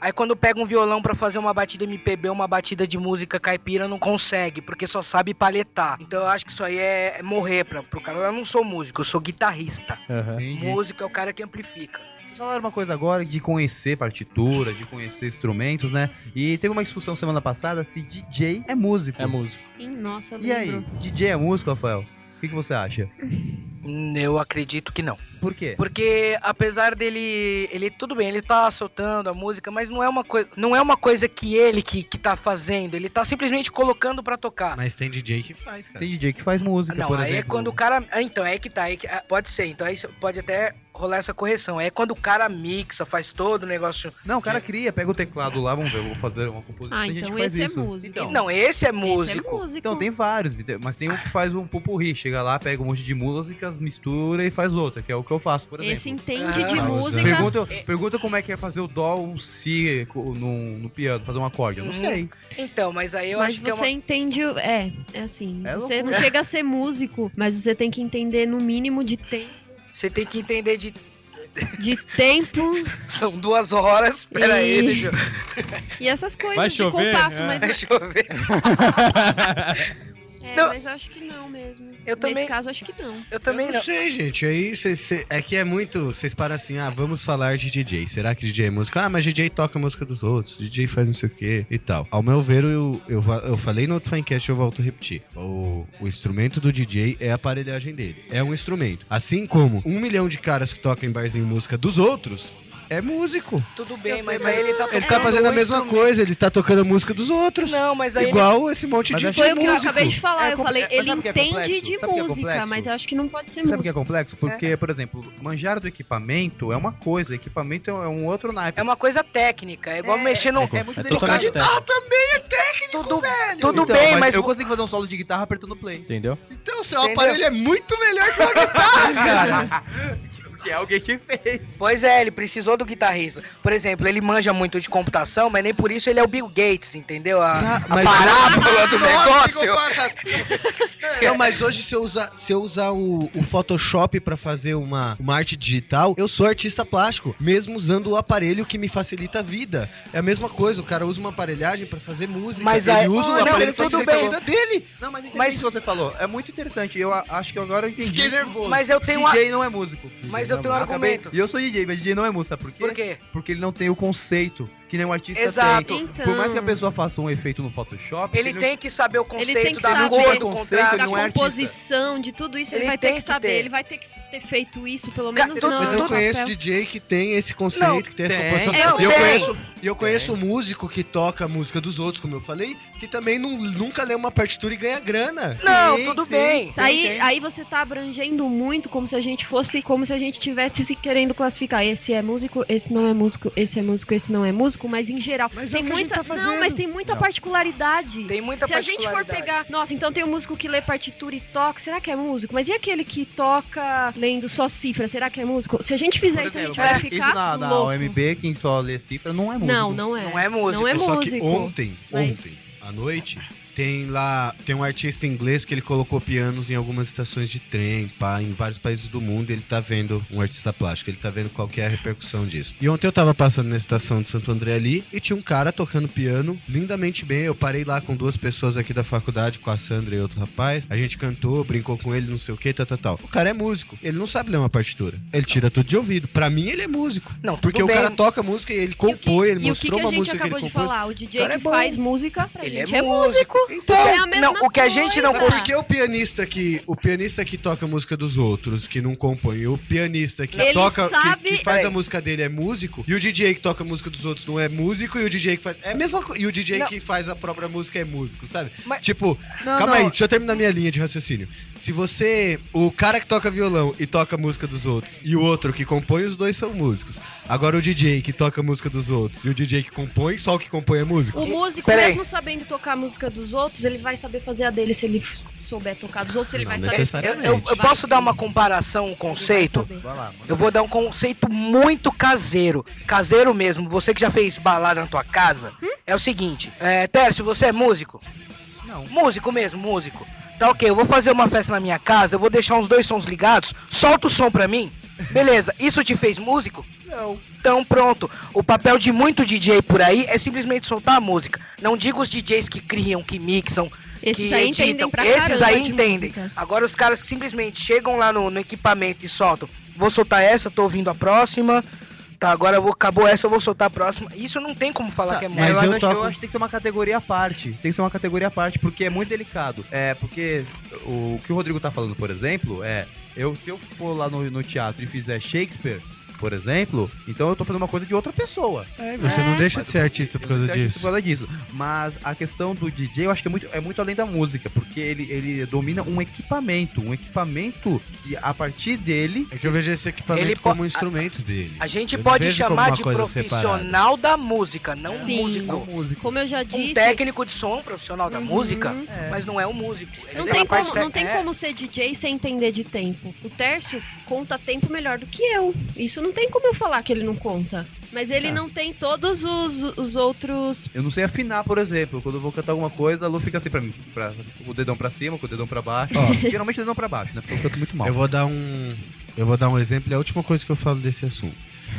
Speaker 6: Aí quando pega um violão pra fazer uma batida MPB, uma batida de música caipira, não consegue, porque só sabe palhetar. Então eu acho que isso aí é é morrer pra, pro cara. Eu não sou músico, eu sou guitarrista.
Speaker 4: Aham.
Speaker 6: Músico é o cara que amplifica.
Speaker 3: Vocês falaram uma coisa agora de conhecer partitura, de conhecer instrumentos, né? E teve uma discussão semana passada se DJ é músico.
Speaker 4: É músico.
Speaker 7: Ih, Nossa,
Speaker 3: E aí,
Speaker 7: lembro.
Speaker 3: DJ é músico, Rafael? O que, que você acha?
Speaker 6: Hum, Eu acredito que não.
Speaker 3: Por quê?
Speaker 6: Porque apesar dele. Ele, tudo bem, ele tá soltando a música, mas não é uma coisa. Não é uma coisa que ele que, que tá fazendo. Ele tá simplesmente colocando pra tocar.
Speaker 5: Mas tem DJ que faz, cara.
Speaker 3: Tem DJ que faz música,
Speaker 6: Não,
Speaker 3: por
Speaker 6: aí
Speaker 3: exemplo.
Speaker 6: é quando o cara. ah, Então, aí que tá. Aí que- ah, pode ser, então aí cê- pode até rolar essa correção. Aí É quando o cara mixa, faz todo o negócio.
Speaker 3: Não, o cara cria, pega o teclado lá, vamos ver, eu vou fazer uma composição.
Speaker 7: Ah,
Speaker 3: Tem gente
Speaker 7: então
Speaker 3: que faz
Speaker 7: esse é
Speaker 3: isso.
Speaker 7: músico.
Speaker 3: Então,
Speaker 6: não, esse é
Speaker 7: Esse é
Speaker 6: músico.
Speaker 7: músico.
Speaker 3: então, tem vários, ente- mas tem um que faz um pupurri, chega lá, pega um monte de músicas, mistura e faz outra, que é o que eu faço, por exemplo.
Speaker 7: Esse entende
Speaker 6: Ah,
Speaker 7: de
Speaker 5: mas-
Speaker 7: música.
Speaker 3: Pergunta, pergunta como é que é fazer o dó, um si co- no, no piano, fazer um acorde. Eu não
Speaker 7: Hum.
Speaker 6: Uhum.
Speaker 3: sei.
Speaker 6: Então, mas aí eu
Speaker 7: mas
Speaker 6: acho que é
Speaker 7: você
Speaker 6: uma.
Speaker 7: entende. o- É, é assim.
Speaker 3: É
Speaker 7: você não
Speaker 3: loucura.
Speaker 7: chega a ser músico, mas você tem que entender no mínimo de, tem,
Speaker 6: Você tem que entender de.
Speaker 7: de tempo
Speaker 6: São duas horas. Pera aí,
Speaker 7: E-
Speaker 6: deixa eu,
Speaker 7: e essas coisas
Speaker 4: Vai
Speaker 7: de
Speaker 4: chover?
Speaker 7: compasso,
Speaker 4: É.
Speaker 7: mas.
Speaker 6: deixa eu ver.
Speaker 7: É,
Speaker 6: Não.
Speaker 7: mas eu acho que não mesmo.
Speaker 6: Eu também-
Speaker 7: Nesse caso, acho que não.
Speaker 6: Eu
Speaker 5: Eu
Speaker 6: também
Speaker 5: não,
Speaker 6: não.
Speaker 5: sei, gente. Aí cê, cê- é que é muito. Vocês param assim, ah, vamos falar de DJ. Será que DJ é música? Ah, mas DJ toca a música dos outros, DJ faz não sei o que e tal. Ao meu ver, eu, eu, va- eu falei no outro fancast eu volto a repetir. O, o instrumento do DJ é a aparelhagem dele. É um instrumento. Assim como um milhão de caras que tocam em barzinho música dos outros. É músico.
Speaker 6: Tudo bem,
Speaker 3: Eu
Speaker 6: mas
Speaker 3: sei,
Speaker 6: aí ele tá tocando.
Speaker 5: Ele tá fazendo a
Speaker 6: o
Speaker 5: mesma
Speaker 6: instrumento.
Speaker 5: coisa, ele tá tocando a música dos outros.
Speaker 6: Não, mas aí
Speaker 5: Igual esse monte
Speaker 3: Mas
Speaker 5: de
Speaker 3: acho
Speaker 7: Foi
Speaker 5: DJ
Speaker 7: o que eu
Speaker 5: músico.
Speaker 7: acabei de falar.
Speaker 3: É
Speaker 7: eu
Speaker 3: com-
Speaker 7: falei,
Speaker 3: é-
Speaker 7: ele
Speaker 3: sabe o que é
Speaker 7: entende
Speaker 3: complexo?
Speaker 7: de
Speaker 3: Sabe o que é
Speaker 7: música,
Speaker 3: complexo?
Speaker 7: mas eu acho que não pode ser
Speaker 3: Sabe o que
Speaker 7: música.
Speaker 3: é complexo? Porque, por exemplo, manjar do equipamento é uma coisa, equipamento é um- é um outro naipe.
Speaker 6: É uma coisa técnica, é igual mexer no.
Speaker 3: É muito
Speaker 4: É
Speaker 3: delicado.
Speaker 4: totalmente técnico,
Speaker 6: Tudo, É, tudo
Speaker 3: Então,
Speaker 6: bem, mas.
Speaker 3: eu consigo fazer um solo de guitarra apertando play.
Speaker 4: entendeu?
Speaker 5: Então, seu
Speaker 6: Entendeu?
Speaker 5: aparelho é muito melhor que uma guitarra, cara.
Speaker 3: Que é alguém que fez.
Speaker 6: Pois é, ele precisou do guitarrista. Por exemplo, ele manja muito de computação, mas nem por isso ele é o Bill Gates, entendeu? A, a
Speaker 5: mas-
Speaker 6: parábola do negócio.
Speaker 5: Não, mas hoje se eu usar, se eu usar o, o Photoshop pra fazer uma, uma arte digital, eu sou artista plástico, mesmo usando o aparelho que me facilita a vida. É a mesma coisa, o cara usa uma aparelhagem pra fazer música,
Speaker 6: Mas
Speaker 5: ele
Speaker 6: aí-
Speaker 5: usa
Speaker 6: Ah,
Speaker 5: o
Speaker 6: não,
Speaker 5: aparelho pra
Speaker 6: tudo
Speaker 5: facilitar a
Speaker 6: bem.
Speaker 5: vida dele.
Speaker 3: Não, mas entendi
Speaker 6: Mas-
Speaker 3: o que você falou. É muito interessante. Eu a- acho que agora eu entendi.
Speaker 5: Fiquei nervoso.
Speaker 6: Mas eu tenho, a,
Speaker 3: DJ não é músico.
Speaker 6: mas eu tenho um
Speaker 3: Acabei-
Speaker 6: argumento.
Speaker 3: E eu sou DJ, mas DJ não é músico, sabe por quê?
Speaker 6: Por quê?
Speaker 3: Porque ele não tem o conceito um
Speaker 10: que nenhum artista
Speaker 6: Exato.
Speaker 10: tem.
Speaker 6: Então.
Speaker 10: Por mais que a pessoa faça um efeito no Photoshop,
Speaker 6: Ele
Speaker 10: se
Speaker 6: tem que saber o conceito
Speaker 7: Ele tem que
Speaker 6: da
Speaker 7: saber
Speaker 6: cor, do
Speaker 10: conceito,
Speaker 6: contraste.
Speaker 7: da
Speaker 10: não é artista.
Speaker 7: composição, de tudo isso, ele,
Speaker 6: Ele
Speaker 7: vai
Speaker 6: tem
Speaker 7: ter que
Speaker 6: que
Speaker 7: saber.
Speaker 6: ter.
Speaker 7: Ele vai ter que ter feito isso, pelo
Speaker 6: Cara,
Speaker 7: menos
Speaker 6: eu-
Speaker 7: não.
Speaker 5: Mas
Speaker 7: no
Speaker 5: eu conheço
Speaker 7: papel.
Speaker 5: DJ que tem esse conceito,
Speaker 6: Não,
Speaker 5: que tem essa
Speaker 10: tem.
Speaker 5: composição.
Speaker 7: Eu
Speaker 5: e eu
Speaker 7: tenho.
Speaker 5: conheço, e eu conheço músico que toca a música dos outros, como eu falei, que também não- nunca lê uma partitura e ganha grana.
Speaker 6: Não,
Speaker 10: Sim,
Speaker 6: tudo
Speaker 10: sim.
Speaker 6: bem.
Speaker 7: Isso aí, aí você tá abrangendo muito como se a gente fosse, como se a gente tivesse se querendo classificar. Esse é músico, esse não é músico, esse é músico, esse não é músico, mas em geral.
Speaker 5: Mas é
Speaker 7: tem
Speaker 5: o que a gente
Speaker 7: muita.
Speaker 5: tá fazendo.
Speaker 7: não, mas tem muita
Speaker 4: Não.
Speaker 7: particularidade.
Speaker 6: Tem muita
Speaker 7: se a gente for
Speaker 6: particularidade.
Speaker 7: pegar, nossa, então tem o músico que lê partitura e toca, será que é músico? Mas e aquele que toca lendo só cifra, será que é músico? Se a gente fizer
Speaker 10: Por
Speaker 7: isso, a gente
Speaker 10: exemplo,
Speaker 7: vai
Speaker 10: isso
Speaker 7: ficar
Speaker 10: na, na
Speaker 7: louco.
Speaker 10: OMB, quem só lê cifra não é músico.
Speaker 7: Não, não é.
Speaker 6: Não é músico.
Speaker 7: Não é
Speaker 5: Só que um
Speaker 7: músico.
Speaker 5: ontem,
Speaker 7: mas-
Speaker 5: ontem, à noite, tem lá, tem um artista inglês que ele colocou pianos em algumas estações de trem, pá, em vários países do mundo, ele tá vendo um artista plástico, ele tá vendo qual que é a repercussão disso. E ontem eu tava passando na estação de Santo André ali e tinha um cara tocando piano lindamente bem. Eu parei lá com duas pessoas aqui da faculdade, com a Sandra e outro rapaz. A gente cantou, brincou com ele, não sei o que, tal, tal, tal. O cara é músico, ele não sabe ler uma partitura. Ele tira tudo de ouvido. Pra mim ele é músico.
Speaker 6: Não, tudo
Speaker 5: Porque o
Speaker 6: bem.
Speaker 5: cara toca música e ele
Speaker 7: E o que-
Speaker 5: compõe,
Speaker 7: e
Speaker 5: ele
Speaker 7: o que,
Speaker 5: mostrou
Speaker 7: que a
Speaker 5: uma
Speaker 7: gente
Speaker 5: música que ele
Speaker 7: acabou de
Speaker 5: compôs.
Speaker 7: falar? O DJ
Speaker 5: cara é
Speaker 7: que
Speaker 5: bom.
Speaker 7: faz música pra
Speaker 6: Ele
Speaker 7: gente
Speaker 6: é
Speaker 7: é músico.
Speaker 6: Então,
Speaker 7: é a mesma
Speaker 6: não, o que a gente não
Speaker 7: coisa.
Speaker 5: Por que o pianista que o pianista que toca a música dos outros, que não compõe, o pianista que
Speaker 7: Ele
Speaker 5: toca
Speaker 7: sabe-
Speaker 5: que, que faz
Speaker 6: Peraí.
Speaker 5: a música dele é músico, e o DJ que toca a música dos outros não é músico, e o DJ que faz é a mesma co- e o DJ
Speaker 6: Não.
Speaker 5: que faz a própria música é músico, sabe?
Speaker 6: Mas-
Speaker 5: Tipo,
Speaker 6: Não,
Speaker 5: calma
Speaker 6: não.
Speaker 5: aí, deixa eu terminar minha linha de raciocínio. Se você, o cara que toca violão e toca a música dos outros, e o outro que compõe, os dois são músicos. Agora o DJ que toca a música dos outros e o DJ que compõe, só o que compõe é músico.
Speaker 7: O músico,
Speaker 6: Peraí.
Speaker 7: mesmo sabendo tocar a música dos outros, ele vai saber fazer a dele se ele souber tocar dos outros, ele
Speaker 5: Não
Speaker 7: vai saber.
Speaker 5: necessariamente.
Speaker 6: Eu, eu- eu
Speaker 7: Vai
Speaker 6: posso dar
Speaker 7: sim.
Speaker 6: uma comparação, um conceito?
Speaker 7: Ele vai saber.
Speaker 6: Eu vou dar um conceito muito caseiro. Caseiro mesmo. Você que já fez balada na tua casa, é o seguinte. É, Tércio, você é músico?
Speaker 10: Não.
Speaker 6: Músico mesmo, músico. Tá ok, eu vou fazer uma festa na minha casa, eu vou deixar uns dois sons ligados, solta o som pra mim. Beleza, isso te fez músico?
Speaker 10: Não.
Speaker 6: Então pronto, o papel de muito DJ por aí é simplesmente soltar a música. Não digo os DJs que criam, que mixam,
Speaker 7: Esses
Speaker 6: que
Speaker 7: aí
Speaker 6: editam.
Speaker 7: entendem pra caramba.
Speaker 6: Esses aí
Speaker 7: de
Speaker 6: entendem.
Speaker 7: música.
Speaker 6: Agora os caras que simplesmente chegam lá no, no equipamento e soltam. Vou soltar essa, tô ouvindo a próxima. Tá, agora eu vou, acabou essa, eu vou soltar a próxima. Isso não tem como falar que é
Speaker 10: Mas
Speaker 6: música.
Speaker 10: eu,
Speaker 5: Tá, eu
Speaker 10: acho,
Speaker 5: toco-
Speaker 10: eu acho que tem que ser uma categoria à parte. Tem que ser uma categoria à parte, porque é muito delicado. É, porque o que o Rodrigo tá falando, por exemplo, é. Eu, se eu for lá no, no teatro e fizer Shakespeare, por exemplo, então eu tô fazendo uma coisa de outra pessoa.
Speaker 5: É, você não deixa de ser artista por causa
Speaker 10: Eu não sei se é
Speaker 5: disso.
Speaker 10: Por causa disso. Mas a questão do DJ, eu acho que é muito, é muito além da música, porque ele, ele domina um equipamento. Um equipamento que a partir dele.
Speaker 5: É que eu vejo esse equipamento
Speaker 6: Ele po-
Speaker 5: como um instrumento dele.
Speaker 6: A gente
Speaker 5: Eu não
Speaker 6: pode
Speaker 5: vejo como uma
Speaker 6: chamar de
Speaker 5: coisa
Speaker 6: profissional da música, não um
Speaker 7: Sim.
Speaker 10: Não,
Speaker 6: músico.
Speaker 10: música.
Speaker 7: Como eu já
Speaker 6: Um
Speaker 7: disse.
Speaker 6: técnico de som profissional da
Speaker 7: Uhum.
Speaker 6: música,
Speaker 10: É.
Speaker 6: mas não é um músico. é, Ele
Speaker 7: Não
Speaker 6: uma
Speaker 7: tem,
Speaker 6: parte
Speaker 7: como, não tem
Speaker 6: técnica.
Speaker 7: como ser DJ sem entender de tempo. O Tércio conta tempo melhor do que eu. Isso não tem como eu falar que ele não conta. Mas
Speaker 5: É.
Speaker 7: ele não tem todos os, os outros.
Speaker 10: Eu não sei afinar, por exemplo. Quando eu vou cantar alguma coisa, a Lu fica assim pra mim. Pra, com o dedão pra cima, com o dedão pra baixo. Geralmente o dedão pra baixo, né? Porque eu canto muito mal.
Speaker 5: Eu vou dar um. Eu vou dar um exemplo, é a última coisa que eu falo desse assunto.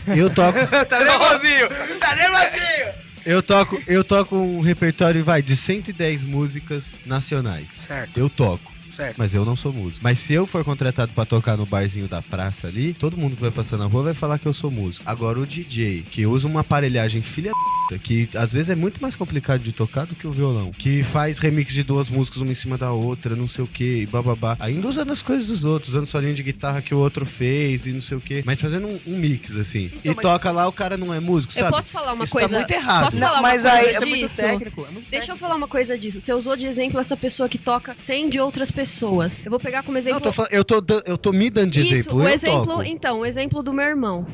Speaker 5: Eu toco,
Speaker 10: tá nervosinho! Tá nervosinho!
Speaker 5: eu toco, eu toco um repertório, vai, de 110 músicas nacionais.
Speaker 6: Certo,
Speaker 5: Eu toco,
Speaker 6: certo.
Speaker 5: mas eu não sou músico. Mas se eu for contratado pra tocar no barzinho da praça ali, todo mundo que vai passar na rua vai falar que eu sou músico. Agora o DJ, que usa uma aparelhagem filha da puta, que às vezes é muito mais complicado de tocar do que o violão, que faz remix de duas músicas uma em cima da outra, não sei o que, e bababá. Ainda usando as coisas dos outros, usando solinho de guitarra que o outro fez e não sei o que, mas fazendo um, um mix assim.
Speaker 10: Então,
Speaker 5: e
Speaker 10: mas-
Speaker 5: toca lá, o cara não é músico,
Speaker 7: eu
Speaker 5: sabe?
Speaker 7: posso falar uma
Speaker 5: Isso
Speaker 7: coisa.
Speaker 5: tá muito errado.
Speaker 7: Posso
Speaker 6: Não,
Speaker 7: falar
Speaker 6: mas
Speaker 7: uma
Speaker 6: aí
Speaker 7: coisa
Speaker 6: é
Speaker 10: muito
Speaker 7: disso?
Speaker 10: técnico, é muito
Speaker 7: Deixa eu falar uma coisa disso. Você usou de exemplo essa pessoa que toca 100 de outras pessoas. Eu vou pegar como
Speaker 5: Não, eu
Speaker 7: exemplo.
Speaker 5: tô, falando- eu, tô, dan- eu tô me dando de
Speaker 7: Isso,
Speaker 5: exemplo.
Speaker 7: o
Speaker 5: eu
Speaker 7: exemplo,
Speaker 5: toco.
Speaker 7: então, o exemplo do meu irmão.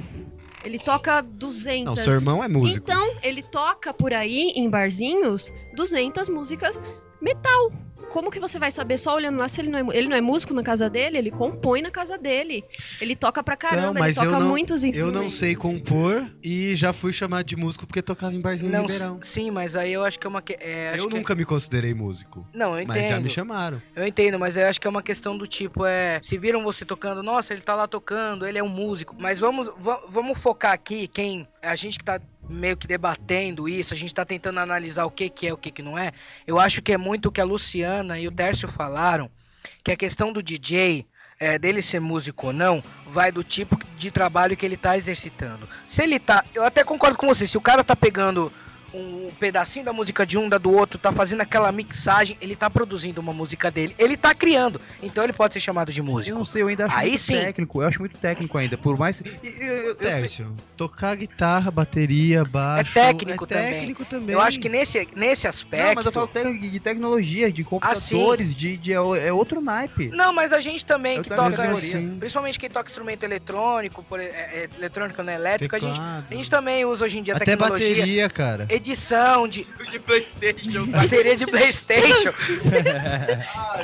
Speaker 7: Ele toca 200.
Speaker 5: Não, seu irmão é músico.
Speaker 7: Então, ele toca por aí, em barzinhos, 200 músicas metal. Como que você vai saber só olhando lá se ele não é, mu- ele não é músico na casa dele? Ele compõe na casa dele. Ele toca pra caramba, ele
Speaker 5: mas eu
Speaker 7: toca
Speaker 5: não-
Speaker 7: muitos
Speaker 5: Eu
Speaker 7: instrumentos.
Speaker 5: não sei compor e já fui chamado de músico porque tocava em barzinho
Speaker 6: Não,
Speaker 5: Ribeirão.
Speaker 6: sim, mas aí eu acho que é uma. que- é, acho
Speaker 5: um Eu
Speaker 6: que-
Speaker 5: nunca me considerei músico,
Speaker 6: Não, eu entendo.
Speaker 5: mas já me chamaram.
Speaker 6: Eu entendo, mas eu acho que é uma questão do tipo, é, se viram você tocando, nossa, ele tá lá tocando, ele é um músico. Mas vamos, va- vamos focar aqui quem a gente que tá meio que debatendo isso, a gente tá tentando analisar o que que é, o que que não é. Eu acho que é muito o que a Luciana e o Tércio falaram, que a questão do DJ é, dele ser músico ou não, vai do tipo de trabalho que ele tá exercitando. Se ele tá. Eu até concordo com você, se o cara tá pegando um pedacinho da música de um, da do outro, tá fazendo aquela mixagem, ele tá produzindo uma música dele, ele tá criando. Então ele pode ser chamado de músico.
Speaker 3: Eu não sei, eu ainda acho
Speaker 6: Aí
Speaker 3: muito
Speaker 6: sim.
Speaker 3: técnico. Eu acho muito técnico ainda. Por mais. e- e- Eu, eu sei-
Speaker 5: Tércio, tocar guitarra, bateria,
Speaker 6: É
Speaker 5: baixo.
Speaker 6: técnico, também.
Speaker 5: técnico também.
Speaker 6: Eu acho que Ah, nesse, nesse aspecto.
Speaker 3: Não, mas eu falo técnico de tecnologia, de computadores, de, de- é o- é outro naipe.
Speaker 6: Não, mas a gente também
Speaker 3: Eu
Speaker 6: que
Speaker 3: também
Speaker 6: toca,
Speaker 3: teoria. Sim.
Speaker 6: principalmente quem toca instrumento eletrônico, por, é, é, eletrônico não elétrico, a gente,
Speaker 5: Teclado.
Speaker 6: a gente também usa hoje em dia
Speaker 5: Até
Speaker 6: tecnologia,
Speaker 5: bateria, cara.
Speaker 6: edição de
Speaker 3: De Playstation.
Speaker 6: bateria de PlayStation.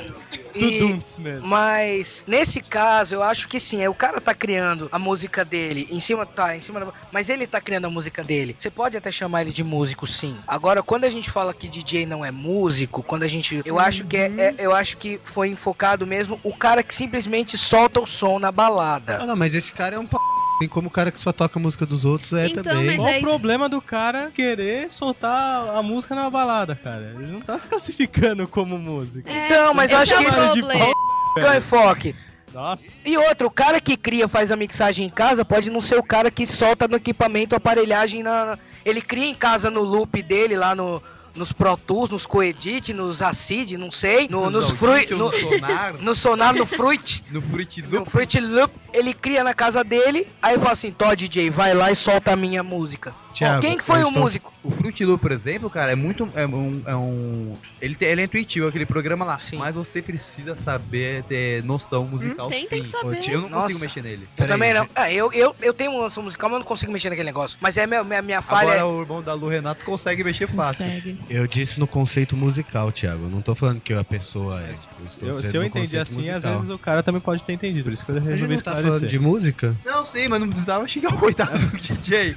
Speaker 6: E-
Speaker 4: Tudunts mesmo.
Speaker 6: mas nesse caso, eu acho que sim, é o cara tá criando a música dele, em cima tá, em cima da, mas ele tá criando a música dele. Você pode até chamar ele de músico, sim. Agora, quando a gente fala que DJ não é músico, quando a gente, eu acho que é, é- eu acho que foi enfocado mesmo o cara que simplesmente solta o som na balada.
Speaker 5: Ah, não, mas esse cara é um p. Tem como o cara que só toca a música dos outros é
Speaker 7: Então,
Speaker 5: também.
Speaker 7: mas
Speaker 4: Qual
Speaker 7: é
Speaker 4: o
Speaker 7: isso.
Speaker 4: problema do cara querer soltar a música na balada, cara? Ele não tá se classificando como música.
Speaker 7: É,
Speaker 6: Então, mas eu
Speaker 7: esse
Speaker 6: acho
Speaker 7: é
Speaker 6: que
Speaker 7: o
Speaker 6: isso
Speaker 4: de
Speaker 7: problema.
Speaker 6: é o enfoque.
Speaker 4: Nossa.
Speaker 6: E outro, o cara que cria, faz a mixagem em casa, pode não ser o cara que solta no equipamento, aparelhagem na. na- Ele cria em casa no loop dele, lá no, nos Pro Tools, nos Coedit, nos Acid, não sei,
Speaker 7: é-
Speaker 6: no, nos Fruit. No,
Speaker 3: No sonar,
Speaker 6: no Sonar, no Fruit.
Speaker 3: no Fruit
Speaker 6: No
Speaker 3: Loop.
Speaker 6: Fruit Loop, ele cria na casa dele, aí fala assim, Tó DJ, vai lá e solta a minha música.
Speaker 5: Thiago,
Speaker 6: Quem que foi
Speaker 5: eu
Speaker 6: o
Speaker 5: estou-
Speaker 6: músico?
Speaker 3: O Fruit Loop, por exemplo, cara, é muito. É um. é um- ele, tem- ele é intuitivo, aquele programa lá.
Speaker 6: Sim.
Speaker 3: Mas você precisa saber ter noção musical.
Speaker 7: Hum, tem, tem que
Speaker 3: sim.
Speaker 7: saber.
Speaker 3: Eu não consigo
Speaker 6: Nossa.
Speaker 3: mexer nele.
Speaker 6: Eu
Speaker 5: Peraí,
Speaker 6: também não. Ah, eu, eu, eu tenho um lance musical, mas eu não consigo mexer naquele negócio. Mas é minha, minha, minha falha.
Speaker 3: Agora o irmão da Lu Renato consegue mexer fácil.
Speaker 7: Consegue.
Speaker 5: Eu disse no conceito musical, Thiago. Eu não tô falando que a pessoa é. estou
Speaker 4: Eu-
Speaker 5: dizendo
Speaker 4: se eu
Speaker 5: no
Speaker 4: entendi
Speaker 5: conceito
Speaker 4: assim, às
Speaker 5: musical.
Speaker 4: vezes o cara também pode ter entendido. Por isso que eu
Speaker 5: A gente
Speaker 4: resolvi
Speaker 5: não tá
Speaker 4: esclarecer.
Speaker 5: falando de música?
Speaker 3: Não, sei, mas não precisava xingar o coitado do DJ.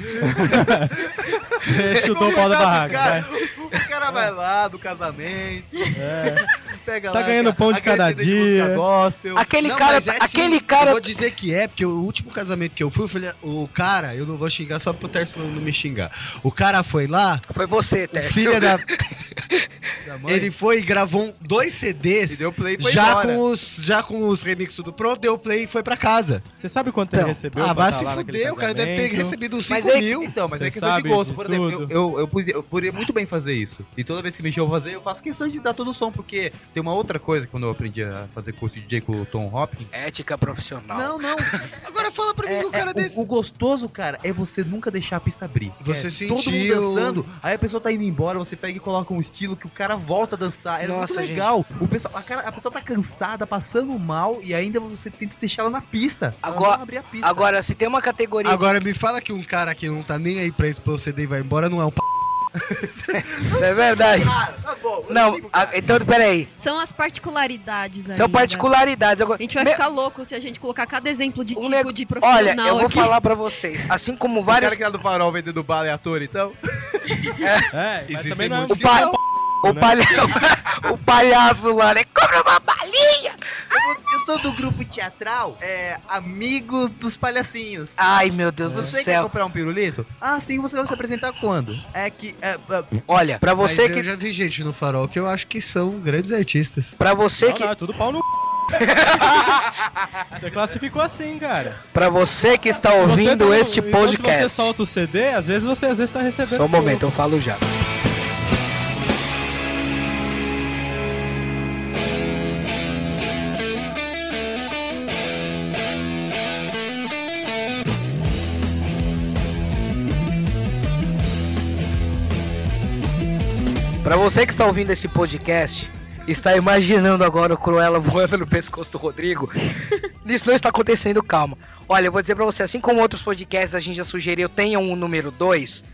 Speaker 4: Você chutou o pau da
Speaker 3: Coitado
Speaker 5: tá
Speaker 3: do
Speaker 4: barraca, né?
Speaker 3: cara.
Speaker 4: vai.
Speaker 3: O cara vai lá do casamento, pega
Speaker 4: Tá
Speaker 3: lá,
Speaker 4: ganhando pão de
Speaker 3: aquele
Speaker 4: cada
Speaker 3: CD música
Speaker 4: dia. tá-
Speaker 3: Gospel.
Speaker 6: Aquele
Speaker 5: Não,
Speaker 6: cara.
Speaker 5: mas é sim.
Speaker 3: assim,
Speaker 6: aquele
Speaker 5: Eu
Speaker 6: cara.
Speaker 5: vou dizer que é, porque o último casamento que eu fui, eu
Speaker 3: "Ah,
Speaker 5: falei, o cara, eu não vou xingar só pro Tércio não me xingar. O cara foi lá,
Speaker 6: é, Foi você,
Speaker 5: o
Speaker 6: Tércio.
Speaker 5: filho é da.
Speaker 3: Da mãe.
Speaker 5: Ele foi e gravou um- dois
Speaker 3: E
Speaker 5: CDs.
Speaker 3: deu play e foi
Speaker 5: Já
Speaker 3: embora.
Speaker 5: com, os, já com os remixes do Pronto, deu play e foi pra casa.
Speaker 4: Você sabe quanto ele
Speaker 6: Então,
Speaker 4: recebeu?
Speaker 5: ah,
Speaker 4: pra
Speaker 5: vai
Speaker 4: tá
Speaker 5: se
Speaker 4: lá naquele
Speaker 5: fuder, o cara deve ter
Speaker 4: casamento?
Speaker 5: recebido uns
Speaker 6: Mas
Speaker 5: 5
Speaker 6: é que-
Speaker 5: mil.
Speaker 3: Então, mas
Speaker 4: Você
Speaker 3: é questão de
Speaker 4: sabe
Speaker 3: gosto.
Speaker 4: de
Speaker 3: Por exemplo, eu,
Speaker 4: tudo.
Speaker 3: eu, eu podia, eu poderia muito bem fazer isso. E toda vez que me chamam pra fazer, eu faço questão de dar todo o som, porque tem uma outra coisa quando eu aprendi a fazer curso de DJ com o Tom Hopkins.
Speaker 6: Ética profissional.
Speaker 3: Não, não.
Speaker 5: Agora fala pra mim que É, o cara desse.
Speaker 3: o, o gostoso, cara, é você nunca deixar a pista abrir.
Speaker 5: Você
Speaker 3: é,
Speaker 5: sentiu-
Speaker 3: Todo mundo dançando, aí a pessoa tá indo embora, você pega e coloca um estilo que o cara volta a dançar. É
Speaker 6: Nossa,
Speaker 3: muito
Speaker 6: gente.
Speaker 3: legal. O pessoal, a, cara, a pessoa tá cansada, passando mal, e ainda você tenta deixar ela na pista. Ela
Speaker 6: Agora-
Speaker 3: não abrir a pista.
Speaker 6: Agora, se tem uma categoria.
Speaker 5: Agora me fala que um cara que não tá nem aí pra expor o CD e vai embora não é um p.
Speaker 6: Isso é verdade.
Speaker 3: Cara, tá bom. eu
Speaker 6: Não,
Speaker 3: ligo,
Speaker 6: a-
Speaker 3: cara.
Speaker 6: então peraí.
Speaker 7: São as particularidades aí.
Speaker 6: São particularidades. Agora,
Speaker 7: A gente vai
Speaker 6: me-
Speaker 7: ficar louco se a gente colocar cada exemplo de
Speaker 6: Um
Speaker 7: tipo
Speaker 6: nego-
Speaker 7: de
Speaker 6: Olha,
Speaker 7: profissional
Speaker 6: eu vou
Speaker 7: aqui.
Speaker 6: falar pra vocês. Assim como várias.
Speaker 3: O cara que era do farol vendendo bala é ator, então.
Speaker 4: É, mas
Speaker 5: Existem
Speaker 4: também não é um
Speaker 6: O, pa... o,
Speaker 4: né?
Speaker 6: palha- o palhaço lá, né? Compra uma balinha!
Speaker 3: Eu sou do grupo teatral, é. Amigos dos Palhacinhos.
Speaker 6: Ai, Ah, meu Deus do
Speaker 3: Você quer
Speaker 6: céu.
Speaker 3: comprar um pirulito? Ah, sim, você vai se apresentar quando? É que. é, é,
Speaker 6: Olha, pra você
Speaker 5: Mas
Speaker 6: que.
Speaker 5: Eu já vi gente no farol que eu acho que são grandes artistas.
Speaker 6: Pra você
Speaker 4: Não,
Speaker 6: que.
Speaker 4: não, é tudo pau no Você classificou assim, cara.
Speaker 6: Pra você que está
Speaker 4: Se você
Speaker 6: ouvindo
Speaker 4: tá-
Speaker 6: este
Speaker 4: então, Se você
Speaker 6: podcast.
Speaker 4: solta o CD, às vezes você às vezes tá recebendo.
Speaker 6: Só um momento, eu falo já. Pra você que está ouvindo esse podcast, está imaginando agora o Cruella voando no pescoço do Rodrigo. Isso não está acontecendo, calma. Olha, eu vou dizer pra você, assim como outros podcasts a gente já sugeriu, tenha um número 2.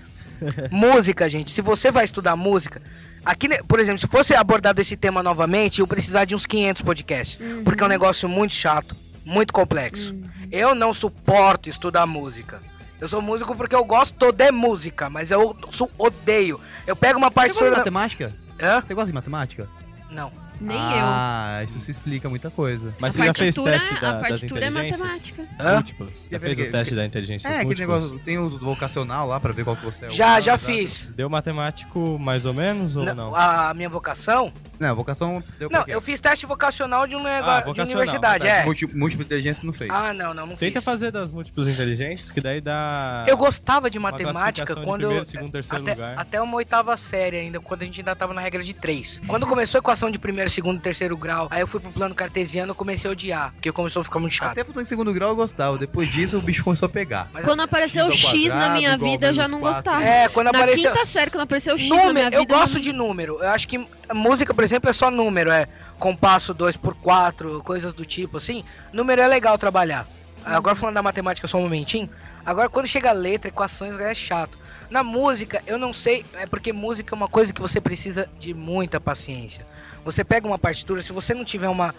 Speaker 6: música, gente, se você vai estudar música, aqui, né, por exemplo, se fosse abordado esse tema novamente, eu precisar de uns 500 podcasts,
Speaker 7: Uhum.
Speaker 6: porque é um negócio muito chato, muito complexo.
Speaker 7: Hum.
Speaker 6: Eu não suporto estudar música. Eu sou músico porque eu gosto de música, mas eu su- odeio. Eu pego uma
Speaker 3: Você gosta de
Speaker 6: partitura.
Speaker 3: matemática?
Speaker 6: Hã?
Speaker 3: Você gosta de matemática?
Speaker 6: Não.
Speaker 7: Nem
Speaker 3: Ah, isso se explica muita coisa.
Speaker 7: eu.
Speaker 4: Mas
Speaker 7: a
Speaker 4: você já fez
Speaker 7: partitura-
Speaker 4: teste da,
Speaker 7: a
Speaker 4: das
Speaker 7: partitura é
Speaker 4: inteligências?
Speaker 7: matemática.
Speaker 6: Hã?
Speaker 4: Múltiplas. Já fez o teste da inteligência
Speaker 3: É, aquele
Speaker 4: múltiplas?
Speaker 3: negócio, tem o do vocacional lá pra ver qual que você é.
Speaker 6: Já, já
Speaker 3: fiz.
Speaker 6: fiz.
Speaker 4: Deu matemático mais ou menos ou tá não?
Speaker 6: A minha vocação?
Speaker 3: Não, vocação deu
Speaker 6: Não,
Speaker 3: qualquer.
Speaker 6: eu fiz teste vocacional de um
Speaker 4: Ah,
Speaker 6: negócio de
Speaker 4: vocacional,
Speaker 6: universidade,
Speaker 4: tá.
Speaker 6: é.
Speaker 3: Múlti- Múltipla inteligência não fez.
Speaker 6: Ah, não, não, não
Speaker 4: Tenta
Speaker 6: fiz.
Speaker 4: fazer das múltiplas inteligentes, que daí dá.
Speaker 6: Eu gostava de
Speaker 4: uma
Speaker 6: matemática
Speaker 4: classificação de
Speaker 6: quando
Speaker 4: primeiro,
Speaker 6: eu
Speaker 4: segundo, terceiro
Speaker 6: até,
Speaker 4: lugar.
Speaker 6: até uma oitava série ainda, quando a gente ainda tava na regra de três. Quando começou a equação de primeiro, segundo, terceiro grau, aí eu fui pro plano cartesiano, eu comecei a odiar, porque começou a ficar muito chato.
Speaker 3: Até pro em segundo grau eu gostava. Depois disso o bicho começou a pegar.
Speaker 6: Mas-
Speaker 7: Quando apareceu o
Speaker 3: X ao
Speaker 7: X na
Speaker 3: quadrado,
Speaker 7: minha
Speaker 3: igual
Speaker 7: vida, eu já
Speaker 3: menos
Speaker 7: não
Speaker 3: quatro.
Speaker 7: gostava.
Speaker 6: É, quando
Speaker 7: na
Speaker 6: apareceu
Speaker 7: quinta série, quando apareceu o X na minha
Speaker 6: número,
Speaker 7: vida, né?
Speaker 6: eu gosto
Speaker 7: não-
Speaker 6: de número. Eu acho que música, por exemplo, é só número, é compasso 2x4, coisas do tipo assim. Número é legal trabalhar. Agora falando da matemática só um momentinho. Agora quando chega a letra, equações é chato. Na música, eu não sei, é porque música é uma coisa que você precisa de muita paciência. Você pega uma partitura, se você não tiver uma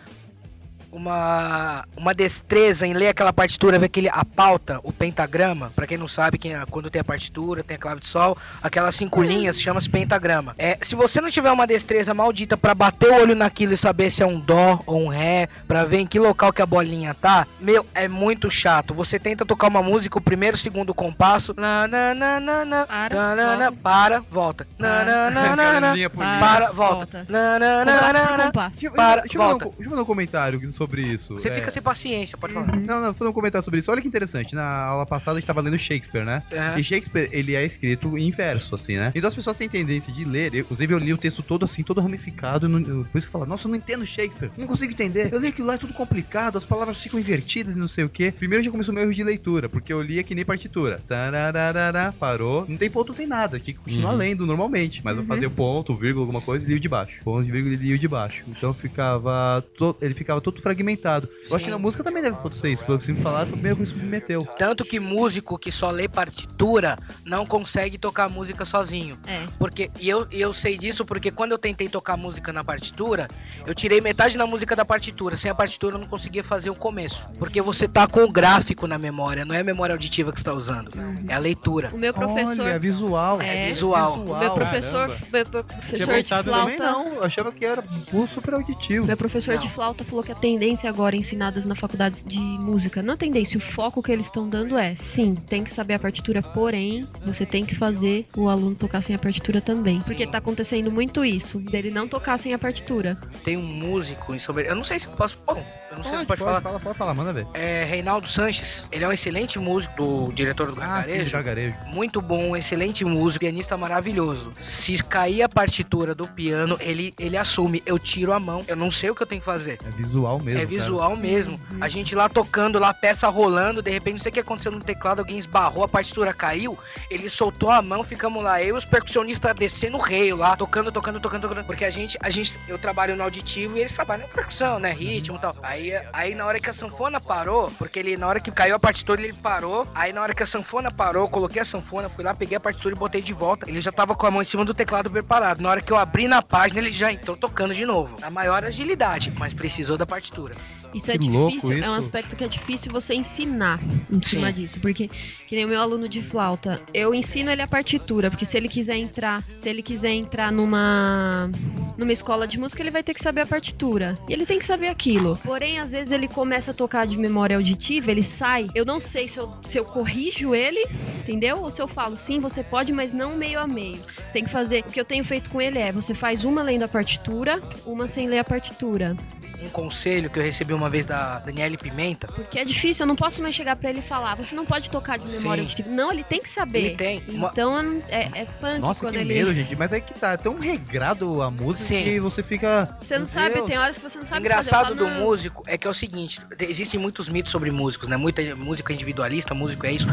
Speaker 6: uma, uma destreza em ler aquela partitura, ver aquele, a pauta, o pentagrama, pra quem não sabe, quem, é- quando tem a partitura, tem a clave de sol, aquelas cinco linhas chama-se pentagrama. É, se você não tiver uma destreza maldita pra bater o olho naquilo e saber se é um dó ou um ré, pra ver em que local que a bolinha tá, meu, é muito chato. Você tenta tocar uma música, o primeiro, segundo compasso, na, na, na, na, na,
Speaker 7: Para,
Speaker 6: na, na, na, para, volta, na, na, na, na, na,
Speaker 3: Linha por
Speaker 7: Ah,
Speaker 3: linha.
Speaker 6: para, volta,
Speaker 7: volta.
Speaker 6: na, na, na,
Speaker 7: Compasso por
Speaker 6: na, na,
Speaker 7: compasso.
Speaker 3: Deixa, eu-
Speaker 6: para,
Speaker 3: deixa eu mandar um,
Speaker 6: volta.
Speaker 3: co- deixa eu mandar um comentário sobre isso.
Speaker 6: Você
Speaker 3: É,
Speaker 6: fica sem paciência, pode falar.
Speaker 3: Não, não, vou dar um comentário sobre isso. Olha que interessante. Na aula passada a gente tava lendo Shakespeare, né?
Speaker 6: É.
Speaker 3: E Shakespeare, ele é escrito em verso, assim, né? Então as pessoas têm tendência de ler. Eu, inclusive, eu li o texto todo assim, todo ramificado. eu não- eu- por isso que eu falo, nossa, eu não entendo Shakespeare. Não consigo entender. Eu li aquilo lá, é tudo complicado, as palavras ficam invertidas e não sei o quê. Primeiro já começou o meu erro de leitura, porque eu lia que nem partitura. Tarararara, parou. Não tem ponto, não tem nada. Tinha que continuar
Speaker 4: Uhum.
Speaker 3: lendo normalmente. Mas eu fazia ponto, vírgula, alguma coisa e li o de baixo. Ponto, vírgula e li o de baixo. Então ficava. to- Ele ficava todo fragmentado. Eu acho que na música também deve acontecer isso. Pelo que vocês me falaram, foi a primeira coisa que me meteu.
Speaker 6: Tanto que músico que só lê partitura não consegue tocar música sozinho.
Speaker 7: É.
Speaker 6: Porque e eu, e eu sei disso porque quando eu tentei tocar música na partitura, eu tirei metade da música da partitura. Sem a partitura eu não conseguia fazer o começo. Porque você tá com o gráfico na memória, não é a memória auditiva que você tá usando. É a leitura.
Speaker 7: O meu professor.
Speaker 3: Olha, visual.
Speaker 7: É,
Speaker 6: visual.
Speaker 7: o meu professor, meu pro-
Speaker 4: Tinha
Speaker 7: professor de
Speaker 4: pensado
Speaker 3: Também
Speaker 7: flauta.
Speaker 3: não, eu achava que era um burro super auditivo.
Speaker 7: Meu professor de
Speaker 6: Não.
Speaker 7: flauta falou que a tendência agora ensinadas na faculdade de música, não a tendência, o foco que eles estão dando é, sim, tem que saber a partitura, porém, você tem que fazer o aluno tocar sem a partitura também. Porque tá acontecendo muito isso, dele não tocar sem a partitura.
Speaker 6: Tem um músico em sobre, eu não sei se eu posso, bom, eu não sei se pode, falar.
Speaker 3: Fala, pode falar, manda ver.
Speaker 6: É Reinaldo Sanches, ele é um excelente músico do diretor do
Speaker 3: Ah, sim,
Speaker 6: Gargarejo.
Speaker 3: gargarejo.
Speaker 6: Muito bom, excelente músico, pianista maravilhoso. Se cair a partitura do piano, ele, ele assume. Eu tiro a mão, eu não sei o que eu tenho que fazer.
Speaker 3: É visual mesmo. cara.
Speaker 6: é visual mesmo. A gente lá tocando, lá a peça rolando, de repente, não sei o que aconteceu no teclado, alguém esbarrou, a partitura caiu, ele soltou a mão, ficamos lá. Eu e os percussionistas descendo o reio lá, tocando, tocando, tocando, tocando. Porque a gente, a gente, eu trabalho no auditivo e eles trabalham na percussão, né? Ritmo e tal. Aí, aí na hora que a sanfona parou, porque ele, na hora que caiu a partitura, ele parou. Aí na hora que a sanfona parou, eu coloquei a sanfona, fui lá, peguei a partitura e botei de volta. Ele já tava com a mão em cima do teclado preparado. Na hora que eu abri na página, ele já entrou tocando de novo. A maior agilidade, mas precisou da partitura.
Speaker 7: Isso é
Speaker 3: Que louco
Speaker 7: difícil, é um
Speaker 3: isso.
Speaker 7: aspecto que é difícil você ensinar em cima
Speaker 6: Sim.
Speaker 7: disso, porque que nem o meu aluno de flauta, eu ensino ele a partitura, porque se ele quiser entrar, se ele quiser entrar numa numa escola de música, ele vai ter que saber a partitura. E ele tem que saber aquilo. Porém, às vezes ele começa a tocar de memória auditiva, ele sai. Eu não sei se eu, se eu corrijo ele, entendeu? Ou se eu falo, sim, você pode, mas não meio a meio. Tem que fazer. O que eu tenho feito com ele é: você faz uma lendo a partitura, uma sem ler a partitura.
Speaker 6: um conselho que eu recebi uma vez da Daniele Pimenta.
Speaker 7: Porque é difícil, eu não posso mais chegar pra ele e falar, você não pode tocar de memória
Speaker 6: Sim.
Speaker 7: auditiva. Não, ele tem que
Speaker 6: Ele
Speaker 7: saber.
Speaker 6: tem uma.
Speaker 7: Então é, é punk
Speaker 3: Nossa,
Speaker 7: quando
Speaker 3: que
Speaker 7: ele.
Speaker 3: medo, gente. Mas é que tá é tão regrado a música
Speaker 6: Sim.
Speaker 3: que você fica.
Speaker 7: Você não
Speaker 3: Meu
Speaker 7: sabe,
Speaker 3: Deus.
Speaker 7: tem horas que você não sabe
Speaker 6: engraçado
Speaker 7: fazer.
Speaker 6: do
Speaker 7: Eu falo, "Não,
Speaker 6: músico é que é o seguinte, existem muitos mitos sobre músicos, né? Muita música individualista, músico é isso.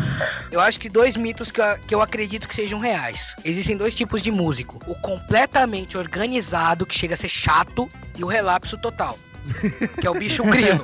Speaker 6: Eu acho que dois mitos que eu, que eu acredito que sejam reais. Existem dois tipos de músico: o completamente organizado, que chega a ser chato, e o relapso total. Que é o bicho grilo.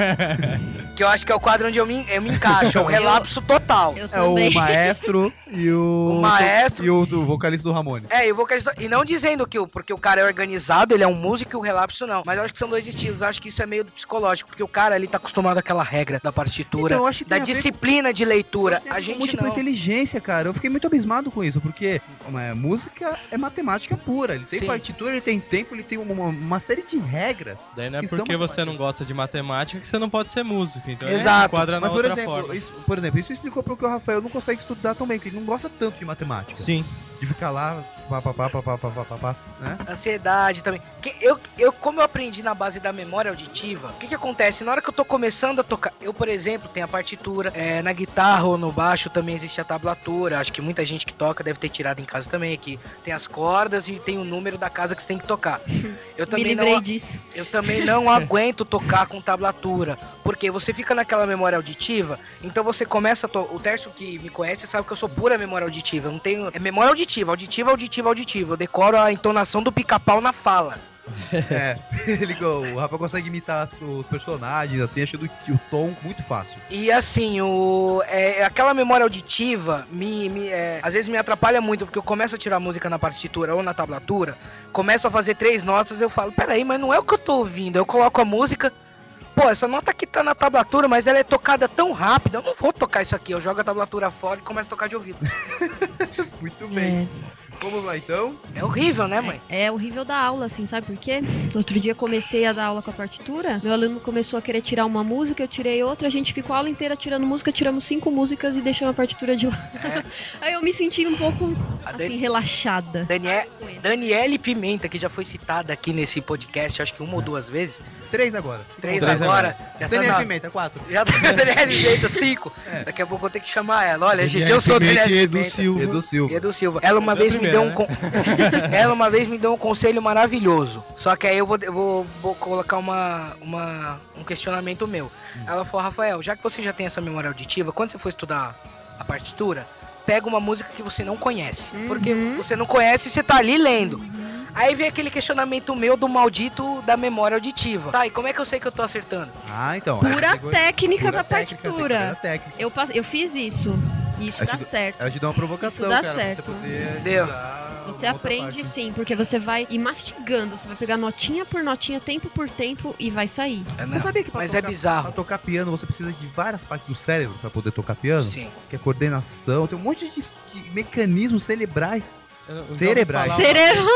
Speaker 6: que eu acho que é o quadro onde eu me, eu me encaixo. É o relapso total.
Speaker 7: Eu
Speaker 3: É o
Speaker 7: também.
Speaker 3: maestro e o.
Speaker 6: O maestro.
Speaker 3: E o do vocalista do Ramones.
Speaker 6: É, eu vou acreditar- E não dizendo que o. Porque o cara é organizado, ele é um músico e o relapso não. Mas eu acho que são dois estilos. Eu acho que isso é meio do psicológico. Porque o cara ali tá acostumado àquela regra da partitura,
Speaker 3: Então, eu acho
Speaker 6: da
Speaker 3: tem a ver com-
Speaker 6: disciplina de leitura.
Speaker 3: Tem
Speaker 6: A
Speaker 3: ver com
Speaker 6: gente
Speaker 3: múltipla
Speaker 6: não.
Speaker 3: inteligência, cara. Eu fiquei muito abismado com isso, porque é, música é matemática pura. Ele tem
Speaker 6: Sim.
Speaker 3: partitura, ele tem tempo, ele tem uma, uma série de regras.
Speaker 4: Daí não é
Speaker 3: que são
Speaker 4: porque você
Speaker 3: matemáticas.
Speaker 4: não gosta de matemática que você não pode ser músico. Então
Speaker 6: Exato.
Speaker 4: ele enquadra na
Speaker 3: Mas, por
Speaker 4: outra
Speaker 3: exemplo,
Speaker 4: forma.
Speaker 3: isso, por exemplo, isso explicou porque o Rafael não consegue estudar tão bem, porque ele não gosta tanto de matemática.
Speaker 4: Sim.
Speaker 3: De ficar lá pá, pá, pá, pá, pá, pá, pá, pá, pá, né?
Speaker 6: Ansiedade também. Que Eu, eu, como eu aprendi na base da memória auditiva, o que, que acontece? Na hora que eu tô começando a tocar, eu, por exemplo, tenho a partitura, é, na guitarra ou no baixo também existe a tablatura. Acho que muita gente que toca deve ter tirado em casa também, que tem as cordas e tem o número da casa que você tem que tocar. Eu
Speaker 7: Me
Speaker 6: também,
Speaker 3: é
Speaker 7: livrei
Speaker 6: não,
Speaker 7: disso.
Speaker 6: eu também não aguento tocar com tablatura, porque você fica naquela memória auditiva, então você começa. a to- O Tércio que me conhece sabe que eu sou pura memória auditiva. Eu não tenho. É memória auditiva, auditiva, auditiva, auditiva. Eu decoro a entonação do pica-pau na fala.
Speaker 3: É, ele, go- o Rafa consegue imitar as- os personagens, assim, achando que o tom muito fácil.
Speaker 6: E assim, o, é, aquela memória auditiva me, me, é, às vezes me atrapalha muito, porque eu começo a tirar música na partitura ou na tablatura, começo a fazer três notas, eu falo, peraí, mas não é o que eu tô ouvindo. Eu coloco a música, pô, essa nota aqui tá na tablatura, mas ela é tocada tão rápido, eu não vou tocar isso aqui. Eu jogo a tablatura fora e começo a tocar de ouvido.
Speaker 3: Muito bem. Vamos lá, então.
Speaker 6: É horrível, né, mãe?
Speaker 7: É horrível dar aula, assim, sabe por quê? No outro dia comecei a dar aula com a partitura, meu aluno começou a querer tirar uma música, eu tirei outra, a gente ficou a aula inteira tirando música, tiramos cinco músicas e deixamos a partitura de lado.
Speaker 3: É.
Speaker 7: Aí eu me senti um pouco,
Speaker 6: A Dan-
Speaker 7: assim, relaxada.
Speaker 6: Danie- Daniele Pimenta, que já foi citada aqui nesse podcast, acho que uma ou duas vezes.
Speaker 3: Três agora.
Speaker 6: Três,
Speaker 4: Três
Speaker 6: agora. Já tá
Speaker 3: Daniel
Speaker 6: na-
Speaker 3: Pimenta, quatro.
Speaker 6: Já tô com
Speaker 5: É.
Speaker 6: Daniele Pimenta, cinco. Daqui a pouco eu tenho que chamar ela. Olha, gente, eu sou
Speaker 5: Evidentemente,
Speaker 6: Daniele
Speaker 5: É. Edu
Speaker 6: Pimenta.
Speaker 5: Silva.
Speaker 3: é Edu Silva.
Speaker 6: Edu Silva. Ela uma
Speaker 4: Da
Speaker 6: vez
Speaker 4: primeira,
Speaker 6: me deu um con- Ela uma vez me deu um conselho maravilhoso. Só que aí eu vou, eu vou, vou colocar uma, uma- um questionamento meu.
Speaker 5: Hum.
Speaker 6: Ela falou, Rafael, já que você já tem essa memória auditiva, quando você for estudar a partitura, pega uma música que você não conhece. Porque
Speaker 7: Uhum.
Speaker 6: você não conhece e você tá ali lendo. Aí vem aquele questionamento meu do maldito da memória auditiva. Tá, e como é que eu sei que eu tô acertando?
Speaker 3: Ah, então.
Speaker 7: Pura
Speaker 3: Pura
Speaker 7: técnica da
Speaker 3: técnica, tem que
Speaker 7: partitura.
Speaker 3: saber a técnica.
Speaker 7: Eu, pas- eu fiz isso. E isso
Speaker 3: Eu
Speaker 7: dá
Speaker 3: te dou-
Speaker 7: certo.
Speaker 3: Ela te dá uma provocação,
Speaker 7: Isso dá
Speaker 3: cara,
Speaker 7: certo.
Speaker 3: pra você poder
Speaker 6: Entendeu?
Speaker 3: estudar
Speaker 7: Você
Speaker 3: uma outra
Speaker 7: aprende
Speaker 3: parte.
Speaker 7: sim, porque você vai ir mastigando, você vai pegar notinha por notinha, tempo por tempo e vai sair.
Speaker 3: Você sabia que né? pra
Speaker 6: Mas é
Speaker 3: tocar, pra
Speaker 6: bizarro.
Speaker 3: tocar piano você precisa de várias partes do cérebro pra poder tocar
Speaker 5: Hum.
Speaker 3: piano?
Speaker 6: Sim.
Speaker 3: Que é coordenação, tem um monte de, de mecanismos cerebrais.
Speaker 4: Eu não- eu já ouvi
Speaker 3: Cerebrais.
Speaker 4: falar-
Speaker 7: Cerebro!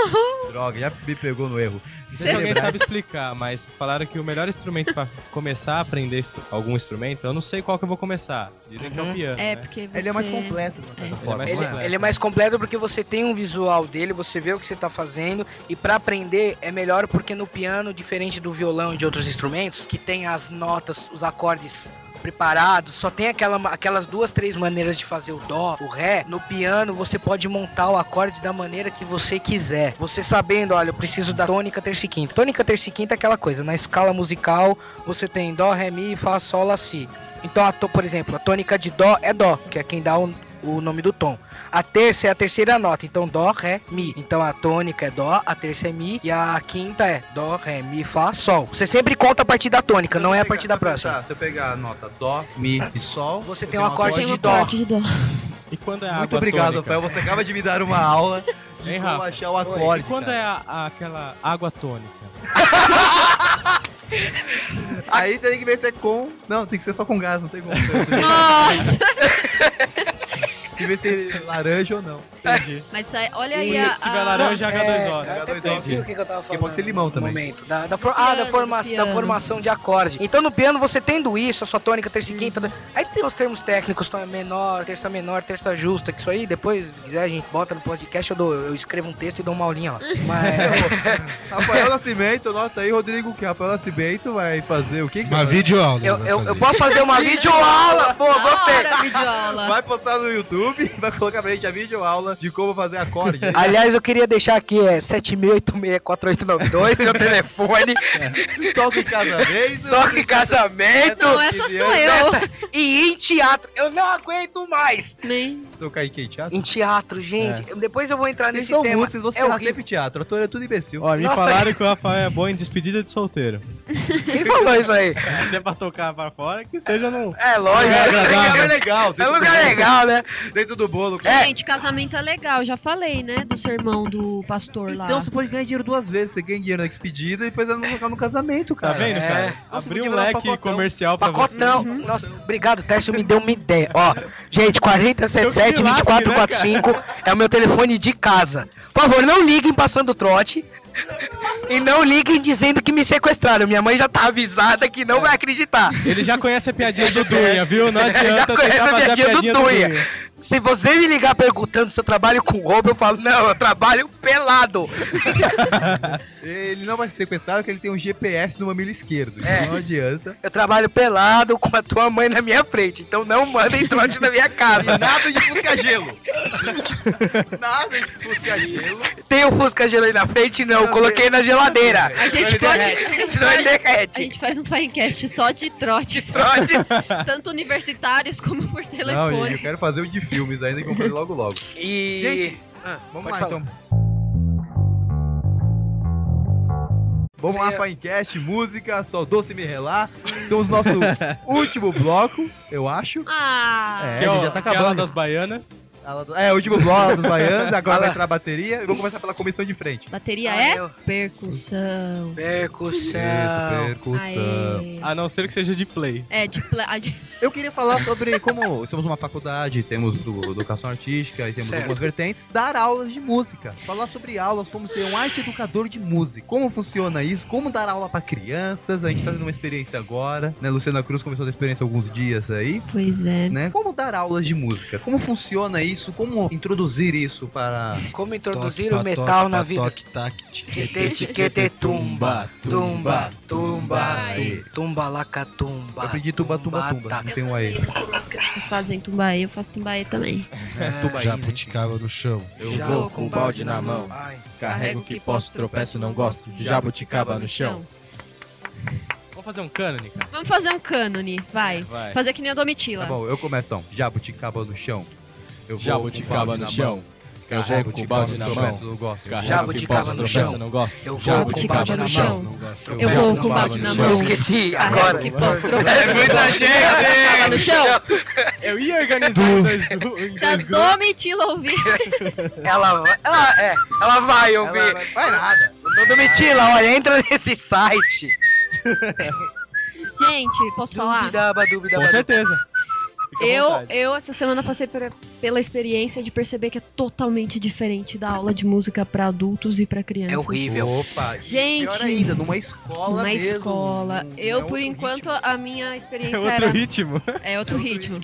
Speaker 3: Droga, já me pegou no erro.
Speaker 4: Não sei se alguém sabe explicar, mas falaram que o melhor instrumento pra começar a aprender instru- algum instrumento, eu não sei qual que eu vou começar. Dizem que é
Speaker 6: Uhum.
Speaker 4: o piano.
Speaker 7: É,
Speaker 4: né?
Speaker 7: porque você.
Speaker 3: Ele é mais completo. de certa
Speaker 7: Ele é
Speaker 3: forma.
Speaker 4: mais
Speaker 6: Ele,
Speaker 4: completo.
Speaker 6: ele é mais completo porque você tem um visual dele, você vê o que você tá fazendo e pra aprender é melhor porque no piano, diferente do violão e de outros instrumentos, que tem as notas, os acordes preparados, só tem aquela, aquelas duas, três maneiras de fazer o dó, o ré. No piano você pode montar o acorde da maneira que você quiser. Você sabendo, olha, eu preciso da tônica, terça e quinta. Tônica, terça e quinta é aquela coisa, na escala musical você tem dó, ré, mi, fá, sol, lá, si. Então, a to- por exemplo, a tônica de dó é dó, que é quem dá o, o nome do tom. A terça é a terceira nota, então dó, ré, mi. Então a tônica é dó, a terça é mi e a quinta é dó, ré, mi, fá, sol. Você sempre conta a partir da tônica, não é a partir da
Speaker 3: Se eu pegar-
Speaker 6: próxima.
Speaker 3: Se eu pegar a nota Dó, Mi e Sol.
Speaker 6: Você
Speaker 3: eu
Speaker 6: tem
Speaker 3: tenho
Speaker 6: um
Speaker 3: uma
Speaker 6: acorde
Speaker 7: Tem
Speaker 3: sorte
Speaker 7: uma
Speaker 6: de dó.
Speaker 7: parte de dó.
Speaker 4: E quando é a
Speaker 3: Muito
Speaker 4: água
Speaker 3: obrigado,
Speaker 4: tônica?
Speaker 3: Rafael. Você acaba de me dar uma aula de
Speaker 4: Hein,
Speaker 3: como
Speaker 4: Rafa?
Speaker 3: achar o
Speaker 4: E
Speaker 3: acorde.
Speaker 4: quando
Speaker 3: cara.
Speaker 4: é a- a- aquela água tônica?
Speaker 3: Aí tem que ver se é com. Não, tem que ser só com gás, não tem como. tem
Speaker 7: Nossa!
Speaker 3: que ver se tem laranja ou não.
Speaker 4: Entendi.
Speaker 7: Mas tá, olha aí
Speaker 6: E
Speaker 7: a.
Speaker 4: Se tiver
Speaker 7: a-
Speaker 4: laranja,
Speaker 6: Não,
Speaker 4: H2O.
Speaker 6: é,
Speaker 4: né?
Speaker 6: eu
Speaker 3: H2O,
Speaker 6: perdi o que que eu tava
Speaker 3: Porque
Speaker 6: falando.
Speaker 3: pode ser limão
Speaker 6: no
Speaker 3: também.
Speaker 6: Momento. Da, da for- ah, da,
Speaker 7: piano,
Speaker 6: forma-
Speaker 7: do piano.
Speaker 6: da formação de acorde. Então no piano você tendo isso, a sua tônica, terça e quinta. né? Aí tem os termos técnicos, tom menor, terça menor, terça justa, que isso aí depois, se quiser, a gente bota no podcast, eu, dou- eu escrevo um texto e dou uma aulinha lá. Mas,
Speaker 3: Rafael Nascimento, nota aí, Rodrigo, que Rafael Nascimento vai fazer o que? que
Speaker 5: Uma
Speaker 3: vai-
Speaker 5: videoaula. né?
Speaker 6: eu,
Speaker 5: vai
Speaker 6: eu,
Speaker 5: fazer.
Speaker 6: eu posso fazer uma videoaula, pô,
Speaker 7: Da
Speaker 6: gostei.
Speaker 7: hora, videoaula.
Speaker 3: Vai postar no YouTube, vai colocar pra gente a videoaula de como fazer acorde.
Speaker 6: Aliás, eu queria deixar aqui, é 7686489, meu telefone,
Speaker 3: Toca em casamento.
Speaker 6: toque em casamento
Speaker 7: Não, é. essa sou
Speaker 3: é
Speaker 7: eu.
Speaker 6: e em teatro. Eu não aguento mais.
Speaker 7: Nem.
Speaker 3: Tocar em que teatro?
Speaker 6: Em teatro, gente. Depois eu vou entrar
Speaker 3: É. Vocês
Speaker 6: nesse
Speaker 3: são
Speaker 6: tema.
Speaker 3: músicos, vocês
Speaker 6: É
Speaker 3: falam
Speaker 6: horrível.
Speaker 3: sempre teatro. Ator é tudo imbecil.
Speaker 4: Ó, me
Speaker 6: Nossa,
Speaker 4: falaram que o Rafael é bom em despedida de solteiro.
Speaker 6: Quem falou isso aí?
Speaker 4: Se é pra tocar pra fora, que seja num.
Speaker 6: É lógico.
Speaker 3: É,
Speaker 6: É,
Speaker 3: lugar legal.
Speaker 6: é
Speaker 3: dentro do
Speaker 6: lugar
Speaker 3: bolo,
Speaker 6: legal, né?
Speaker 3: Dentro do bolo.
Speaker 6: É.
Speaker 7: Gente, casamento é legal, já falei, né? Do sermão do pastor lá.
Speaker 3: Então você pode ganhar dinheiro duas vezes. Você ganha dinheiro na despedida e depois vai no- colocar no casamento,
Speaker 4: Tá
Speaker 3: cara.
Speaker 4: vendo,
Speaker 6: é.
Speaker 4: cara?
Speaker 3: Nossa,
Speaker 4: Abriu
Speaker 3: podia
Speaker 4: um
Speaker 3: dar um
Speaker 4: leque
Speaker 3: pacotão.
Speaker 4: comercial pra você.
Speaker 6: Pacotão. Nossa, obrigado, Tércio me deu uma ideia. Ó, gente, 4077-2445 é o meu telefone de casa. Por favor, não liguem passando trote. E não liguem dizendo que me sequestraram. Minha mãe já tá avisada que não vai acreditar.
Speaker 4: Ele já conhece a piadinha do Dunha, viu? Não adianta
Speaker 6: Já conhece
Speaker 4: tentar
Speaker 6: a
Speaker 4: fazer a
Speaker 6: piadinha do
Speaker 4: piadinha do
Speaker 6: Dunha. É,
Speaker 4: Dunha.
Speaker 6: Se você me ligar perguntando se eu trabalho com roubo, eu falo, não, eu trabalho pelado.
Speaker 3: Ele não vai ser sequestrado porque ele tem um GPS no mamilo esquerdo.
Speaker 6: É.
Speaker 3: Então não adianta.
Speaker 6: Eu trabalho pelado com a tua mãe na minha frente. Então não mandem trote na minha casa.
Speaker 3: Nada de fusca gelo. Nada de fusca gelo.
Speaker 6: Tem o Fusca gelo aí na frente? Não, eu coloquei na geladeira.
Speaker 7: A gente pode. A gente,
Speaker 6: Senão ele
Speaker 7: pode- a
Speaker 6: derrete.
Speaker 7: gente faz um Finecast só de trotes.
Speaker 6: Trotes.
Speaker 7: Tanto universitários como por
Speaker 3: Não, e eu
Speaker 7: telefone.
Speaker 3: quero fazer o de filmes ainda que eu vou fazer logo logo.
Speaker 6: E.
Speaker 3: Gente, Vamos lá
Speaker 6: Pode falar.
Speaker 3: então. Vamos lá, Finecast, música, só doce me relar. Estamos no nosso último bloco, eu acho.
Speaker 7: Ah!
Speaker 3: É,
Speaker 4: Que
Speaker 3: a
Speaker 4: é
Speaker 3: gente
Speaker 4: o-
Speaker 3: já tá
Speaker 4: que é ela
Speaker 3: acabando.
Speaker 4: das baianas.
Speaker 3: Ela- É, o último bloco dos Baianos, agora vai entrar a bateria. E vou começar pela comissão de frente.
Speaker 7: Bateria
Speaker 6: Ah,
Speaker 7: é?
Speaker 6: eu-
Speaker 7: Percussão.
Speaker 6: Percussão.
Speaker 3: percussão.
Speaker 7: Aê.
Speaker 4: A não ser que seja de play.
Speaker 7: É, de pla- a de-
Speaker 3: Eu queria falar sobre como somos uma faculdade, temos do- educação artística e temos
Speaker 6: Certo.
Speaker 3: algumas vertentes, dar aulas de música. Falar sobre aulas, como ser um arte educador de música. Como funciona isso, como dar aula pra crianças. A gente tá tendo uma experiência agora, né? Luciana Cruz começou a ter experiência há alguns dias aí.
Speaker 7: Pois é.
Speaker 3: Né? Como dar aulas de música? Como funciona isso? Como introduzir isso para.
Speaker 6: Como introduzir o metal na vida? Etiquete tumba, tumba, tumba,
Speaker 3: Aê.
Speaker 6: tumba lacatumba.
Speaker 3: Eu aprendi tuba, tuba, tuba. Não tem um aí.
Speaker 7: Eles como as crianças fazem tumbaê, eu faço tumbaê também.
Speaker 6: né?
Speaker 5: Jabuticaba no chão.
Speaker 12: Eu
Speaker 6: Já
Speaker 12: vou com o balde na mão.
Speaker 6: Ai,
Speaker 12: Carrego o que posso, tropeço, não gosto. Jabuticaba no chão.
Speaker 4: Vamos fazer um cânone, cara.
Speaker 7: Vamos fazer um cânone, vai.
Speaker 4: Vai.
Speaker 7: Fazer que nem a Domitila.
Speaker 3: Tá bom, eu começo. ó. Jabuticaba no chão. Eu vou com
Speaker 4: Jabuticaba
Speaker 3: balde
Speaker 4: no
Speaker 3: na
Speaker 4: chão. Eu
Speaker 3: Carrego
Speaker 4: vou com o balde na
Speaker 3: tropeço,
Speaker 4: mão.
Speaker 3: Eu gosto.
Speaker 4: Carrego o que
Speaker 6: Jabuticaba
Speaker 4: posso,
Speaker 6: no
Speaker 4: tropeço,
Speaker 6: chão.
Speaker 4: não gosto.
Speaker 6: Eu vou com o
Speaker 7: Jabuticaba
Speaker 6: balde
Speaker 7: no
Speaker 6: na
Speaker 7: chão.
Speaker 6: mão.
Speaker 7: Eu vou com o balde na mão.
Speaker 6: Eu esqueci
Speaker 7: Carrego
Speaker 6: agora.
Speaker 7: o que posso, tropeço.
Speaker 6: É muita
Speaker 7: Tava no
Speaker 6: gente!
Speaker 7: chão.
Speaker 4: Eu ia organizar em dois, em
Speaker 7: Se a
Speaker 4: dois grupos.
Speaker 7: Domitila ouvir.
Speaker 6: Ela, vai- ela, é, ela vai
Speaker 3: Ela
Speaker 6: ouvir.
Speaker 3: vai- vai nada.
Speaker 6: Ô, Domitila, olha, entra nesse site.
Speaker 7: Gente, posso falar?
Speaker 6: Dubidaba, dubidaba,
Speaker 4: Com certeza. Fica à
Speaker 7: Eu,
Speaker 4: vontade.
Speaker 7: eu essa semana passei por- pela experiência de perceber que é totalmente diferente da aula de música pra adultos e pra crianças.
Speaker 6: É horrível.
Speaker 3: Opa,
Speaker 7: Gente,
Speaker 3: pior ainda, numa escola
Speaker 7: Uma
Speaker 3: mesmo,
Speaker 7: escola.
Speaker 3: num-
Speaker 7: eu,
Speaker 3: é
Speaker 7: por
Speaker 3: outro
Speaker 7: enquanto,
Speaker 3: ritmo.
Speaker 7: a minha experiência
Speaker 4: É outro
Speaker 7: era.
Speaker 4: ritmo.
Speaker 7: É outro ritmo.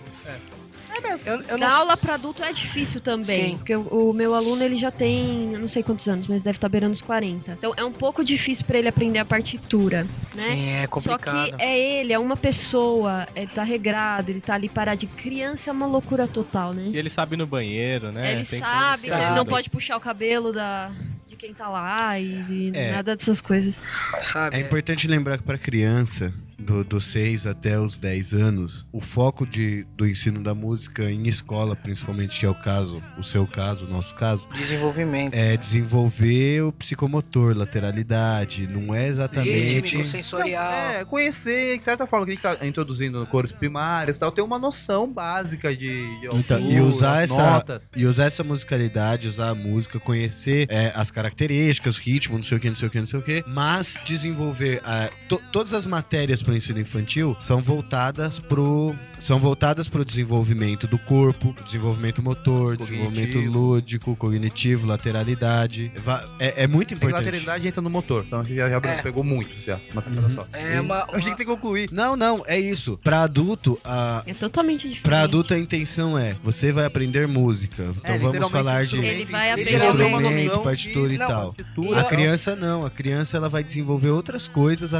Speaker 6: Eu, eu
Speaker 7: Na
Speaker 6: não
Speaker 7: aula pra adulto é difícil também.
Speaker 6: É. Sim.
Speaker 7: Porque o, o meu aluno, ele já tem, eu não sei quantos anos, mas deve estar beirando os 40. Então é um pouco difícil pra ele aprender a partitura, né?
Speaker 6: Sim, é
Speaker 7: Só
Speaker 6: complicado.
Speaker 7: que é ele, é uma pessoa, ele tá regrado, ele tá ali parado. De criança é uma loucura total, né?
Speaker 4: E ele sabe ir no banheiro, né?
Speaker 7: ele
Speaker 4: Tem
Speaker 7: sabe,
Speaker 4: condição.
Speaker 7: que ele não pode puxar o cabelo da, de quem tá lá e, e
Speaker 5: É.
Speaker 7: nada dessas coisas.
Speaker 6: sabe?
Speaker 5: É importante lembrar que para criança, do- dos 6 até os 10 anos, o foco de, do ensino da música em escola, principalmente, que é o caso, o seu caso, o nosso caso,
Speaker 6: Desenvolvimento.
Speaker 5: é desenvolver o psicomotor, lateralidade. Não é exatamente.
Speaker 6: Rítmico,
Speaker 3: Não,
Speaker 6: sensorial.
Speaker 3: é, conhecer, de certa forma, que a gente tá introduzindo cores primários e tal, ter uma noção básica de, de
Speaker 5: Então,
Speaker 3: altura,
Speaker 5: e usar
Speaker 3: as
Speaker 5: essa-
Speaker 3: notas.
Speaker 5: E usar essa musicalidade, usar a música, conhecer é, as características, ritmo, não sei o que, não sei o que, não sei o que, mas desenvolver. ah, to- todas as matérias para o ensino infantil são voltadas pro são voltadas para o desenvolvimento do corpo, desenvolvimento motor,
Speaker 3: Cognitivo.
Speaker 5: desenvolvimento lúdico, cognitivo, lateralidade. Va- É, é muito
Speaker 3: Tem
Speaker 5: importante.
Speaker 3: lateralidade entra no motor. Então a gente já, já
Speaker 6: É.
Speaker 3: pegou muito já. Uma
Speaker 5: Uhum.
Speaker 3: camada só.
Speaker 6: É uma,
Speaker 3: Eu achei que tem que concluir.
Speaker 5: Não, não, é isso. Para adulto, a
Speaker 7: É totalmente diferente.
Speaker 5: para adulto a intenção é você vai aprender música. Então
Speaker 3: É,
Speaker 5: vamos
Speaker 3: literalmente,
Speaker 5: falar de
Speaker 3: instrumento,
Speaker 7: Ele
Speaker 3: instrumento,
Speaker 7: vai aprender
Speaker 3: ter uma
Speaker 5: instrumento,
Speaker 3: noção de-
Speaker 5: partitura e
Speaker 3: não,
Speaker 5: tal.
Speaker 6: é
Speaker 3: partitura,
Speaker 5: A
Speaker 3: tal.
Speaker 5: criança não, a criança ela vai desenvolver outras coisas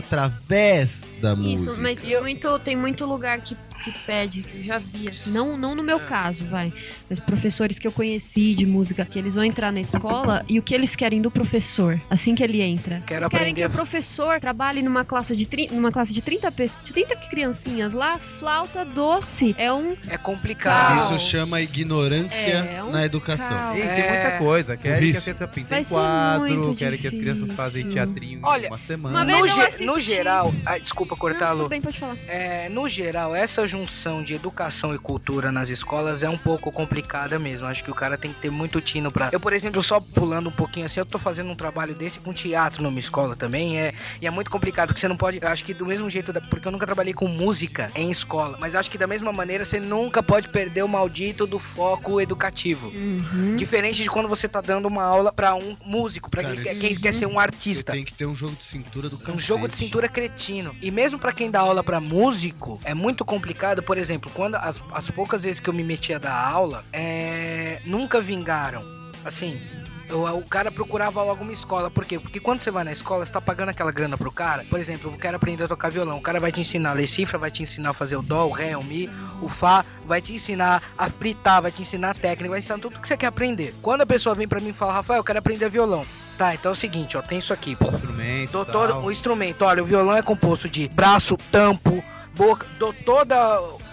Speaker 5: através da música.
Speaker 7: Isso, mas tem muito, tem muito lugar que, que pede, que eu já vi. assim, Não, não no meu
Speaker 6: É.
Speaker 7: caso, vai. Mas professores que eu conheci de música, que eles vão entrar na escola e o que eles querem do professor, assim que ele entra.
Speaker 6: Quero
Speaker 7: eles querem que
Speaker 6: aprender.
Speaker 7: o professor trabalhe numa classe de, tri, numa classe de 30, pe- de 30 criancinhas lá, flauta doce. É um
Speaker 6: é complicado.
Speaker 5: Isso chama ignorância
Speaker 7: É, um
Speaker 5: na educação.
Speaker 7: caos. Ah,
Speaker 3: Ei,
Speaker 6: É.
Speaker 3: tem muita coisa. Querem que
Speaker 5: Isso.
Speaker 3: a criança pinte
Speaker 7: Vai
Speaker 3: em
Speaker 7: ser muito
Speaker 3: quadro, querem que as crianças
Speaker 7: difícil.
Speaker 3: fazem teatrinho
Speaker 6: Olha,
Speaker 3: uma semana.
Speaker 7: uma vez
Speaker 6: no,
Speaker 7: eu
Speaker 6: ge-
Speaker 7: assisti-
Speaker 6: no geral, ah, desculpa cortar,
Speaker 7: Não,
Speaker 6: Lu.
Speaker 7: tudo bem, pode falar.
Speaker 6: É, no geral, essa junção de educação e cultura nas escolas é um pouco complicada mesmo. Acho que o cara tem que ter muito tino pra. Eu, por exemplo, só pulando um pouquinho assim, eu tô fazendo um trabalho desse com teatro numa escola também. É, e é muito complicado, porque você não pode. eu Acho que do mesmo jeito, da- porque eu nunca trabalhei com música em escola. Mas acho que da mesma maneira você nunca pode perder o maldito do foco educativo.
Speaker 7: Uhum.
Speaker 6: Diferente de quando você tá dando uma aula pra um músico, pra
Speaker 5: Cara,
Speaker 6: quem, quer-
Speaker 5: isso-
Speaker 6: quem quer ser um
Speaker 5: Você
Speaker 6: artista.
Speaker 5: tem que ter um jogo de cintura do cacete.
Speaker 6: Um jogo de cintura cretino. E mesmo pra quem dá aula pra músico, é muito complicado, por exemplo, quando as, as poucas vezes que eu me metia da aula, é, nunca vingaram. Assim, eu- o cara procurava logo uma escola. Por quê? Porque quando você vai na escola, você tá pagando aquela grana pro cara. Por exemplo, eu quero aprender a tocar violão. O cara vai te ensinar a ler cifra, vai te ensinar a fazer o dó, o ré, o mi, o fá, vai te ensinar a fritar, vai te ensinar a técnica, vai te ensinar tudo que você quer aprender. Quando a pessoa vem pra mim e fala, Rafael, eu quero aprender violão. Tá, então é o seguinte, ó, tem isso aqui.
Speaker 3: um
Speaker 10: Instrumento,
Speaker 6: Dou todo o instrumento, olha, o violão é composto de braço, tampo, boca, dou todo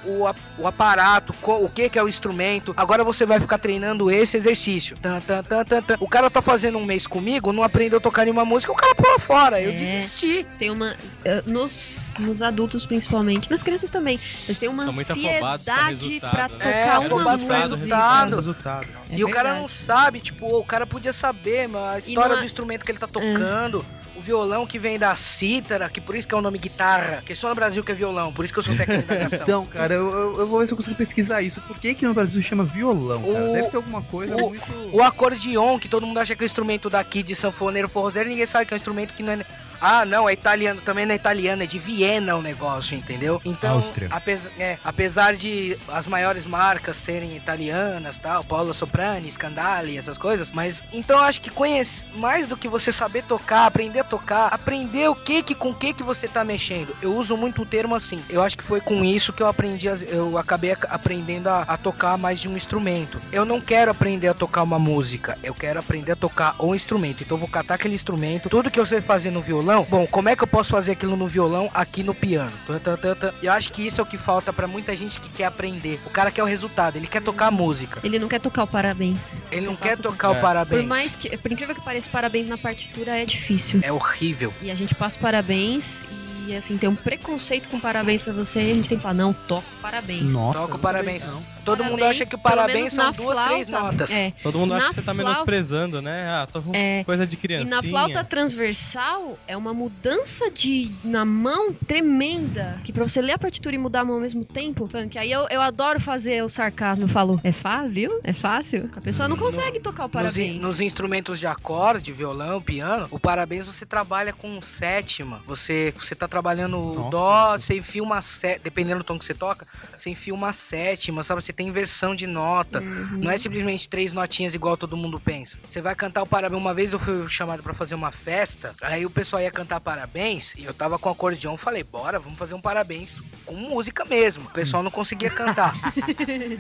Speaker 6: o, a- o aparato, co- o que que é o instrumento. Agora você vai ficar treinando esse exercício. Tan, tan, tan, tan, tan. O cara tá fazendo um mês comigo, não aprendeu a tocar nenhuma música, o cara pula fora. Eu
Speaker 7: É.
Speaker 6: desisti.
Speaker 7: Tem uma. eh, Nos, nos adultos, principalmente. Nas crianças também. Mas tem uma
Speaker 4: São muito afobados com
Speaker 7: ansiedade
Speaker 4: resultado,
Speaker 7: pra
Speaker 4: né?
Speaker 7: tocar um
Speaker 6: É,
Speaker 7: uma
Speaker 6: afobado com
Speaker 7: música.
Speaker 6: resultado.
Speaker 7: É
Speaker 6: e o cara
Speaker 7: verdade.
Speaker 6: não sabe, tipo, o cara podia saber, mas a
Speaker 7: E
Speaker 6: história
Speaker 7: não é-
Speaker 6: do instrumento que ele tá tocando, o violão que vem da cítara, que por isso que é o nome guitarra, que só no Brasil que é violão, por isso que eu sou técnico da canção.
Speaker 10: Então, cara, eu, eu- eu vou ver se eu consigo pesquisar isso. Por que que no Brasil chama violão, cara?
Speaker 6: O-
Speaker 10: Deve ter alguma coisa
Speaker 6: o-
Speaker 10: muito...
Speaker 6: O acordeon, que todo mundo acha que é um instrumento daqui de sanfoneiro, forrozeiro, ninguém sabe que é um instrumento que não é. Ah, não, é italiano, também não é italiano, é de Viena o negócio, entendeu? Então,
Speaker 5: Áustria.
Speaker 6: apesar, é, apesar de as maiores marcas serem italianas, tal, Paola Soprani, Scandali, essas coisas, mas então eu acho que conhece mais do que você saber tocar, aprender a tocar, aprender o que que com o que que você tá mexendo. Eu uso muito o termo assim. Eu acho que foi com isso que eu aprendi, as- eu acabei ac- aprendendo a, a tocar mais de um instrumento. Eu não quero aprender a tocar uma música, eu quero aprender a tocar um instrumento. Então eu vou catar aquele instrumento, tudo que eu sei fazer no violão. Bom, como é que eu posso fazer aquilo no violão aqui no piano? Tan, tan, tan, tan. E Eu acho que isso é o que falta pra muita gente que quer aprender. O cara quer o resultado, ele quer tocar a música.
Speaker 7: Ele não quer tocar o parabéns. Se
Speaker 6: Ele
Speaker 7: você
Speaker 6: não quer
Speaker 7: passa por-
Speaker 6: tocar o parabéns.
Speaker 7: Por mais que. Por incrível que pareça, parabéns na partitura é difícil.
Speaker 6: É horrível.
Speaker 7: E a gente passa parabéns e assim, tem um preconceito com parabéns pra você, a gente tem que falar, não, toca parabéns.
Speaker 6: Só com parabéns. Todo
Speaker 7: Parabéns,
Speaker 6: mundo acha que o
Speaker 7: pelo
Speaker 6: parabéns
Speaker 7: menos
Speaker 6: são
Speaker 7: na
Speaker 6: duas, três
Speaker 7: flauta.
Speaker 6: notas.
Speaker 7: É.
Speaker 4: Todo mundo acha
Speaker 7: Na
Speaker 4: que você tá
Speaker 7: flauta-
Speaker 4: menosprezando, né? Ah, tô com
Speaker 7: É.
Speaker 4: coisa de
Speaker 7: E
Speaker 4: criancinha. Tá
Speaker 7: na flauta transversal é uma mudança de na mão tremenda. Que pra você ler a partitura e mudar a mão ao mesmo tempo, funk, aí eu, eu adoro fazer o sarcasmo. Eu falo, é fácil, viu? É fácil. A pessoa não consegue tocar o
Speaker 6: Hum, Nos, in-
Speaker 7: parabéns.
Speaker 6: nos instrumentos de acorde, violão, piano, o parabéns você trabalha com sétima. Você, você tá trabalhando o dó, você enfia uma sétima, dependendo do tom que você toca, você enfia uma sétima, sabe? Você tem inversão de nota.
Speaker 7: Uhum.
Speaker 6: Não é simplesmente três notinhas igual todo mundo pensa. Você vai cantar o parabéns. Uma vez eu fui chamado pra fazer uma festa, aí o pessoal ia cantar parabéns e eu tava com um acordeão, falei, bora, vamos fazer um parabéns com música mesmo. O pessoal não conseguia cantar.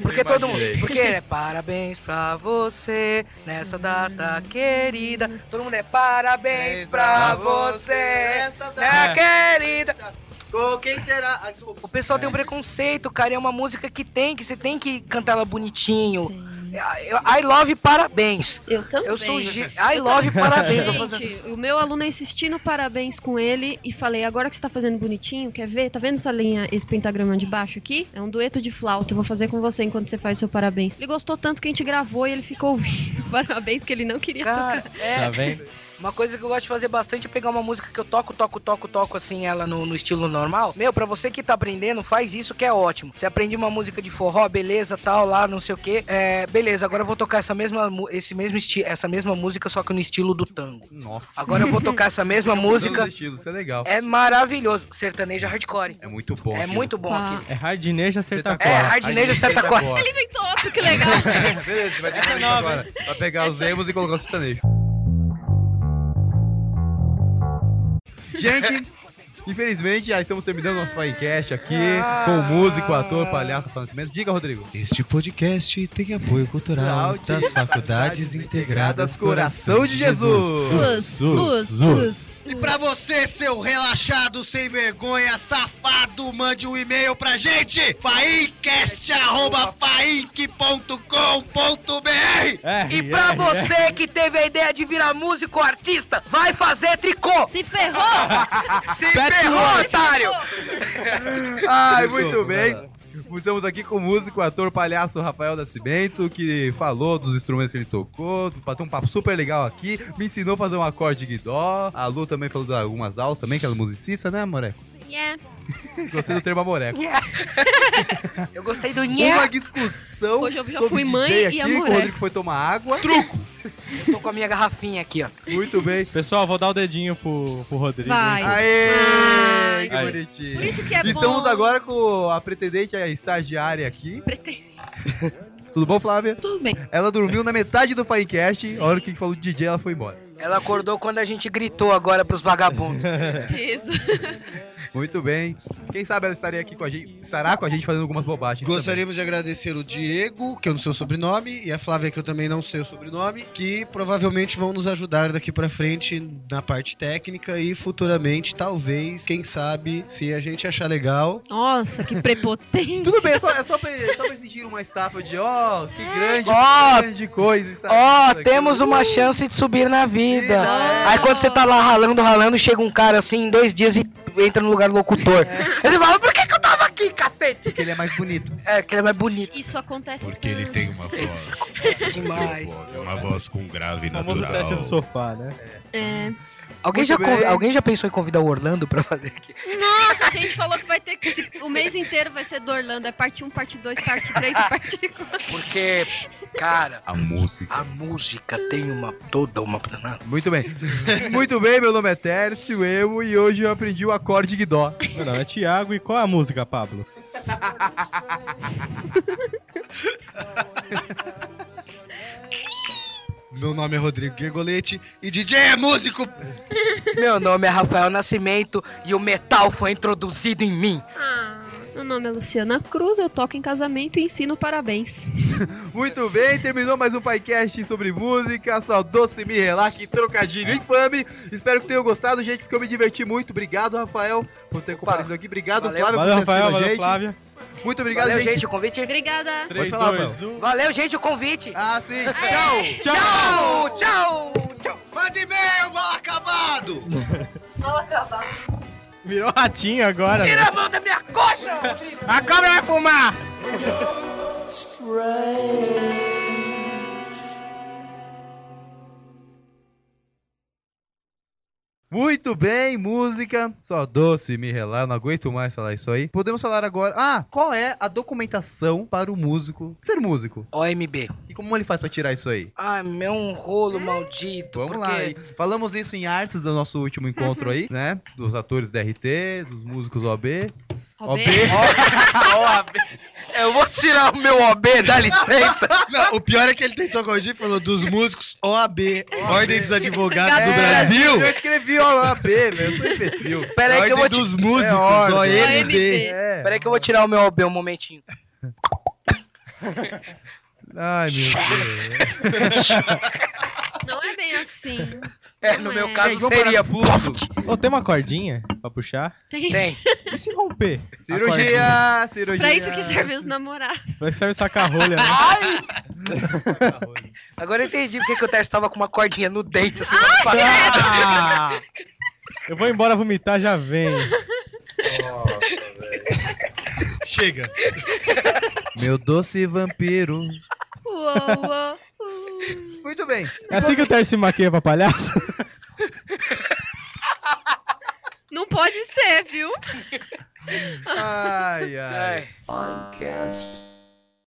Speaker 6: Porque todo mundo.
Speaker 10: imaginei.
Speaker 6: Porque é parabéns pra você nessa data querida. Todo mundo é parabéns pra você,
Speaker 10: Essa
Speaker 6: né,
Speaker 4: É.
Speaker 6: querida.
Speaker 10: Com quem será? Ah, desculpa.
Speaker 6: O pessoal tem um preconceito, cara. É uma música que tem, que você tem que cantar ela bonitinho. Ah, I love parabéns.
Speaker 7: Eu também.
Speaker 6: Eu sou G. I love parabéns. Eu tô fazendo-
Speaker 7: Gente, o meu aluno insistiu no parabéns com ele e falei: agora que você tá fazendo bonitinho, quer ver? Tá vendo essa linha, esse pentagrama de baixo aqui? É um dueto de flauta. Eu vou fazer com você enquanto você faz seu parabéns. Ele gostou tanto que a gente gravou e ele ficou ouvindo o parabéns que ele não queria
Speaker 6: Cara, é.
Speaker 4: Tá vendo?
Speaker 6: Uma coisa que eu gosto de fazer bastante é pegar uma música que eu toco, toco, toco, toco assim ela no, no estilo normal. Meu, pra você que tá aprendendo, faz isso que é ótimo. Você aprende uma música de forró, beleza, tal, lá, não sei o que. É, beleza, agora eu vou tocar essa mesma, mu- esse mesmo esti essa mesma música, só que no estilo do tango.
Speaker 10: Nossa.
Speaker 6: Agora eu vou tocar essa mesma
Speaker 10: Mudando
Speaker 6: música.
Speaker 10: os estilos, Isso é legal.
Speaker 6: É maravilhoso. Sertanejo hardcore.
Speaker 10: É muito bom.
Speaker 6: É
Speaker 10: aquilo.
Speaker 6: muito bom
Speaker 7: Ah.
Speaker 6: aquilo.
Speaker 4: É hardineja acertar
Speaker 3: tá
Speaker 6: É, hardnejo sertacore.
Speaker 7: tocar. Ele inventou outro, que legal.
Speaker 10: Beleza, você vai ter que fazer isso agora. Vai pegar os erros e colocar o sertanejo. Gente, infelizmente já estamos terminando nosso podcast aqui com o músico, ator, palhaço, Rafael Nascimento. Diga, Rodrigo.
Speaker 5: Este podcast tem apoio cultural
Speaker 10: Cultural de
Speaker 5: das faculdades integradas
Speaker 10: Coração de Jesus.
Speaker 7: Us, us, us.
Speaker 5: E pra você, seu relaxado sem vergonha, safado, mande um e-mail pra gente, faincast.fainc.com.br
Speaker 4: É,
Speaker 6: E pra você que teve a ideia de virar músico ou artista, vai fazer tricô!
Speaker 7: Se ferrou!
Speaker 6: Se ferrou, otário!
Speaker 10: Ai, muito bem. Estamos aqui com o músico, ator, palhaço Rafael Nascimento, que falou dos instrumentos que ele tocou, bateu um papo super legal aqui, me ensinou a fazer um acorde de dó. A Lu também falou de algumas aulas também, que ela é musicista, né, More?
Speaker 7: Yeah.
Speaker 3: Gostei do termo amoreco.
Speaker 6: Eu gostei do
Speaker 3: Uma
Speaker 6: Nha.
Speaker 3: discussão.
Speaker 7: Hoje eu já
Speaker 3: sobre
Speaker 7: fui mãe
Speaker 3: DJ
Speaker 7: e é.
Speaker 3: aqui, que O
Speaker 7: amoreco.
Speaker 3: Rodrigo foi tomar água.
Speaker 6: Eu tô com a minha garrafinha aqui, ó.
Speaker 3: Muito bem.
Speaker 4: Pessoal, vou dar o dedinho pro, pro Rodrigo.
Speaker 7: Vai.
Speaker 3: Aê!
Speaker 7: Ai.
Speaker 3: Que
Speaker 4: Ai.
Speaker 3: bonitinho.
Speaker 7: Por isso que é
Speaker 3: Estamos
Speaker 7: bom.
Speaker 3: agora com a pretendente a estagiária aqui.
Speaker 7: Pretendo.
Speaker 3: Tudo bom, Flávia?
Speaker 7: Tudo bem.
Speaker 3: Ela dormiu na metade do Finecast. A hora que falou de DJ, ela foi embora.
Speaker 6: Ela acordou quando a gente gritou agora pros vagabundos.
Speaker 7: Certeza.
Speaker 3: Muito bem. Quem sabe ela estaria aqui com a gente, estará com a gente fazendo algumas bobagens. também.
Speaker 5: Gostaríamos de agradecer o Diego, que eu não sei o sobrenome, e a Flávia, que eu também não sei o sobrenome, que provavelmente vão nos ajudar daqui pra frente na parte técnica e futuramente, talvez, quem sabe, se a gente achar legal.
Speaker 7: Nossa, que prepotente.
Speaker 3: Tudo bem, é só, é só pra, é só pra exigir uma estafa de ó, que
Speaker 7: É.
Speaker 3: grande,
Speaker 6: Ó.
Speaker 3: grande coisa. isso
Speaker 6: Ó,
Speaker 3: Tá aqui.
Speaker 6: temos uma chance de subir na vida.
Speaker 3: Vida.
Speaker 6: Aí quando você tá lá ralando, ralando, chega um cara assim em dois dias e entra no lugar do locutor.
Speaker 3: É.
Speaker 6: Ele fala, por que, que eu tava aqui, cacete?
Speaker 3: Porque ele é mais bonito.
Speaker 6: É, que ele é mais bonito
Speaker 7: Isso acontece tanto.
Speaker 5: uma voz,
Speaker 6: demais.
Speaker 5: uma voz com grave
Speaker 4: O famoso teste do sofá, né?
Speaker 7: É.
Speaker 6: Alguém
Speaker 3: Muito
Speaker 6: já, con-
Speaker 3: bem.
Speaker 6: alguém já pensou em convidar o Orlando pra fazer aqui?
Speaker 7: Nossa, a gente falou que vai ter. que- de- O mês inteiro vai ser do Orlando. É parte 1, parte 2, parte 3 e parte 4.
Speaker 6: Porque, cara,
Speaker 5: A música.
Speaker 6: a música tem uma toda uma. né?
Speaker 3: Muito bem. Muito bem, meu nome é Tércio, eu, e hoje eu aprendi o acorde de dó.
Speaker 4: Não, não, é Thiago. E qual é a música, Pablo?
Speaker 5: Meu nome é Rodrigo Gergolete e DJ é músico!
Speaker 6: Meu nome é Rafael Nascimento e o metal foi introduzido em mim.
Speaker 7: Ah, meu nome é Luciana Cruz, eu toco em casamento e ensino parabéns.
Speaker 3: Muito bem, terminou mais um podcast sobre música, só doce me relaque, trocadilho infame. Espero que tenham gostado, gente, porque eu me diverti muito. Obrigado, Rafael, por ter comparecido aqui. Obrigado,
Speaker 6: Valeu.
Speaker 3: Flávio,
Speaker 4: Valeu,
Speaker 3: por ter
Speaker 4: Rafael.
Speaker 3: assistido a
Speaker 4: Valeu,
Speaker 3: gente.
Speaker 4: Flávia.
Speaker 3: Muito obrigado,
Speaker 6: Valeu,
Speaker 3: gente.
Speaker 6: gente, o convite. é
Speaker 7: Obrigada.
Speaker 4: 3,
Speaker 3: falar,
Speaker 4: 2, 1.
Speaker 6: Valeu, gente, o convite.
Speaker 3: Ah, sim.
Speaker 4: Tchau!
Speaker 6: Tchau, tchau, tchau.
Speaker 5: Mande e-mail, mal acabado!
Speaker 4: Virou ratinho agora.
Speaker 6: Tira a mão da minha coxa, Rodrigo.
Speaker 4: A cobra vai fumar!
Speaker 3: Muito bem, música. Só doce, me relar, não aguento mais falar isso aí. Podemos falar agora. Ah, qual é a documentação para o músico ser músico?
Speaker 6: OMB.
Speaker 3: E como ele faz pra tirar isso aí?
Speaker 6: Ai, meu um rolo
Speaker 5: É
Speaker 6: maldito.
Speaker 3: Vamos
Speaker 6: porque
Speaker 3: lá. hein? Falamos isso em artes do nosso último encontro aí, né? Dos atores da RT, dos músicos OB.
Speaker 7: Roberto.
Speaker 6: Eu vou tirar o meu OB, dá licença.
Speaker 5: Não, o pior é que ele tentou corrigir e falou dos músicos OAB, Ordem dos Advogados do
Speaker 3: É,
Speaker 5: Brasil.
Speaker 3: Eu escrevi OAB, velho. Eu sou imbecil.
Speaker 6: Pera aí que eu vou
Speaker 5: Ordem
Speaker 6: te...
Speaker 5: dos Músicos,
Speaker 3: É ordem.
Speaker 5: OMB.
Speaker 3: É.
Speaker 6: Pera aí que eu vou tirar o meu OB um momentinho.
Speaker 3: Ai, meu Deus.
Speaker 7: Não é bem assim.
Speaker 6: É, no
Speaker 7: Não é.
Speaker 6: meu
Speaker 3: Ei,
Speaker 6: caso
Speaker 3: vamos parar
Speaker 6: seria
Speaker 3: no fundo.
Speaker 4: Ô, tem uma cordinha pra puxar?
Speaker 7: Tem.
Speaker 6: Tem.
Speaker 4: E se romper?
Speaker 5: é
Speaker 4: a cordinha?
Speaker 3: Cirurgia, cirurgia.
Speaker 7: Pra isso que servem os namorados.
Speaker 4: Vai servir sacar rolha, né?
Speaker 6: Ai! Agora eu entendi porque que o Tércio tava com uma cordinha no dente. Assim, pra-
Speaker 4: Ah! Eu vou embora vomitar, já vem.
Speaker 5: Chega.
Speaker 3: Meu doce vampiro.
Speaker 7: Uou, uou, uou.
Speaker 3: Muito bem.
Speaker 4: É assim que o Terce se maquia pra palhaço?
Speaker 7: Não pode ser, viu?
Speaker 3: Ai, ai.
Speaker 6: Ai.
Speaker 1: Finecast.